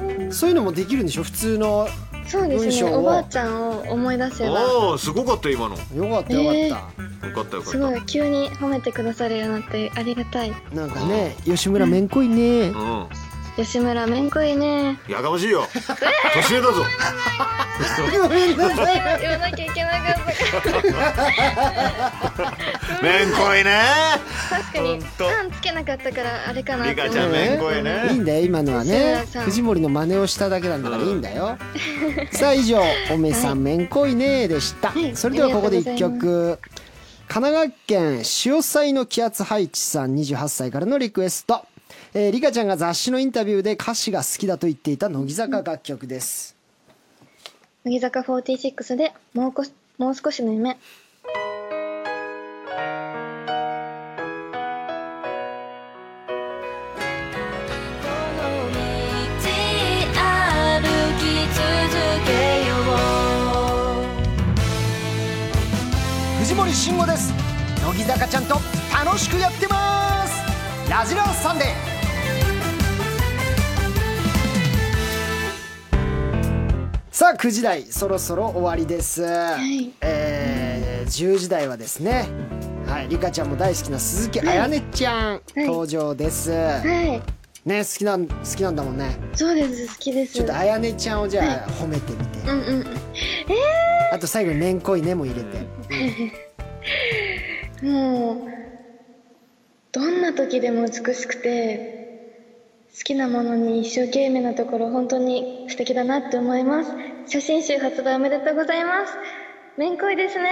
ね
う
そういうのもできるんでしょ普通の
そうです
文章
ね
を
おばあちゃんを思い出せ
ん。
ば
おおすごかった今の。よ
よかったよかった、
かったよか
す
っ
ごい急に褒めてくださるようになってありがたい
なんかね吉村めんこいね
た。うん。
吉村めんこいね
やかましいよ。年上だぞ。
ごめんなさい
言わなきゃいけなかったから
めんこいね。
確かに
ほんと
タンつけなかったからあれかな
リ
って
カ
思
ちゃん
い
めんこいね。
いいんだよ今のはね
そうそう
藤森の真似をしただけなんだからいいんだ よさあ以上「おめさんめんこいね」でした
はい
それではここで
あ
一
りがとうご
曲神奈川県潮騒の気圧配置さん28歳からのリクエストえー、リカちゃんが雑誌のインタビューで歌詞が好きだと言っていた乃木坂楽曲です、
乃木坂46でもうこしもう少しの夢
この道歩き続けよう
藤森慎吾です乃木坂ちゃんと楽しくやってますラジラサンデーさあ9時台そろそろ終わりです、
い
えー、10時台はですねはいリカちゃんも大好きな鈴木あやねちゃん
い
登場です、
はい
ね好きなん好きなんだもんね
そうです好きです
ちょっとあやねちゃんをじゃあ褒めてみて、
うんうん
あと最後に「めんこいね」も入れて
もうどんな時でも美しくて好きなものに一生懸命なところ本当に素敵だなって思います写真集発売おめでとうございますめんこいですね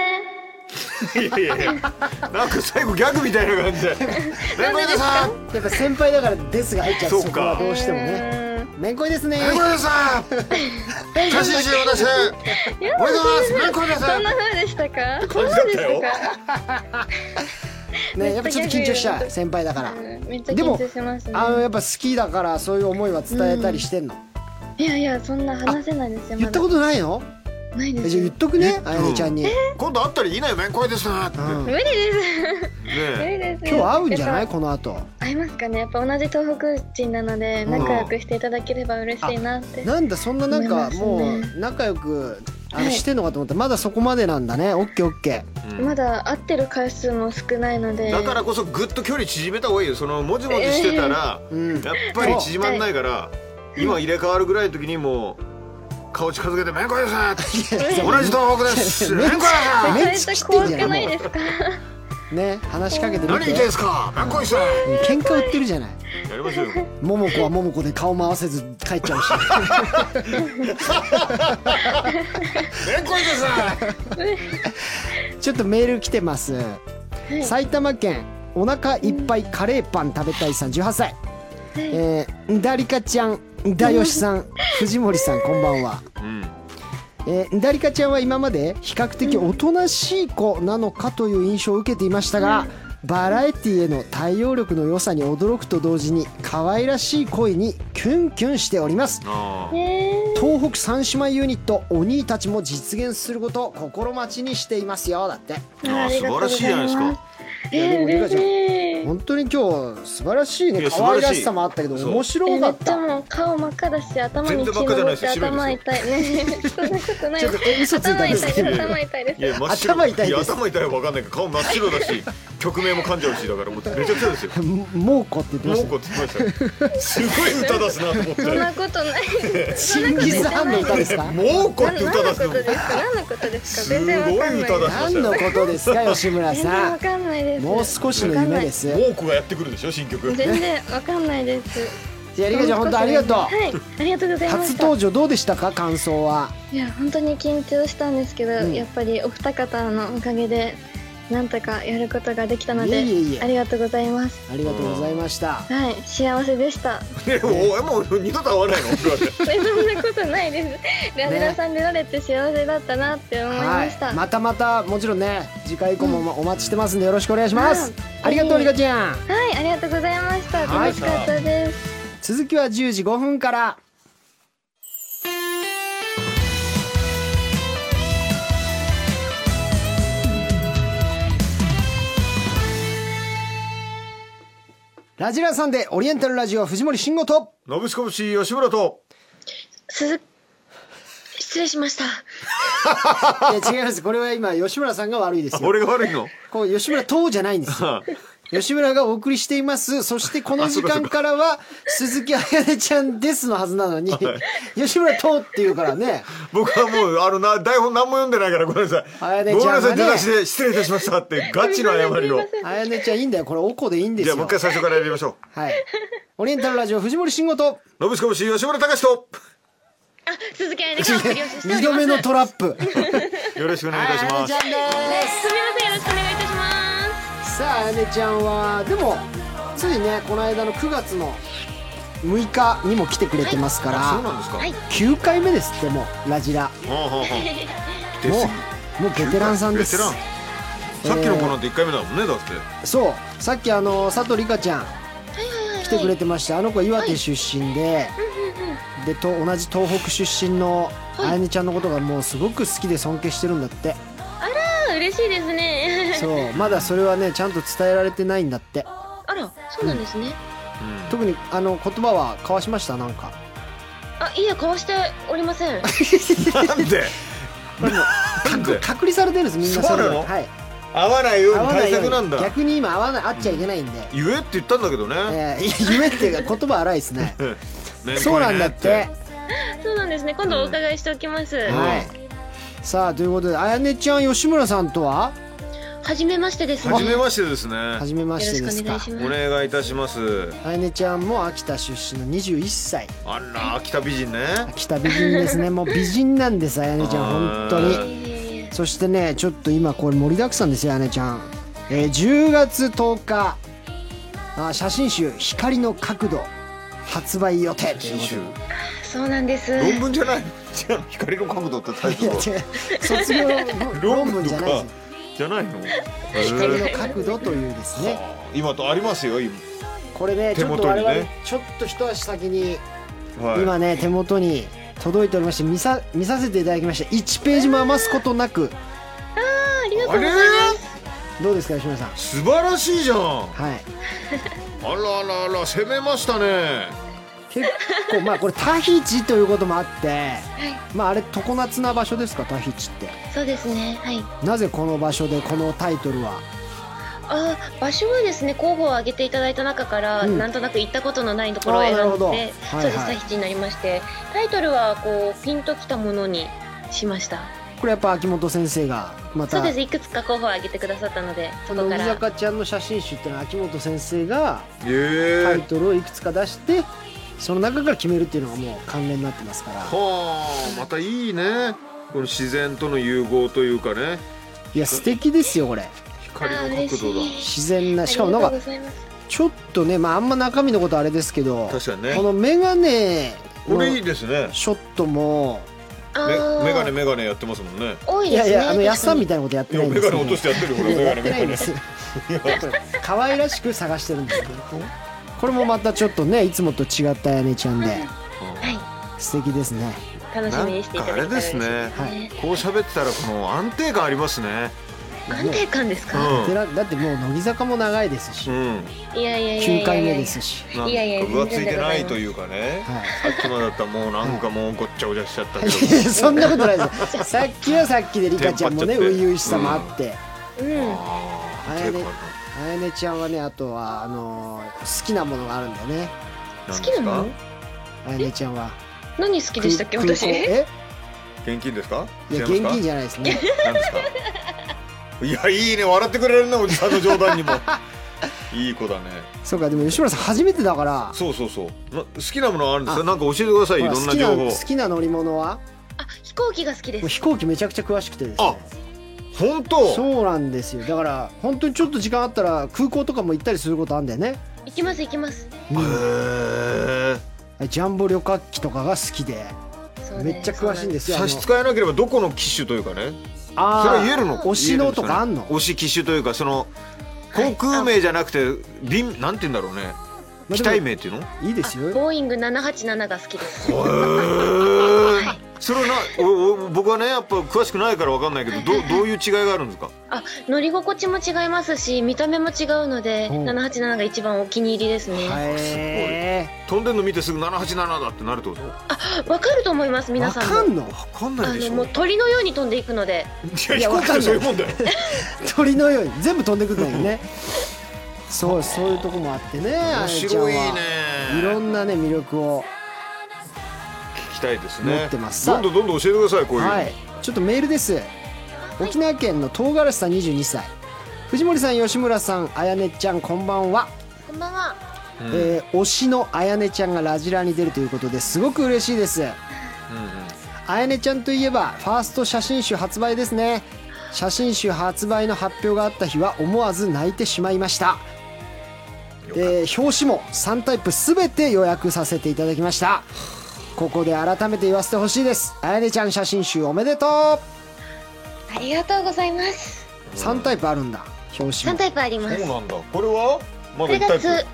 いやいやいやなんか最後ギャグみたいな感じで「めんこいでさん
やっぱ先輩だから「です」が入っちゃう
そうか
そこはどうしても
う
ね
ー
「
ん
めんこいですね」
めんこいでさん写真集私おめでとうございますめんこいで
そ
さ
ん
ん
な風でしたか
感じだったよ
そうでしたか
ねやっぱちょっと緊張しちゃう先輩だから
うんめっちゃ
で
緊
も
張しますね
あのやっぱ好きだからそういう思いは伝えたりしてんの
いやいやそんな話せないです
言
よま
った
だ
ことないの
ないで
えじ
す
ゃあ
よ
言っとくねあやねちゃんに
今度会ったらいいなよめんこいでさん」って
うん
無理です無
ね
理です
今日会うんじゃな
や
い
っぱ
この後
会いますかねやっぱ同じ東北人なので
ん
仲良くしていただければ嬉しいなって
なんだそんななん
思い
か
ますね
もう仲良くあの
はい
してんのかと思ったまだそこまでなんだねオッケーオッケー
まだ会ってる回数も少ないので
だからこそぐっと距離縮めた方がいいよそのもじもじしてたら
うん
やっぱり縮まんないから今入れ替わるぐらいの時にもう顔近づけて「めんこいでさん」同じ東北 ですめんこいでさん
めっ
めっ
ち
ち
ゃ
ゃ
知ってん
怖
じ
く
ゃな
ないい
も
ですか
うね話しかけてみ
何言って
て
んですかめんこいでさん」
喧嘩売ってるじゃない
やりましょうよ
ももこはももこで顔も合わせず帰っちゃうし
めんこいでさん
ちょっとメール来てます、
い
埼玉県お腹いっぱいカレーパン食べたいさん18歳、えー、だりかちゃんだよしさ ん藤森さんこんばんは
うん
えー、だりかちゃんは今まで比較的おとなしい子なのかという印象を受けていましたが、バラエティへの対応力の良さに驚くと同時に可愛らしい恋にキュンキュンしております
あ
東北三姉妹ユニットお兄たちも実現することを心待ちにしていますよだって
ーあー素晴らしいじゃないですか
いや
え
で
ー、
もリカ
嬉
ち
し
ゃん
い
本当に今日素晴らしい
い
ね
や
可愛らしさ
素晴らしい
もあったけど
そう
面
え
白か
めっ
っ
ちゃ
た
もう顔真っ赤だし頭に
全然
血
真っ赤じゃ
の
な
上
い
っ
です
て
よ
頭痛いねそんなことない
ちょ っとえ嘘ついたん
頭
で
痛
す
い
けど
です頭痛いです
いや真っ白
頭痛いです
や頭痛いわかんないけど顔真っ白だし 曲名も噛んじゃうしだからもうめちゃくちゃですよ
ももうこって言ってま
もう
した
こって言ってました よすごい歌出す なと思って
そんなことない
チンギスハンの歌ですか
もうこっ
何
て
の
歌出す
こ
の
とですか何のことですか
す
全然わ
ご
かん
い
な
歌
い
出しまし
何
たよ
のことですか吉村
全然
さ
わ
ん
かんないです
もう少しの夢です
もうこがやってくるでしょ新曲
全然わかんないです
じゃあリカちゃん本当ありがとう
はい、ありがとうございま
初
した。
登場どうでしたか感想はい
や、本当に緊張したんですけど、やっぱりお二方のおかげで。なんとかやることができたので、
いえいえいえ
ありがとうございます。
ありがとうございました
はい、幸せでした。
ねおもう二度と会わな いの
えそんなことないです。ラジラさん出られて幸せだったなって思いました。
またまたもちろんね次回以降もお待ちしてますんでよろしくお願いします
うん
ありがとうリカちゃん
はい、ありがとうございました。
はい
楽しかったです。
続きは10時5分からラジラさんでオリエンタルラジオ藤森慎吾 と
ノブシコブシ吉村と
鈴。失礼しました。
いや違いますこれは今吉村さんが悪いですよ
俺が悪いの
こう吉村とじゃないんですよ
は
吉村がお送りしています。そしてこの時間からは、鈴木あやねちゃんですのはずなのに、吉村とっていうからね、
あ僕はもうあのな台本何も読んでないからごめんなさ
あや
い
ね
ごめ
ち
ん
ゃ
なん
が
さい
ね
出だしで失礼いたしまし たってガチの謝りを
あやねちゃんいいんだよ。これおこでいいんです
じ
よ。
ゃあもう一回最初からやりましょ
はい。オリエンタルラジオ藤森慎吾と、
うノブシコブシ吉村隆と
あ、鈴木あやねがお送りをしております。
二度目のトラップ。
よろしくお願いいたし
あやね
ま
ち
す
ゃんで。
すみません、よろしくお願いいたします
さあ、あやねちゃんは、でも、ついね、この間の9月の6日にも来てくれてますから、
あそうなんですか
い
9回目ですって、もう、ラジラ。
はあはあはあです
も
よ
う、もうベテランさんです。
ベテランさっきの子なんて1回目だもんねだって
そうさっきあの佐藤里香ちゃん来てくれてましたあの子岩手出身で、でと同じ東北出身のあやねちゃんのことがもうすごく好きで尊敬してるんだって
す。あら、嬉しいですね
そうまだそれはねちゃんと伝えられてないんだって
あらそうなんですね、
特にあの言葉は交わしましたなんか
あいいや交わしておりませ ん
なんで
なんで
隔離されてるんですみんな
そうな
れ
の
ぞれはい
合わないように対
よう
策
に
なんだ
逆に今会わない会っちゃいけないんで、
言えって言ったんだけどね
えー、夢っていうか言葉荒いです ね
ね
そうなんだっ
これね
て
そうなんですね今度お伺いしておきます、
はいさあということであやねちゃん吉村さんとは
はじめましてですね
初め
よ
ましてですね
初めま
ろ
して
しく
です
お願
か
いし
お
ます
願いいたします
あやねちゃんも秋田出身の21歳
あら秋田美人ね
秋田美人ですねもう美人なんですあやねちゃん本当
あ
にそしてねちょっと今これ盛りだくさんですよあやねちゃん、えー、10月10日あ写真集「光の角度」発売予定ということで
そうなんです
論文じゃないじゃあ光の角度ってタイ
い
ト
や
ル
違う卒業論文じゃないです
じゃないの
光の角度というですね
今とありますよ今
これねち
手
ょっと
元
我
にね
々ちょっと一足先に
はい
今ね手元に届いておりまして見さ見させていただきました1ページも余すことなく
ありがとう
あ
ござ
れ
います
どうですか吉村さん
素晴らしいじゃんあ
はい
らあらあら攻めましたね
結構まあこれタヒチということもあってまああれ常夏な場所ですかタヒチって
そうですねはい
なぜこの場所でこのタイトルは
あ場所はですね候補を挙げていただいた中から、
うん
なんとなく行ったことのないところを
あー
選んで
なるほど
そう
はい
で
はい
すタヒチになりましてタイトルはこうピンときたものにしました
これやっぱ秋元先生がま
そ
た
うですいくつか候補を挙げてくださったので
こ
そ
の
こか
乃木
ら
坂ちゃんの写真集っていうのは秋元先生がタイ
ええ
トルをいくつか出してその中から決めるっていうのがもう関連になってますから
はあまたいいねこの自然との融合というかね
いや素敵ですよこれ
光
あー
の
嬉し
角度だ
い
自然なしかもなん
ありがとう
か
ございます
ちょっとねまああんま中身のことあれですけど
確かに
こ
ね
のメガネ
こ
の
れいいですね
ショットも
あ
め
ー
メガネメガネやってますもんね
多い
い
で
や
すね
いやあの安さんみ
確か
たいなことやっ
い
て
や
ないんで
メ
すよ
ガネ落としてやってるよ俺
いやや
メガ
っ
ネ
てな
メ
い
ガ
んで
ネ
す可愛らしく探してるんですけどこれもまたちょっとねいつもと違ったやねちゃんで
に
素敵ですね
はい
な
楽しみ
ん
にしてい
か
ただ
あ
けた
れ
ら
ですね
はい
ね
こう喋ってたらこの安定感ありますね
安定感です
う
か、
で
ん
なだってもう乃木坂も長いですし
うん
いやいやいやいやいや
9回目ですし
なん
いやいや
か分厚いてないというかね
はい
さっきまでだったらもうなんかもうごっちゃごちゃしちゃったけど
そんなことないですよさっきはさっきでリカちゃんもね
テンパっちゃっ
初
て
々しさもあって、
うん
あー
あやね
安定感
あやねちゃんはねあとはあのー好きなものがあるんだよね
な
好きなの
んですか
あやねちゃんは
何好きでしたっけ
空港
私
え
現金ですか
いや
違い
現
ますか
金じゃないですね
なんですかいやいいね笑ってくれるねおじさんの冗談 にもいい子だね
そうかでも吉村さん初めてだから
そうそうそうな好きなものあるんですか
あ
なんか教えてくださいい
ほら
ろ
好
んな
きな
情報
好きな乗り物は
あ飛行機が好きで
もう
す
飛行機めちゃくちゃ詳しくてです
あ
ね
本当
そうなんですよだから本当にちょっと時間あったら空港とかも行ったりすることあるんだよね、
行きます行きます
うん
へえ
ジャンボ旅客機とかが好きで
そうね
めっちゃ詳しいんですよ
差し支えなければどこの機種というかねそれは言えるの
推しのとかあんの
言えるですかね推し機種というかその航空名じゃなくて便なんて言うんだろうね
まあ
機
でも
体名っていうの
いいですよ
ボーイング787が好きです。
それはなおお僕はねやっぱ詳しくないから分かんないけどどうどういう違いがあるんですか
あ、乗り心地も違いますし、見た目も違うので、
うん
787が一番お気に入りですね。
へ
飛んでんの見てすぐ787だってなるってこと
わかると思います、
えわ
皆さんも。
かんの
分かん
あ
ないでし
の
ょ
もう鳥のように飛んでいくので、
いや
い
飛
や
行機っ
わかんな
て
い
そういうもんだよ
鳥のように全部飛んでくるから ねそうそういうとこもあってねあや
面
ねちゃん
白いね
はろんなね魅力を
聞きたいです
持
ね
ってます
どんどんどんどん教えてくださいこういうの、
はい、ちょっとメールです沖縄県の唐辛子さん22歳藤森さん吉村さんあやねちゃんこんばんは、
こんばんは。
うん
えー推しのあやねちゃんがラジラに出るということですごく嬉しいですあやねちゃんといえばファースト写真集発売ですね写真集発売の発表があった日は思わず泣いてしまいましたえー表紙も3タイプ全て予約させていただきましたここで改めて言わせてほしいですあやねちゃん写真集おめでと
ありがとうございます。
う3タイプあるんだ表紙
3
も
タイプあります
そう。なんだこれはま
こ
だ
れ
一タ
が
イプ
つ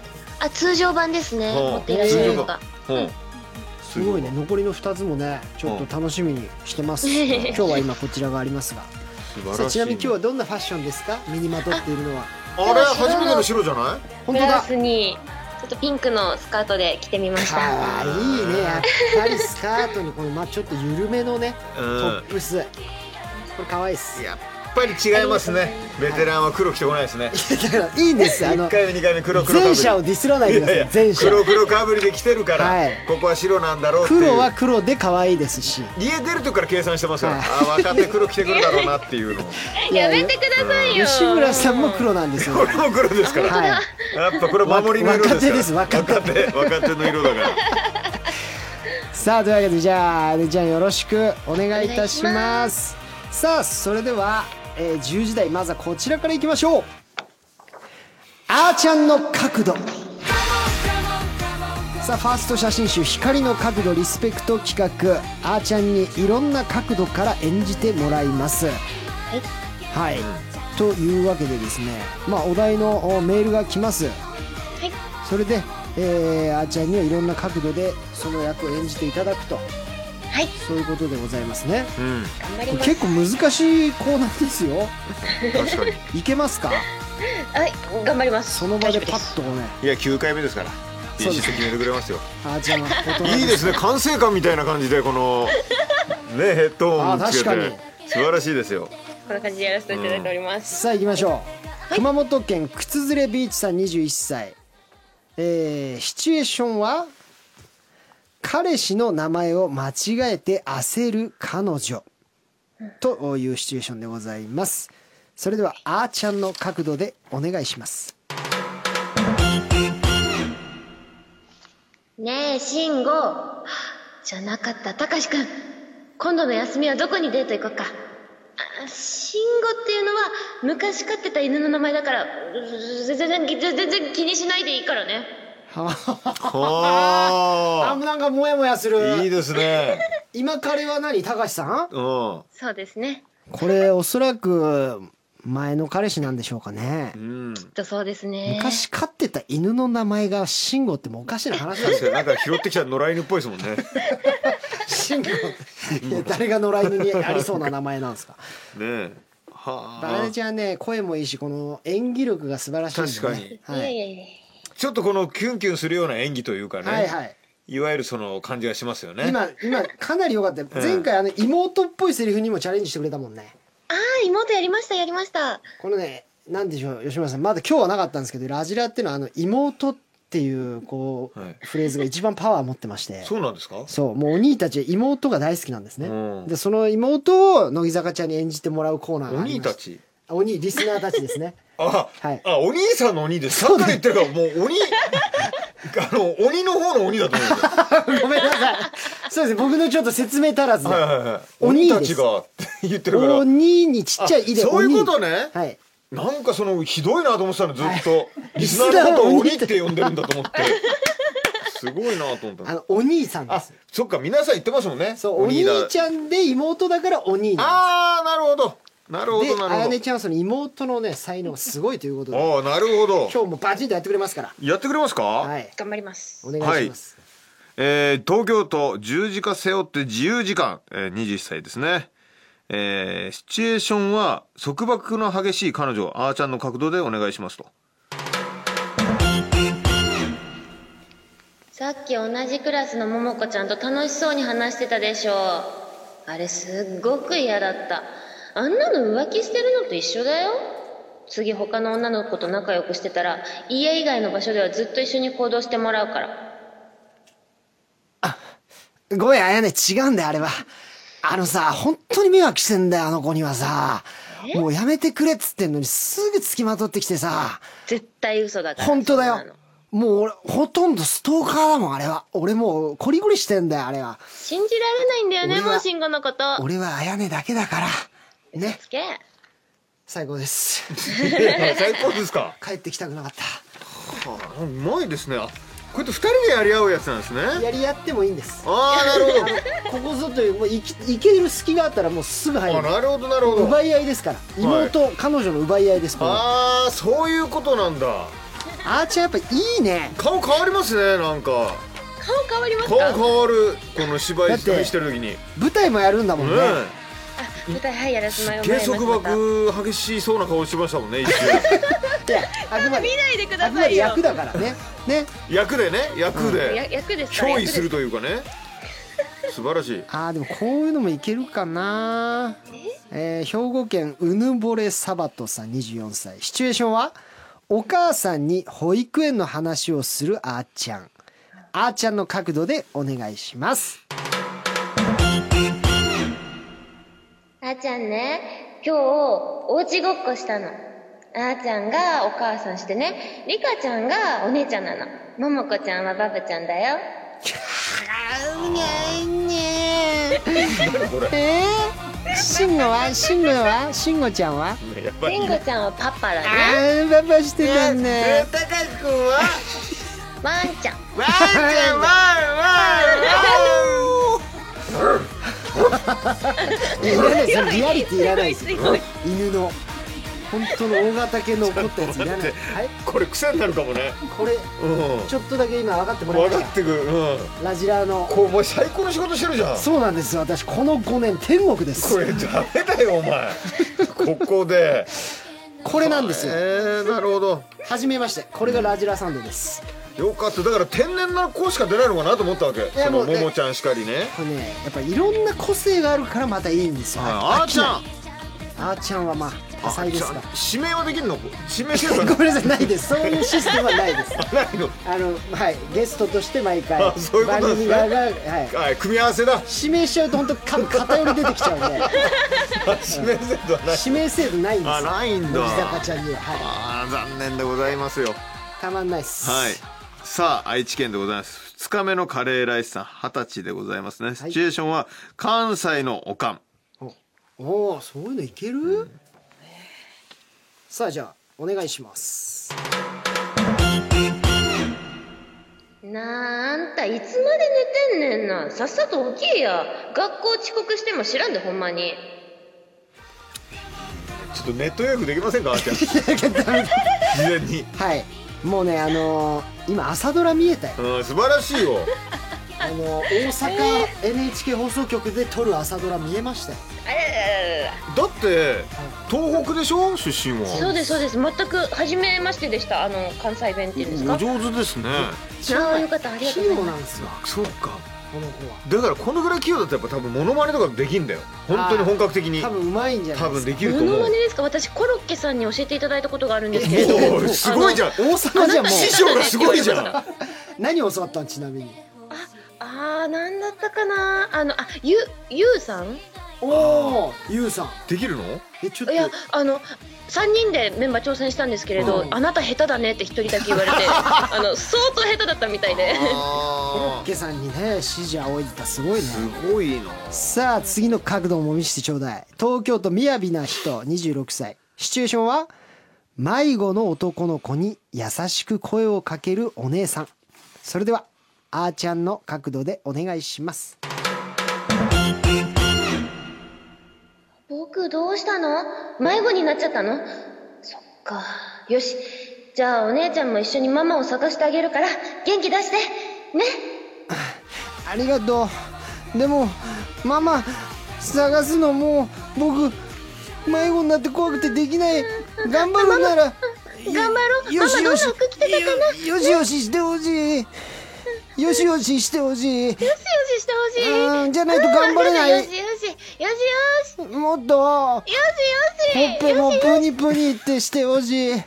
あ通常版ですね。
うん
持っていらっしゃるのが。
うん
すごいね残りの2つもねちょっと楽しみにしてます、今日は今こちらがありますが、
晴
さあ
らし
ち
い
なみに今日はどんなファッションですか身にまとっているのは
あれ初めての白じゃない
本
ブ
当
ラウ
だ
スにちょっとピンクのスカートで着てみまし
か
た
わいいねやっぱりスカートにこの、まあ、ちょっと緩めのね
う
ト
ん
ップスこれかわいいっす
やっ
やっぱり違いますねベテランは黒着てこないですね
だからいいんですあ
1
の
回目2回目黒黒か
前
ぶり
者をディスらないでくださ
いや
い
いや
前者
黒黒かぶりで来てるから、
はい
ここは白なんだろうっていう
黒は黒で可愛いですし
家出る時から計算してますから、
はい
あ分かって黒着てくるだろうなってい うのを
やめてくださいよ
吉村さんも黒なんですよ、
これも黒ですから、
はい
やっぱこれ守りの色ですから
若手です若
手若手の色だから
さあというわけでじゃあ姉ちゃんよろしくお願いいたしますさあそれでは、えー10時台まずはこちらからいきましょうあーちゃんの角度さあファースト写真集「光の角度リスペクト」企画あーちゃんにいろんな角度から演じてもらいますはい、というわけでですね、まあ、お題のおメールが来ます、それで、えーあーちゃんにはいろんな角度でその役を演じていただくと
はい
そういうことでございますね
頑張り
これ
ます
結構難しいコーナーですよ
確かに
いけますか
はい頑張ります
その場で
大丈夫
パッとね
いや9回目ですからい
そう
い
です
出決めてくれますよ
あーちゃんは大人
いいですね完成感みたいな感じでこのねヘッドホンつけ
あ確か
て素晴らしいです よ
こんな感じでやらせていただいております、
さあ行きましょう、熊本県靴ずれビーチさん21歳えー、シチュエーションは彼氏の名前を間違えて焦る彼女というシチュエーションでございますそれではあーちゃんの角度でお願いし ます
ねえ、慎吾。はあじゃなかった、たかしくん。今度の休みはどこにデート行こうか。あ慎吾っていうのは、昔飼ってた犬の名前だから、全然、全然全然気にしないでいいからね。
あ
は
なんかモヤモヤす
あ
る
いいですね
今彼は何高橋さん
うん
そうですね。
これおそらく前の彼氏なんでしょうかね
うん
きっとそうですね。
昔飼ってた犬の名前が慎吾ってもうおかしな話だ
確かになんか拾ってきた野良犬っぽいですもん ね
慎吾いや 誰が野良犬にありそうな名前なんですか
ねえは
バラ
あ
エちゃんね声もいいしこの演技力が素晴らしいんで、ね、
確かに
はいい、
やいやいや
ちょっとこのキュンキュンするような演技というかね、
はいはい
いわゆるその感じがしますよね
今今かなり良かったよ前回あの妹っぽいセリフにもチャレンジしてくれたもんね
ああ、妹やりました、やりました。
このねなんでしょう吉村さんまだ今日はなかったんですけどラジラっていうのはあの妹っていうこう、
はい
フレーズが一番パワー持ってまして
そうなんですか
そうもうお兄たち妹が大好きなんですね、
うん
でその妹を乃木坂ちゃんに演じてもらうコーナーが
お
あり
兄
まして
たち
お兄リスナーたちですね
あ、
はい
あお兄さんの鬼ですさっきから言ってるからもう 鬼あの鬼の方の鬼だと思うんです
ご
よ
めんなさいそうですね僕のちょっと説明足らずで、
はいはいはい
鬼
鬼
です
たちがって言ってるから
鬼にちっちゃい「い」で
あそういうこと
ね
ね
はい
なんかそのひどいなと思ってたのずっとリ
リ
ス
ス
ナ
ナー
ーのことを
を
鬼
鬼
っ
って
呼んでるんだと思ってすごいなと思った
あの
の
お兄さんで
あ
す
そっか皆さん言ってますもんね
そうお兄
だ
ちゃんで妹だからお兄なん
ああなるほどなるほ
です
ど
で
な
あや
る
ねちゃんはその妹のね才能がすごいということ
ほ
で
どああなるほど
今日もバチンとやってくれますから
やってくれますか、
はい
頑張ります
お願いします、
えー東京都十字架背負って自由時間、えー、21歳ですね、えーシチュエーションは束縛の激しい彼女あーちゃんの角度でお願いしますと
さっき同じクラスの桃子ちゃんと楽しそうに話してたでしょあれすっごく嫌だったあんなの浮気してるのと一緒だよ次他の女の子と仲良くしてたら家以外の場所ではずっと一緒に行動してもらうから
ごめんあやね違うんだよあれはあのさ本当に迷惑してんだよあの子にはさもうやめてくれっつってんのにすぐ付きまとってきてさ
絶対嘘だから
本当だ
そ
よ
んなの
もう俺ほとんどストーカーだもんあれは俺もうコリコリしてんだよあれは
信じられないんだよね
俺は
もう慎吾のこと
俺はあやねだけだからね
つけ
最高です
最高ですか
帰ってきたくなかっ
あうまいですねあこうやって二人でやり合うやつなんですね
たやり合ってもいいんです
ああなるほ
ここぞというもういきいける隙があったらもうすぐ入
どあ
る
なるほどなるほど
奪い合いですから妹、彼女の奪い合いですこれは
ああそういうことなんだ
あーちゃんやっぱいいね
顔変わりますねなんか
顔変わります
顔
か
変わるこの芝
だ
居
って
してる時に
舞台もやるんだもんね、
うん
舞台はいやらせまい
計束爆激しそうな顔してましたもんね一 瞬
いやあくまで
見ないでく
あ
だ
く
さ
まで
いよ
役だからねね
役でね役
や
で
役ですから
憑依する
と
というかね素晴らしい
あーでもこういうのもいけるかなえー兵庫県うぬぼれサバトさん24歳シチュエーションはお母さんに保育園の話をするあーちゃんあーちゃんの角度でお願いします
あーちゃんね今日おうちごっこしたのあーちゃんがお母さんしてねりかちゃんがお姉ちゃんなのももこちゃんはバブちゃんだよ
これ
えー、慎吾は慎吾は慎吾ちゃんは
やば
り
い
んごちゃんはパパだ
あ
ね
ーパパしてたね
ワンちゃん
いらないそれリアリティいらないですよ犬の本当の大型犬の怒ったやつい らないはい
これ癖になるかもね
これ
う
ちょっとだけ今分かっても
ん
らいま
分
し
かってくるうん
たラジラーの
こうお前最高の仕事してるじゃん
そうなんですよ私この5年天国です
これダメだよお前ここ で
これなんです
え
よ
ー、なるほど
はじめましてこれがラジラサンドです
よかっただから天然な子しか出ないのかなと思ったわけ
や
そ
も
の
うね
ももちゃんしかりね
これねやっぱいろんな個性があるからまたいいんですよ
はいあーちゃん
あーちゃんはまあ多
あ
彩ですが
指名はできるの指名してる
ごめんなさいないですそういうシステムはないです
からないの
あのはいゲストとして毎回
あそういうことなんですね
番組側がはい
はい組み合わせだ
指名しちゃうと本当か 偏り出てきちゃうん で
指名制度はない
指名制度ないんですよ
あないんだ
乃木坂ちゃんにははい
あー残念でございますよ
たまんないっす
はい。さあ、愛知県でございます。2日目のカレーライスさん、二十歳でございますね。シチュエーションは、関西のおかん。
おおそういうのいける、さあじゃあお願いします
なああんたいつまで寝てんねんなさっさと起きいや学校遅刻しても知らんでほんまに
ちょっとネット予約できませんかあー ちゃん事前に
はいもうねあのー今朝ドラ見えたよ、
うん素晴らしいよ
あのー大阪 NHK 放送局で撮る朝ドラ見えましたよ
あらららら
だって、東北でしょ出身
そ
は。
うですそうです全く初めましてでしたあの関西弁っていうんです
お
か
上手ですね。
ああよかったありがと
器
うござい
用
ま
なんですよ
そうか。
この子は
だから、このぐらい器用だったら、やっぱ多分、モノマネとかできんだよ。本当に本格的に
多。分うまいんじゃな
多
いです
分
か
できる
す
と
モノ
思う
マネ。ですか私コロッケさんに教えていただいたことがあるんですけど
おお、すごいじゃん。
大阪じゃも
師
う
匠がすごいじゃん。
何教わったんちなみに
ああなんだったかなあのあゆゆうさん
おおゆうさん
できるの
えちょっ
いや
と
あの3人でメンバー挑戦したんですけれど、あなた下手だねって1人だけ言わ れてあの相当下手だったみたいで
あ
けさんにね指示仰いでたすごいね
ーすごいな。
さあ次の角度も見せてちょうだい東京都みやびな人26歳シチュエーションは迷子の男の子に優しく声をかけるお姉さんそれではあーちゃんの角度でお願いします
僕どうしたの迷子になっちゃったのそっかよしじゃあお姉ちゃんも一緒にママを探してあげるから元気出してね
ありがとうでもママ探すのもう僕迷子になって怖くてできない頑張るなら
頑張ろう
よ
マ
し
マどん
よ
な
し
服着てたかなよしよ
よしよししてほしいよしよししてほしい
ししてほしい
うんじゃないと頑張れない
よしよしよしよしよしよ
もっと
し
ほっぺもプニプニってしてほしい。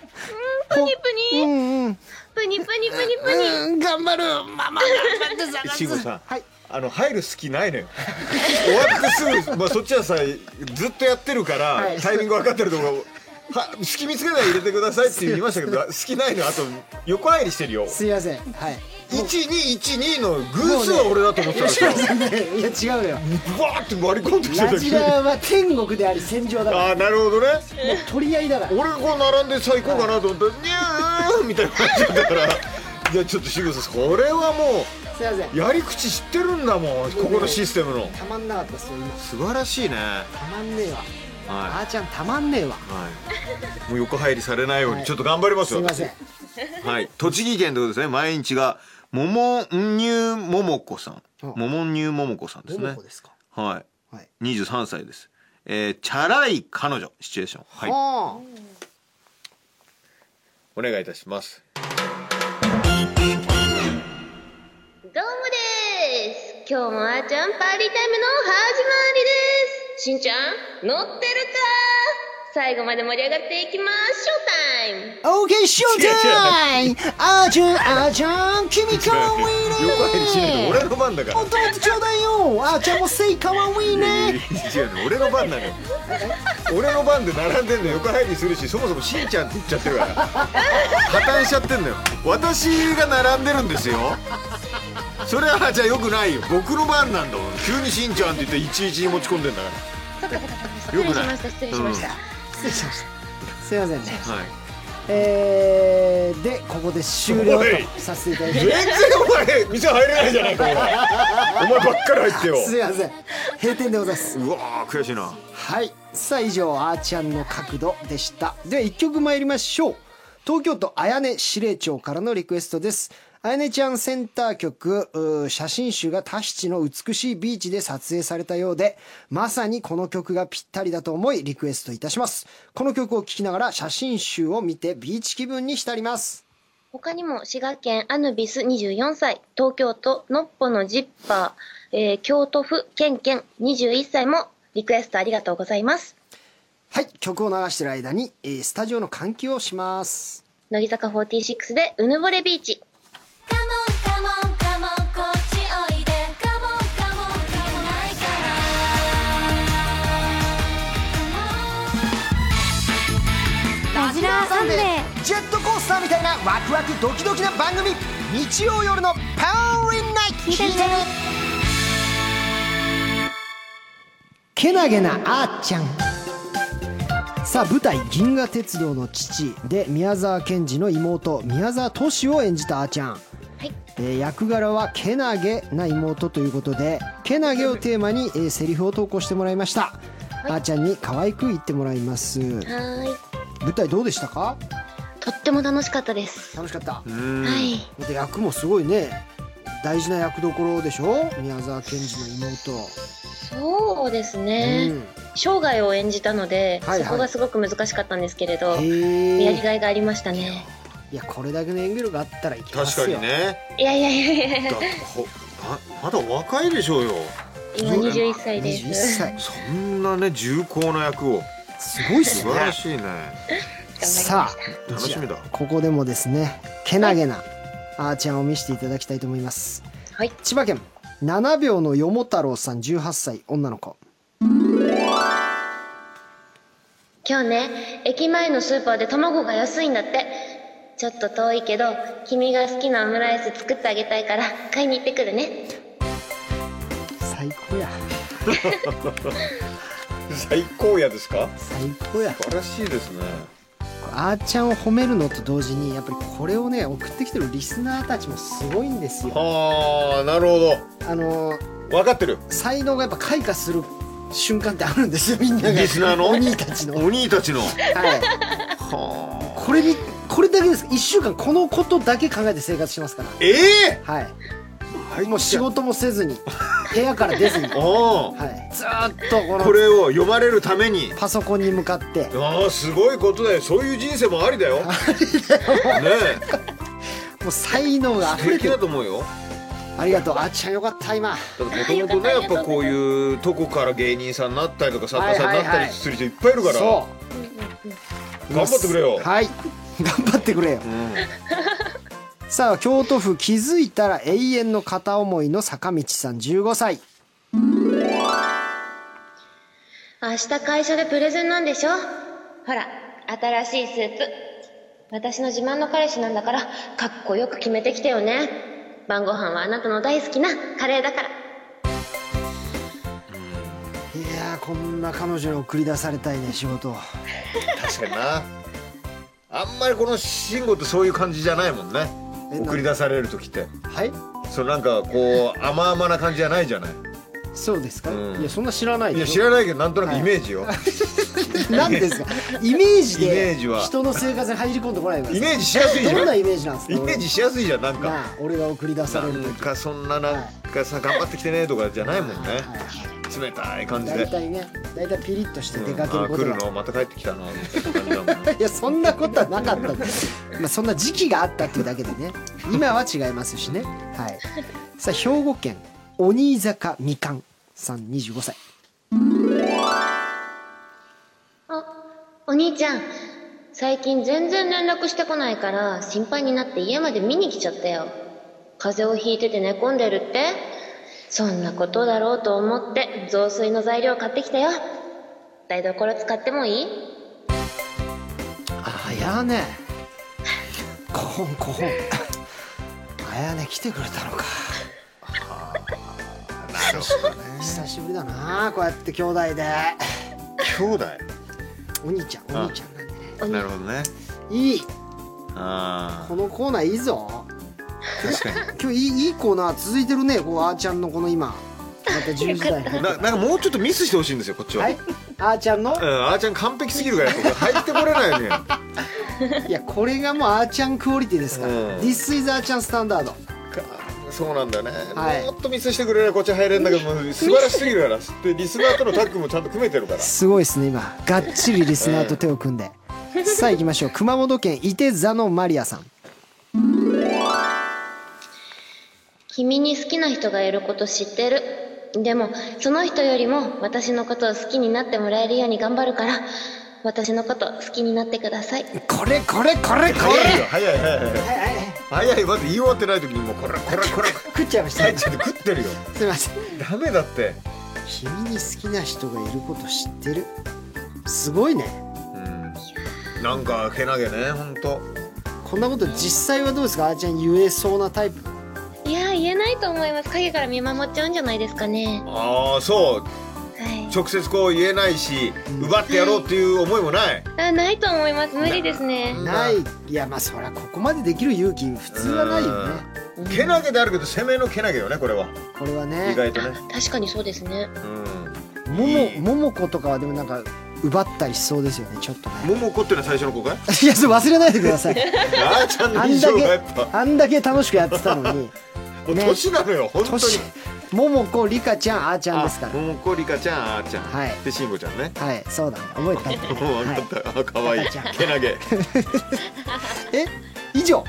プニプ
う
ニ
んうん。
プニプニプニプニ
うん、頑張る。ママ頑張って探
い
す。
ちごさん
はい。
あの入る隙ないのよ終わってすぐ、まあ、そっちはさずっとやってるから、
はい
タイミング分かってるところは隙見つけないで入れてくださいって言いましたけ ど隙ないのあと横入りしてるよ
すいません。はい。
1212の偶数は俺だと思ってたんですよ
いや違うのよ。
バーって割り込んできて
ラ
たけ
ジ
ど
ラは天国であり戦場だか
ああなるほどね
ら。もう取り合いだから。
俺がこう並んでさ行こうかなと思ったらニューみたいな感じだったからじゃあちょっとシグさんこれはも
すいません
う。やり口知ってるんだもんここのシステムの
たまんなかったっすよ今。
素晴らしいね。は
たまんねえわ。
い。
あ
は
ーちゃんたまんねえわ。
い。もう横入りされないように、ちょっと頑張ります
す
よ。
いません。
はい、栃木県ということですね。毎日が、ももんにゅうももこさん。
あ
ももんにゅうももこさんです
桃
ね
子。ですか。
は
はい。
い。23歳です。えーチャラい彼女シチュエーションはい
あ
お願いいたします
どうもです今日もあーちゃんパーリータイムの始まりですしんちゃん乗ってるか最後まで盛り上がっていきましょうタイム
ーオーケーショータイムあーちゃんあーちゃん君かわいいね
横入りしないと俺の番だから
もっともっとちょうだいよあーちゃんもせいかわいい
い
ね
やいや俺の番なのよ俺の番で並んでんの横入りするしそもそもしんちゃんって言っちゃってるから破綻しちゃってんのよ私が並んでるんですよそれはじゃあよくないよ僕の番なんだもん急にしんちゃんって言っていちいちに持ち込んでんだか
そっかそっかそ
よ
っ
く
か失礼
な
し
い
ました失
失礼
礼しました、
しましたすいませんね
ら、はい、
えー、でここで終了とさせていただきま
全然お前店入れないじゃないかお前お前ばっかり入ってよ
すすいません閉店でございます
うわー悔しいな
はいさあ以上あーちゃんの角度でしたでは1曲参りましょう東京都綾音司令長からのリクエストです綾音ちゃんセンター曲うー写真集がタヒチの美しいビーチで撮影されたようでまさにこの曲がぴったりだと思いリクエストいたしますこの曲を聴きながら写真集を見てビーチ気分に浸ります
他にも滋賀県アヌビス24歳東京都のっぽのジッパー、えー京都府ケンケン21歳もリクエストありがとうございます
はい曲を流してる間に、えースタジオの換気をします
乃木坂46でうぬぼれビーチ
カモンカモンカモンこっちおいでカモンカモンカモンないから
ラジラサンデー
ジェットコースターみたいなワクワクドキドキな番組日曜夜のパウリンナイト
聞いてね
けなげなあーちゃんさあ舞台「銀河鉄道の父」で宮沢賢治の妹宮沢俊を演じたあーちゃん、えー役柄はけなげな妹ということでけなげをテーマに、えーセリフを投稿してもらいました、あーちゃんに可愛く言ってもらいます
はーい
舞台どうでしたか
とっても楽しかったです
楽しかった
はい
で役もすごいね大事な役どころでしょ宮沢賢治の妹、
そうですね、生涯を演じたので、
はいはい
そこがすごく難しかったんですけれど
うん、
や
へ
り
え
がいがありましたね
いやこれだけの演技力があったらいけま
確
す
か
よ
にね
いやいやいやいや
だほなまだお若いでしょうよ
今21歳で
21
す
歳
そんなね重厚な役を
すごいっ
素
す
晴ら
ね
しいね
さあ
楽しみ
じ
だ
ゃあここでもですねけなげなあーちゃんを見せていただきたいと思います
はい
千葉県7秒のよも太郎さん18歳女の子
今日ね駅前のスーパーで卵が安いんだってちょっと遠いけど君が好きなオムライス作ってあげたいから買いに行ってくるね
最高や
最高やですか
最高や
素晴らしいですね
あーちゃんを褒めるのと同時にやっぱりこれをね送ってきてるリスナーたちもすごいんですよ
はあなるほど
あのー
分かってる
才能がやっぱ開花する瞬間ってあるんですよみんなが
リスナーの
お兄たちの、はい、
お兄たちの
これにこれだけです1週間このことだけ考えて生活してますから
ええ
はいもう仕事もせずに部屋から出ずに、 は
あ
い、ずーっとこ
あこ
の
れを読まれるために
パソコンに向かって
ああすごいことだよそういう人生もありだよね
もう才能が
え
溢れ
平気
て
だ
る
と思うよ
ありがとうあっちゃんよかった今
だってもともとねやっぱこういうとこから芸人さんになったりとか作家さんになったりする人いっぱいいるから、
そう
頑張ってくれよ
はい頑張ってくれよさあ京都府気づいたら永遠の片思いの坂道さん15歳
明日会社でプレゼンなんでしょほら新しいスーツ私の自慢の彼氏なんだからかっこよく決めてきてよね晩ご飯はあなたの大好きなカレーだから
いやーこんな彼女に送り出されたいね仕事を
確かになあんまりこの慎吾ってそういう感じじゃないもんね
え
送り出される時って
はい
そうなんかこう甘々な感じじゃないじゃない
そうですか、
うん
いやそんな知らない
い
で
や
す
知らないけどなんとなくイメージよ、
何ですかイメージ
イメ
で
ージは
人の生活に入り込んでこないで
イ
くだ
メージしやすいじ
さい
ゃん
どんなイ
イ
メージなんですか
メージしやすいじゃんなん
俺
か
なあ俺が送り出さ
な
れる
ん
時
かそんななんかさ頑張ってきてねとかじゃないもんね
はい
冷たい感じで
大体ね大体ピリッとして出
うん
かける
あ
こ
来
と
る
が、
のまた帰ってきたなみたいな感じだもんね
いやそんなことはなかったまあそんな時期があったっていうだけでね今は違いますしねはいさあ兵庫県鬼坂みかんさん25歳
あ、お兄ちゃん、最近全然連絡してこないから心配になって家まで見に来ちゃったよ。風邪をひいてて寝込んでるってそんなことだろうと思って雑炊の材料買ってきたよ。台所使ってもいい
あやねこほんこほんあやね来てくれたのか
なるほどね
久しぶりだなこうやって兄弟で
兄弟
お兄ちゃんお兄ちゃんなんでね
なるほどね
いい
あ
このコーナーいいぞ
あ確かに
今日いいいいコーナー続いてるねこうあーちゃんのこの今また10時台の
ななんかもうちょっとミスしてほしいんですよこっちは、
はいあーちゃんの
うん、あーちゃん完璧すぎるからやっぱ入ってこれないよね
いやこれがもうあーちゃんクオリティですから、
うん
This is あーちゃんスタンダード
かそうなんだね、
はい
もっとミスしてくれればこっち入れんだけどもう素晴らしすぎるからでリスナーとのタッグもちゃんと組めてるから
すごいですね今がっちりリスナーと手を組ん で、さあ行きましょう熊本県伊手座のマリアさん
君に好きな人がいること知ってる。でも、その人よりも私のことを好きになってもらえるように頑張るから、私のこと好きになってください。
これこれこれこ
早い
れ
よ早い早い早い早いまず言い終わってない時にもうこれこれこれ
食っちゃいまし
入ったちゃって食ってるよ
すいません
ダメだって
君に好きな人がいること知ってるすごいね
うんなんかけなげね本当。
こんなこと実際はどうですかあーちゃん言えそうなタイプ
いやー言えないと思います影から見守っちゃうんじゃないですかね
ああそう
はい
直接こう言えないし奪ってやろうっていう思いもない
あないと思います無理ですね
ないいやまあそりゃここまでできる勇気普通はないよね
うんけなげであるけど攻めのけなげよねこれは
これは
意
ね
外と
あ
ね
確かにそうですね
うん
も
いい
もももことかはでもなんか奪ったりしそうですよねちょっとね
ももこってのは最初の子かい
いやそれ忘れないでくだ さい
あーちゃんの
あん
印
だ
象がやっ
け
ぱ
あんだけ楽しくやってたのに
もう
ね
年なのよ本当に
年ももこりかちゃんあーちゃん
あ
ですから
ももこりかちゃんあーちゃん
はい
でしんごちゃんね
はいそうだね覚えたんだね
もう分かったあ可愛い
赤ちゃん
けなげ
え以上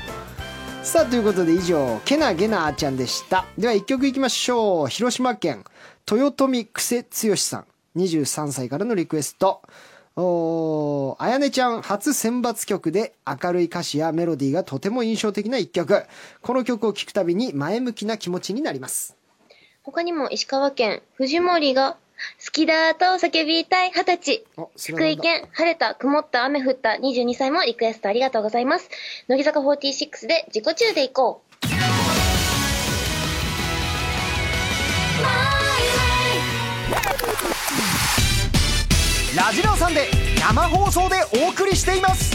さあということで以上けなげなあーちゃんでしたでは一曲いきましょう広島県豊臣癖剛さん23歳からのリクエストおーあやねちゃん初選抜曲で明るい歌詞やメロディーがとても印象的な一曲この曲を聴くたびに前向きな気持ちになります
他にも石川県藤森が好きだと叫びたい二十歳
あそ
福
れ
井
なんだ
県晴れた曇った雨降った22歳もリクエストありがとうございます乃木坂46で自己中でいこう
ラジオさんで生放送でお送りしています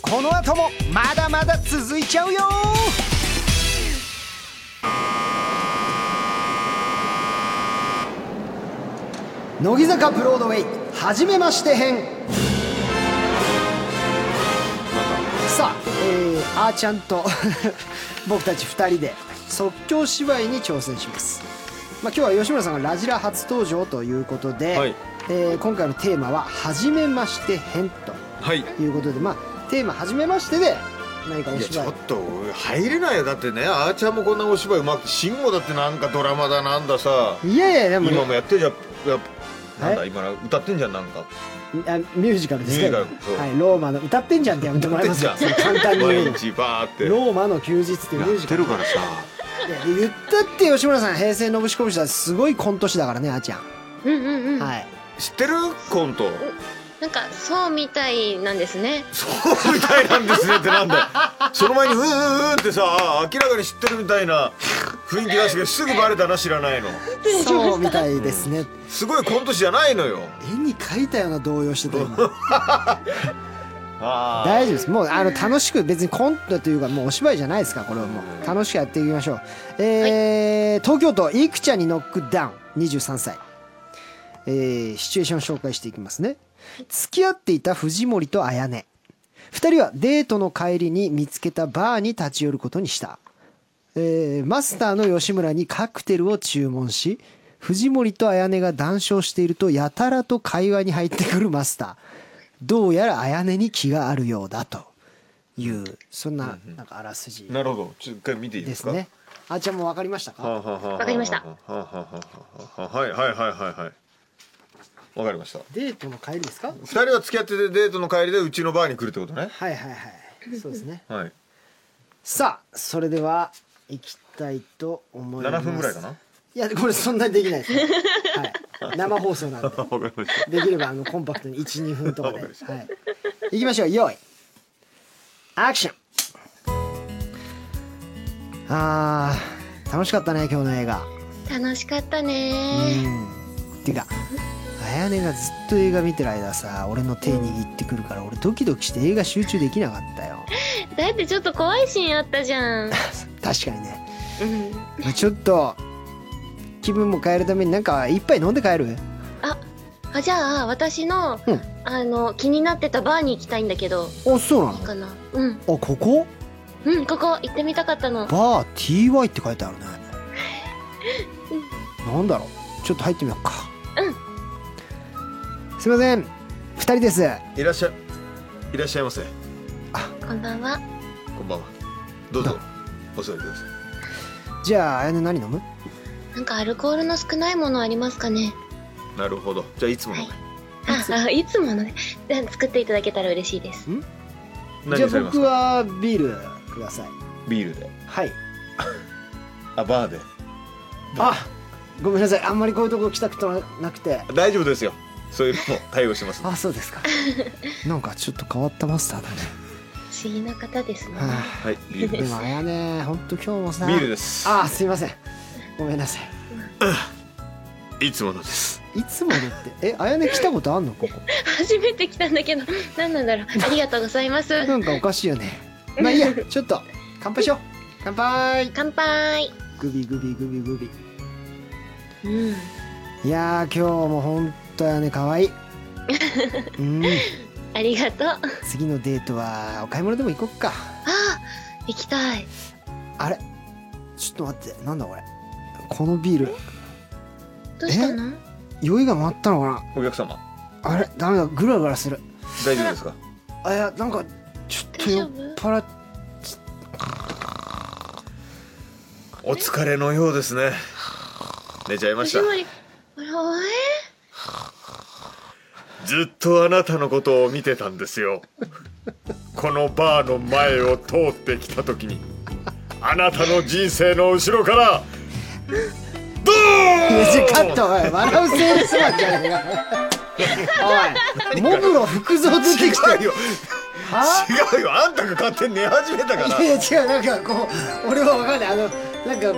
この後もまだまだ続いちゃうよ乃木坂ブロードウェイ初めまして編さあ、えー、あーちゃんと 僕たち2人で即興芝居に挑戦します、まあ、今日は吉村さんがラジラ初登場ということで、
はい
えー今回のテーマは「初めまして編」
はい
ということで、まあ、テーマ「初めまして」で何かお
いやち
芝
ょ
居
っと入れないよだってねあーちゃんもこんなお芝居うまく慎吾だってなんかドラマだなんださ
いやいやでも、
今も
ね、
やってるじゃんやっぱなんだ
え
今歌ってんじゃんなんか
あミュージカルですけど
ミュージカルそ
は
う
い、ローマの歌ってんじゃんってやめてもらえますか
歌ってんじゃん
簡単に言う
毎
の
日バーってや
ローマの休日っていうミュー
っ
ジ
て
カル
るからさ
いや言ったって吉村さん平成のぶしこぶしだすごいコント師だからねあーちゃん、
うんうんうん、
はい
知ってるコント
なんかそうみたいなんですね
そうみたいなんですねってなんだよその前にうんうんうんってさあー明らかに知ってるみたいな雰囲気出してすぐバレたな知らないの
そうみたいですね
すごいコント師じゃないのよ
絵に描いたような動揺してた今
あ
大丈夫ですもうあの楽しく別にコントというかもうお芝居じゃないですからこれはもう楽しくやっていきましょうえー東京都いくちゃんにノックダウン23歳えーシチュエーション紹介していきますね付き合っていた藤森と綾音2人はデートの帰りに見つけたバーに立ち寄ることにしたえーマスターの吉村にカクテルを注文し藤森と綾音が談笑しているとやたらと会話に入ってくるマスターどうやら綾音に気があるようだというそんななんかあらすじ
なるほどちょっと一回見ていいで
ですす
か
ねあちゃんもわかりましたか
はあはあはあ
わかりました
はあはあはあはあはいはいはいはいはいわかりました
デートの帰りですか
二人は付き合っててデートの帰りでうちのバーに来るってことね
はいはいはいそうですね
はい
さあそれでは行きたいと思います
7分ぐらいかない
やこれそんなにできないですね、はい、生放送なんで
わかりまし
できればあのコンパクトに12分とかで、はい、行きましょう用意アクションあー楽しかったね今日の映画
楽しかった
う
ね
んてかあやねがずっと映画見てる間さ俺の手握ってくるから俺ドキドキして映画集中できなかったよ
だってちょっと怖いシーンあったじゃ ん。
確かにね
うん。
ちょっと気分も変えるためになんか一杯飲んで帰る
あ、じゃあ、私の、
うん
あの、気になってたバーに行きたいんだけど、
あそうない
い
の
かな。うん。
あここ
うん、ここ、行ってみたかったの。
バー TY って書いてあるねなんだろ うちょっと入ってみようかうんすいません二人です
たいらっしゃいらっしゃいませ
こんばんは。
こんばんはどうぞお座りください
じゃああやね何飲む
なんかアルコールの少ないものありますかね
なるほどじゃあいつもの
あ、あいつものね。じゃあ作っていただけたら嬉しいです。
じゃ
何
あ
されます
僕
か
はビールください
ビールで
はい
あバーで
あごめんなさいあんまりこういうとこ来たくとなくて
大丈夫ですよそういうのも対応します
あそうです かなんかちょっと変わったマスター だね、
不思議な方ですね。
は
はいビー
あ、
ル
で
です
もあやねほんと今日もさ
ビールです
あすいませんごめんなさい
いつものです
いつものってえあやね来たことあんのここ
初めて来たんだけど、何なんだろう。ありがとうございます。
なんかおかしいよね。 まあいいや、ちょっと乾杯しよう。乾杯。
乾杯。
グビグビグビグビ。
うん。
いやー今日も本当やね可愛 い。うん。
ありがとう。あ、
次のデートはお買い物でも行こっか。
行きたい。
あれ、ちょっと待って、なんだこれ。このビール、
どうしたの
酔いが回ったのか
お客様
な。あれ、ダメだ、ぐらぐらする。
大丈夫ですか
あいや、なんかちょっと酔っ払っ。
お疲れのようですね寝ちゃいました
藤森、あら、おえ
ずっとあなたのことを見てたんですよこのバーの前を通ってきた時にあなたの人生の後ろからド
いやちょカッ
ーン
ト、おい、笑うセールスマンじゃね えか。おい、モグロ福蔵出 てきて
違うよ
は
違うよあんたが勝手に寝始めたから
いやいや違うなんかこう俺は分かんないあのなんか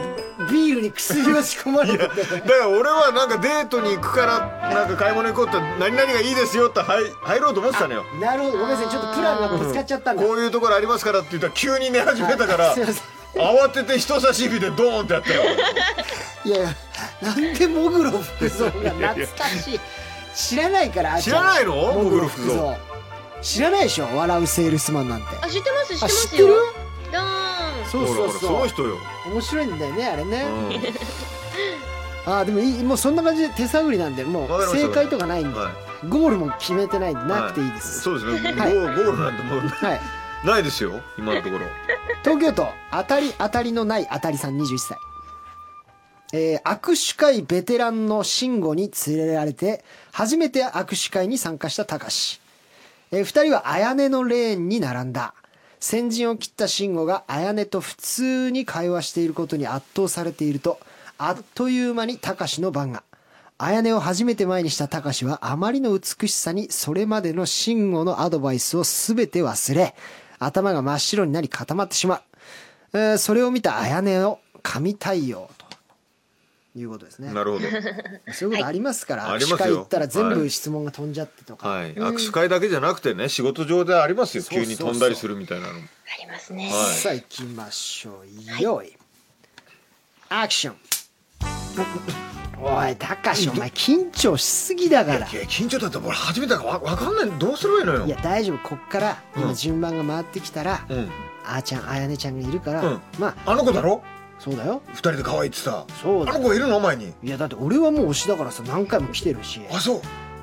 ビールに薬を仕込まれてて
だから俺はなんかデートに行くからなんか買い物行こうって何々がいいですよって入入ろうと思ってたのよ
なるほどごめんなさいちょっとプランがぶつかっちゃったんだ
こういうところありますからって言ったら急に寝始めたか
は
ら
い すいません
慌てて人差し指でドーンってやったよ
いやいやなんでモグロ福蔵が懐かしい知らないからあーちゃん
知らないのモグロ福蔵
知らないでしょ笑うセールスマンなんて
あ、知ってます、知ってま
あ知っ
す
てる
よ。どー
そう
ほ
そ
らほ
う
らそ
そ
の
う
人よ、
面白いんだよねあれね
うん
ああでもいいもうそんな感じで手探りなんでもう
わかりました
正解とかないんで
は
ゴールも決めてないんで
い、
なくていいです
はい、そうですね、
はい
ゴーゴールなんてもう
はい
ないですよ今のところ
東京都当たり当たりのない当たりさん21歳、えー握手会ベテランの慎吾に連れられて初めて握手会に参加した高志、えー、2人は綾音のレーンに並んだ先陣を切った慎吾が綾音と普通に会話していることに圧倒されているとあっという間に高志の番が綾音を初めて前にした高志はあまりの美しさにそれまでの慎吾のアドバイスを全て忘れ頭が真っ白になり固まってしまう、えーそれを見た綾音を神対応ということですね
なるほど
そういうことありますから、
はいあり
握手
ます
会
よ
行ったら全
は
部
い
質問が飛んじゃってとか、
はい、握手会だけじゃなくてね仕事上でありますよ
そうそうそう
急に飛んだりするみたいなのも
ありますね。
はい
さあ行きましょうよい、アクションおいたかしお前緊張しすぎだから
いや緊張だったら俺初めてだからわわかんないどうすればいいのよ
いや大丈夫こっから
う
今
ん
順番が回ってきたら、
うん
あーちゃんあやねちゃんがいるから、
うん
まあ
あの子だろ
そうだよ
二人で可愛いってさ
そうだ
あの子いるのお前に
いやだって俺はもう推しだからさ何回も来てるし
あそ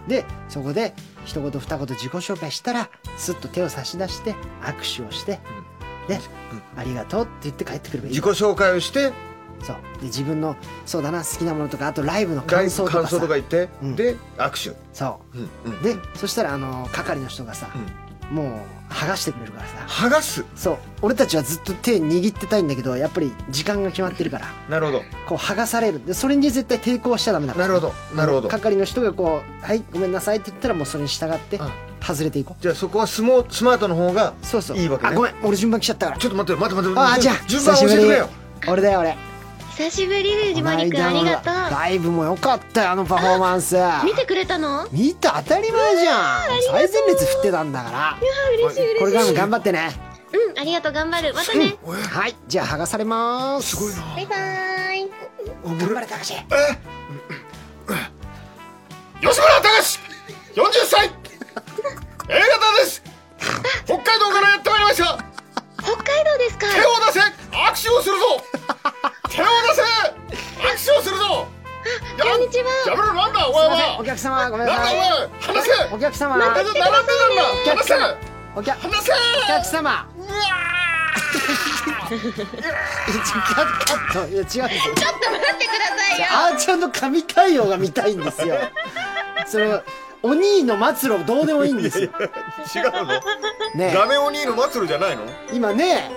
う
でそこで一言二言自己紹介したらスッと手を差し出して握手をして、ね、ありがとうって言って帰ってくればいい
自己紹介をして
そうで自分のそうだな好きなものとかあとライブの
ライ
感
ブ
想とかさ
感想とか言って、
うん
で握手
そ
うんうん
うでそしたらあの係の人がさ、もう剥がしてくれるからさ
剥がす
そう俺たちはずっと手握ってたいんだけどやっぱり時間が決まってるから
なるほど
こう剥がされるでそれに絶対抵抗しちゃダメだから
なるほどなるほど
係の人がこう「はいごめんなさい」って言ったらもうそれに従って
うん
外れていこう
じゃあそこはスモスマートの方が
そうそう
いいわけね
あごめん俺順番来ちゃったから
ちょっと待って待って待って
ああじゃあ
順番教えてくれよ
俺だよ俺
久しぶり藤森くんありがとう
ライブも良かったよあのパフォーマンス
見てくれたの
見た当たり前じゃん最前列振ってたんだから
嬉しい嬉しい
これからも頑張ってね
うんありがとう頑張るまたね
はいじゃあ剥がされます
すごいな
バイバーイ
おぶ
頑張れ
る
高橋
吉村隆40歳 A 型です北海道からやってまいりました
北海道ですか
手を出せ握手をするぞ 手を出せ握手をするぞ
こんにちは
やめろなんだお前
お
は
客様ごめんな
なんだ
さ
お
い
前話せ
お客様
なんだなんだ
お客
話せ
様お客お
話せ
客様うわ カットいや違うんですよ
ちょっと待ってくださいよ
あーちゃんの神対応が見たいんですよそのお兄の末路どうでもいいんですよ
違うの
ね
ラメお兄の末路じゃないの
え今ね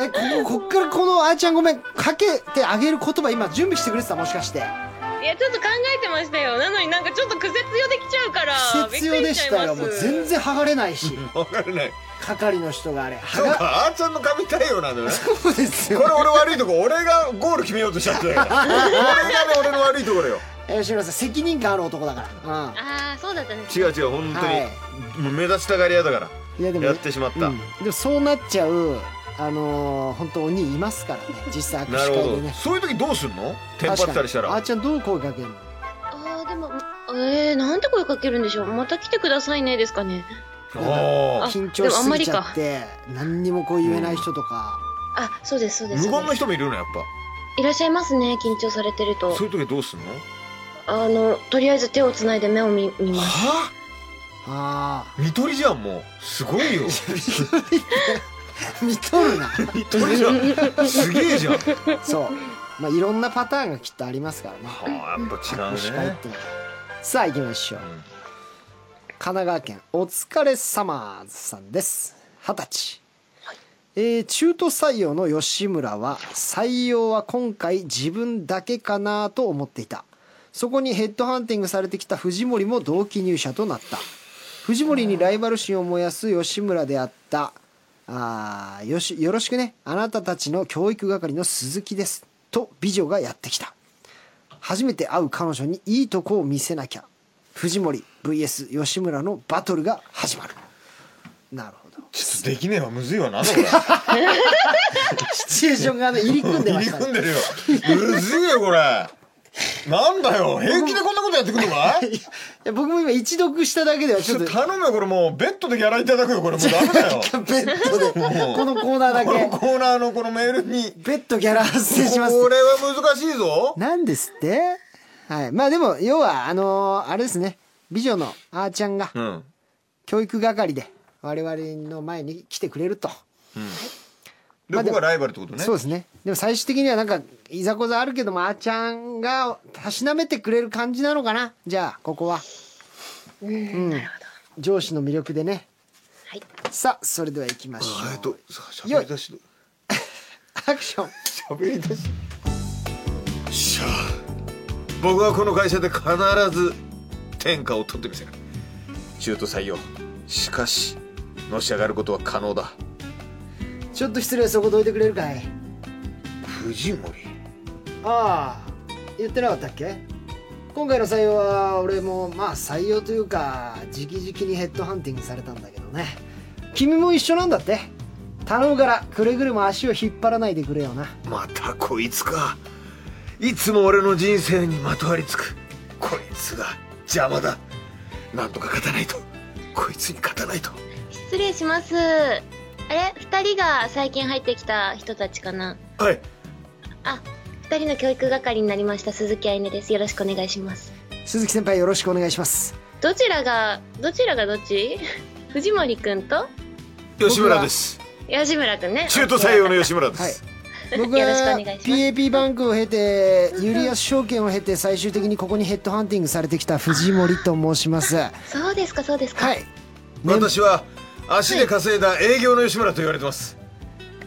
えこここっからこのあーちゃんごめんかけてあげる言葉今準備してくれてたもしかして
いやちょっと考えてましたよなのになんかちょっと苦節用できちゃうから
節用でしたよもう全然剥がれないし
分からない
係の人があれ剥
そう
が
かあーちゃんの神対応なんだよね
そうです
これ
よ
俺悪いとこ俺がゴール決めようとしちゃって俺がね俺の悪いところよ
え吉村さん責任感ある男だからうん
ああそうだったね
違う違う本当に、
は
もう目立ちたがり屋だから
いやでも
やってしまった、
うん、でもそうなっちゃうあのー、本当鬼いますからね実際握
なる
手会
ほ
で
ど
ね
そういう時どうすんのテンパって
確
た
かに
りした
あ
ら
ーちゃんどう声かけるの
あーでもえー、なんて声かけるんでしょうまた来てくださいねですかね
あ
あ
あ
緊張しすぎちゃって何にもこう言えない人とか、
あそうですそうです
無言
そ
の
うです
人もいるのやっ
いらっしゃいますね緊張されてる
ぱ
と
そういう時どうすんの
あのとりあえず手をつないで目を見見ます
は
あ
あ見取りじゃんもうすごい よ
あ見と るな
見取りじゃんすげえじゃんは
そうまあいろんなパターンがきっとありますからね
あやっぱ
握手
違う
会っ
ね
てのはさあ行きましょう、
ん
神奈川県お疲れ様さんです二十歳、えー中途採用の吉村は採用は今回自分だけかなと思っていたそこにヘッドハンティングされてきた藤森も同期入社となった藤森にライバル心を燃やす吉村であったあーよしよろしくねあなたたちの教育係の鈴木ですと美女がやってきた初めて会う彼女にいいとこを見せなきゃ藤森 VS 吉村のバトルが始まるなるほど
ちょっとできねえわむずいわなんだこれ
シチュエーションがね入り組んでま
入
し
り
た
組ん
ね
でるよむずいよこれなんだよ平気でこんなことやってくる のかい
いや僕も今一読しただけではち
ち
ょ
ょ
っ
っ
と
と頼むよこれもうベッドでギャラいただくよこ れもうダメだよ
ベッドで このコーナーだ
この
け
コーナーのこのメールに
ベッドギャラ発生します
これは難しいぞ
なんですってはいまあでも要はあのーあれですね美女のあーちゃんが
うん
教育係で我々の前に来てくれると、
で
まあでも
僕がライバルってことね
そうですねでも最終的にはなんかいざこざあるけどもあーちゃんがたしなめてくれる感じなのかなじゃあここはうん上司の魅力でね
はい
さあそれでは行きましょ
あえっ
う
とさ喋り出し
アクション
喋り出ししゃあ僕はこの会社で必ず天下を取ってみせる中途採用しかしのし上がることは可能だ
ちょっと失礼そこどいてくれるかい
藤森
ああ言ってなかったっけ今回の採用は俺もまあ採用というか直々にヘッドハンティングされたんだけどね君も一緒なんだって頼むからくれぐれも足を引っ張らないでくれよな
またこいつかいつも俺の人生にまとわりつくこいつが邪魔だなんとか勝たないとこいつに勝たないと
失礼しますあれ二人が最近入ってきた人たちかな
はい
あ二人の教育係になりました鈴木愛音ですよろしくお願いします
鈴木先輩よろしくお願いします
どちらがどちらがどっち 藤森くんと
吉村です
吉村くんね
中途採用の吉村で
はい
す、
僕
よろしくお
は
願いします
PAP バンクを経てユリアス証券を経て最終的にここにヘッドハンティングされてきた藤森と申しますは
そうですかそうですか
い
私は足で稼いだ営業の吉村と言われてます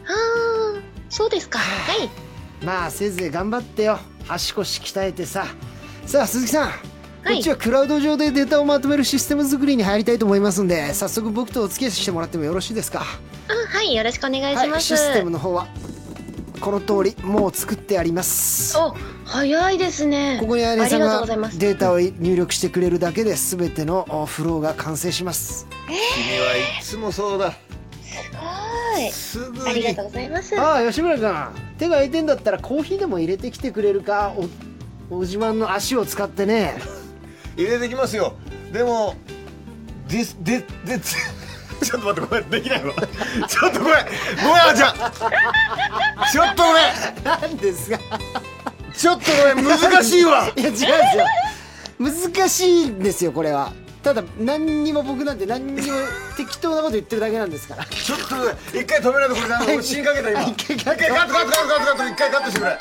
あーそうですかはい
まあせいぜい頑張ってよ足腰鍛えてささあ鈴木さん、
い
こっちはクラウド上でデータをまとめるシステム作りに入りたいと思いますんで早速僕とお付き合いしてもらってもよろしいですか
あはいよろしくお願いし
は
ま
い、
す、
システムの方はこの通りもう作ってあります
お早いですね
ここにアレ
あ
さ
り
ん
がとう
が
ございます
データを入力してくれるだけで全てのおフローが完成します
君はいつもそうだ
はい
すぐ
ありが
に
とうございます
ああ吉村君手が空いてんだったらコーヒーでも入れてきてくれるかおお自慢の足を使ってね
入れてきますよでもディスデデ ちょっと待ってごめんできないわ ちょっとごめんごめんあーちゃんちょっとごめ
なんですが
んちょっとごめん難しいわ
いや違うんですよ難しいんですよこれはただ何にも僕なんて何にも適当なこと言ってるだけなんですから
ちょっとごめん一回止めないとこれなもう死にかけた今
一
一
回
回
カ
カ
ッ
ッ
ト
トカットカットカットカット一回カットしてくれ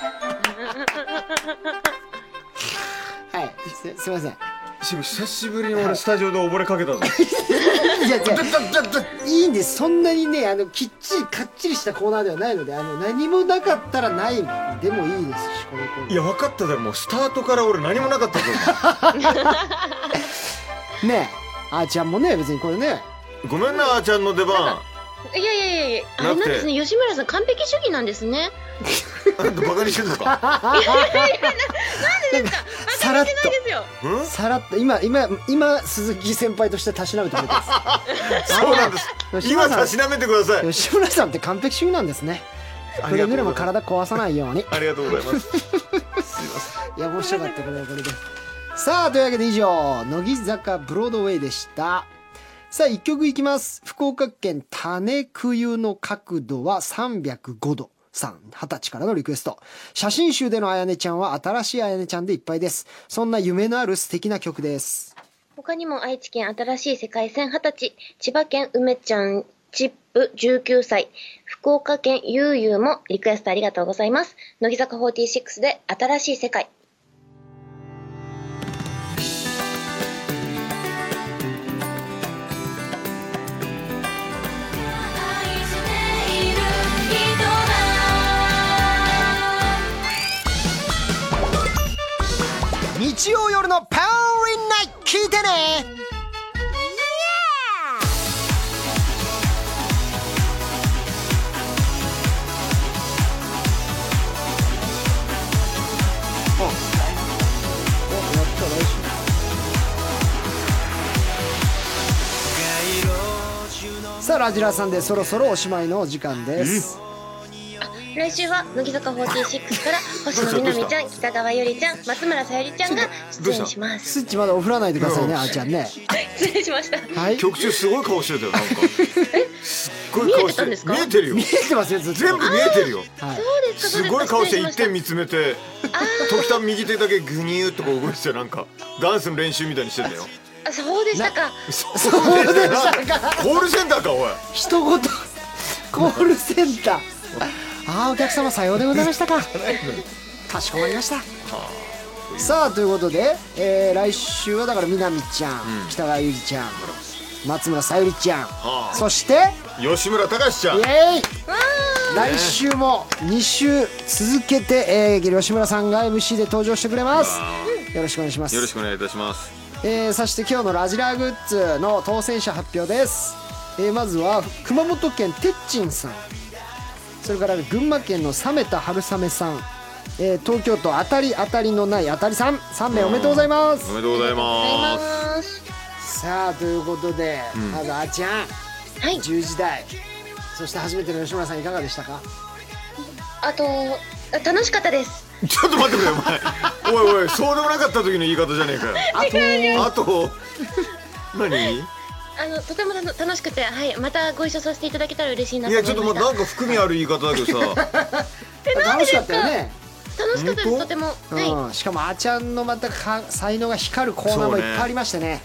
はいすすいません
しぶ久しぶりに俺スタジオで溺れかけたぞ
いや違ういいんですそんなにねあのきっちりかっちりしたコーナーではないのであの何もなかったらないでもいいですしこのコーナー
いや分かっただろもうスタートから俺何もなかったぞ
ねえあーちゃんもね別にこれね
ごめんなあーちゃんの出番
いやいやいやいやあ
な
れ
くて
なんですね吉村さん完璧主義なんですね
あんたバカにしてんのか
さらっ
ないですよ
とさらっと今今今鈴木先輩としてたしなめてくれてます
そうなんです
吉村
今
さん
たしなめてください
吉村さんって完璧主義なんですねくれぐれも体壊さないように
ありがとうございます
いや面白かったこれはこれでさあというわけで以上乃木坂ブロードウェイでしたさあ1曲いきます福岡県種冬の角度は305度さん二十歳からのリクエスト写真集でのあやねちゃんは新しいあやねちゃんでいっぱいですそんな夢のある素敵な曲です
他にも愛知県新しい世界線二十歳、千葉県梅ちゃんチップ19歳、福岡県ゆうゆうもリクエストありがとうございます。乃木坂46で新しい世界。
愛している人だ
日曜夜のパウリンナイト聞いてねさあラジラーさんでそろそろおしまいのお時間です
来週は乃木坂46から星野みなみちゃん、北川ゆりちゃん、松村さゆりちゃんが出演します。
スイッチまだお振らないでくださいねあーちゃんね
失礼しました。
はい
曲中すごい顔してたよなんかすっごい顔して
見えてたんですか
見えてるよ
見えてますよずっと
全部見えてるよ
はい
そうですか、そう
す
ですか。
ごい顔して
失礼
一
ま
点見つめて時たま右手だけグニューっとこう動いててなんかダンスの練習みたいにしてたよ
たあそうでしたか。
そうでしたかコールセンターかおい
一言コールセンターああお客様さようでございましたかかしこまりましたさあということで、えー来週はだからみなみちゃん、北川ゆりちゃん松村さゆりちゃん、
あ
そして
吉村隆ちゃ
イ
ん
エーイ来週も2週続けて、えー吉村さんが MC で登場してくれますよろしくお願いします
よろしくお願いいたします
えーそして今日のラジラーグッズの当選者発表です、えーまずは熊本県てっちんさんそれから群馬県の冷めた春雨さん、えー東京都当たり当たりのない当たりさん3名おめでとうございま
お
す
めでとうございます
さあということで、まずあーちゃん、
はい
10時台そして初めての吉村さんいかがでしたか
あとあ楽しかったです。
ちょっと待ってくれお前おいおいそうでもなかった時の言い方じゃねえかよ
あと
あと何
あのとても楽楽しくて、はい、またご一緒させていただけたら嬉しいないと思
や
い
ち
ま
ょ
し。
ったと待ってなんか含みある言い方だけどさ
楽しかったよね
楽しかったで
本
す
当
とてもは
うん、しかもあちゃんのまたか才能が光るコーナーもいっぱいありましてね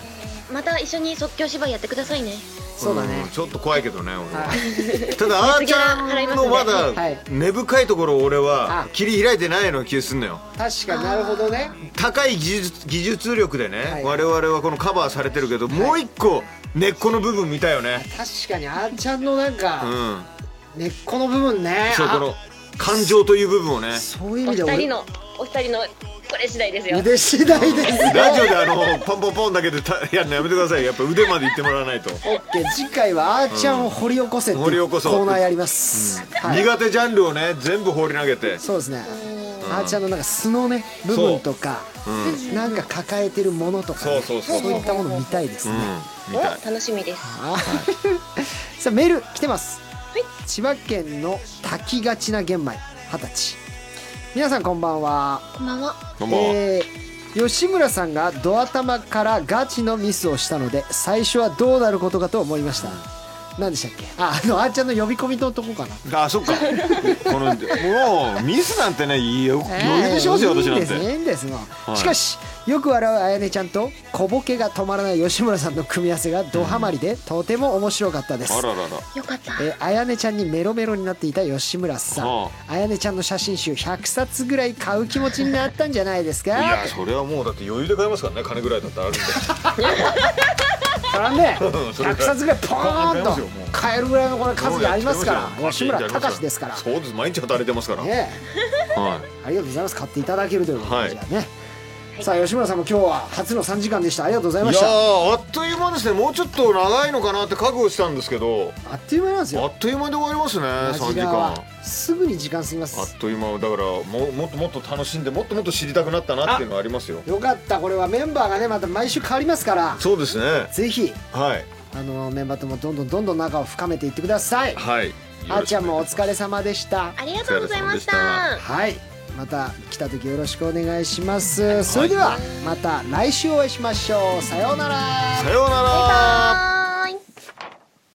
いまた一緒に即興芝居やってくださいね
そうだね
んちょっと怖いけどね俺は
はい
ただあー
次
ちゃ
は払いま
ん
すん
の
で
ま
はい
だ根深いところを俺
あ
は切り開いてないの気がすんのよ
確かになるほどね
高い技術技術力でね、
い
我々はこのカバーされてるけど、もう一個根っこの部分見たよね
確かにあーちゃんのなん
う
か
ん
根っこの部分ね
そうこ
あ
の感情という部分をね
そういう意
お
味で
二人
俺
のお二人のこれ次第ですよ
腕次第です
ラジオであのポンポンポンだけでたやるのやめてくださいやっぱ腕までいってもらわないと、
オッケー次回はあーちゃんを掘り起こせっていう
掘り起
コ
こそう
ーナーやります、はい
苦手ジャンルをね全部放り投げて
そうですねあーちゃんのなんか素のね部分とか、なんか抱えてるものとかね、
そうそうそう
いったもの見たいですね、
みたい
お楽しみです
あさあメール来てます、千葉県の炊きがちな玄米二十歳皆さんこんばんは
こんばんは
どうも
えー吉村さんがドア玉からガチのミスをしたので最初はどうなることかと思いました何でしたっけああのあーちゃんの呼び込みのとこかな
あそっかこのもうミスなんてねいいよ余裕でしますよ、
えー
私な
いいん
んて
ですいいんですもん、
い
しかしよく笑うあやねちゃんと小ボケが止まらない吉村さんの組み合わせがドハマりで、とても面白かったです
あららら
よかった
えー、あやねちゃんにメロメロになっていた吉村さん、
は
あやねちゃんの写真集100冊ぐらい買う気持ちになったんじゃないですか
いやそれはもうだって余裕で買えますからね金ぐらいだったらあるんで
そらね
うんそれ
100冊ぐらいポーン
買いますよも
と
う
買えるぐらいのこれ数がありますか
もう
ら
やって
吉
みまし
村
ょう
隆ですから
そうです毎日働いてますから、
ね
はい
ありがとうございます買っていただけるということ
は
で
い
じゃあね、さあ吉村さんも今日は初の3時間でしたありがとうござい
い
ま
や
した
ーあっという間ですねもうちょっと長いのかなって覚悟したんですけど
あっという間なんです
あ
よ
っという間で終わりますね
ラジ
3時
ラ
間
は
あ
すぐに時間過ぎます
っという間だからももっともっと楽しんでもっともっと知りたくなったなっていうのはありますよ
よかったこれはメンバーがねまた毎週変わりますから
そうですね
ぜひ
はい
あのメンバーともどんどんどんどん仲を深めていってください
はい
あーちゃんもお疲れ様でした
ありがとうございました
お疲れ様で
はいまた来た時よろしくお願いしますそれではまた来週お会いしましょうさようなら
さようなら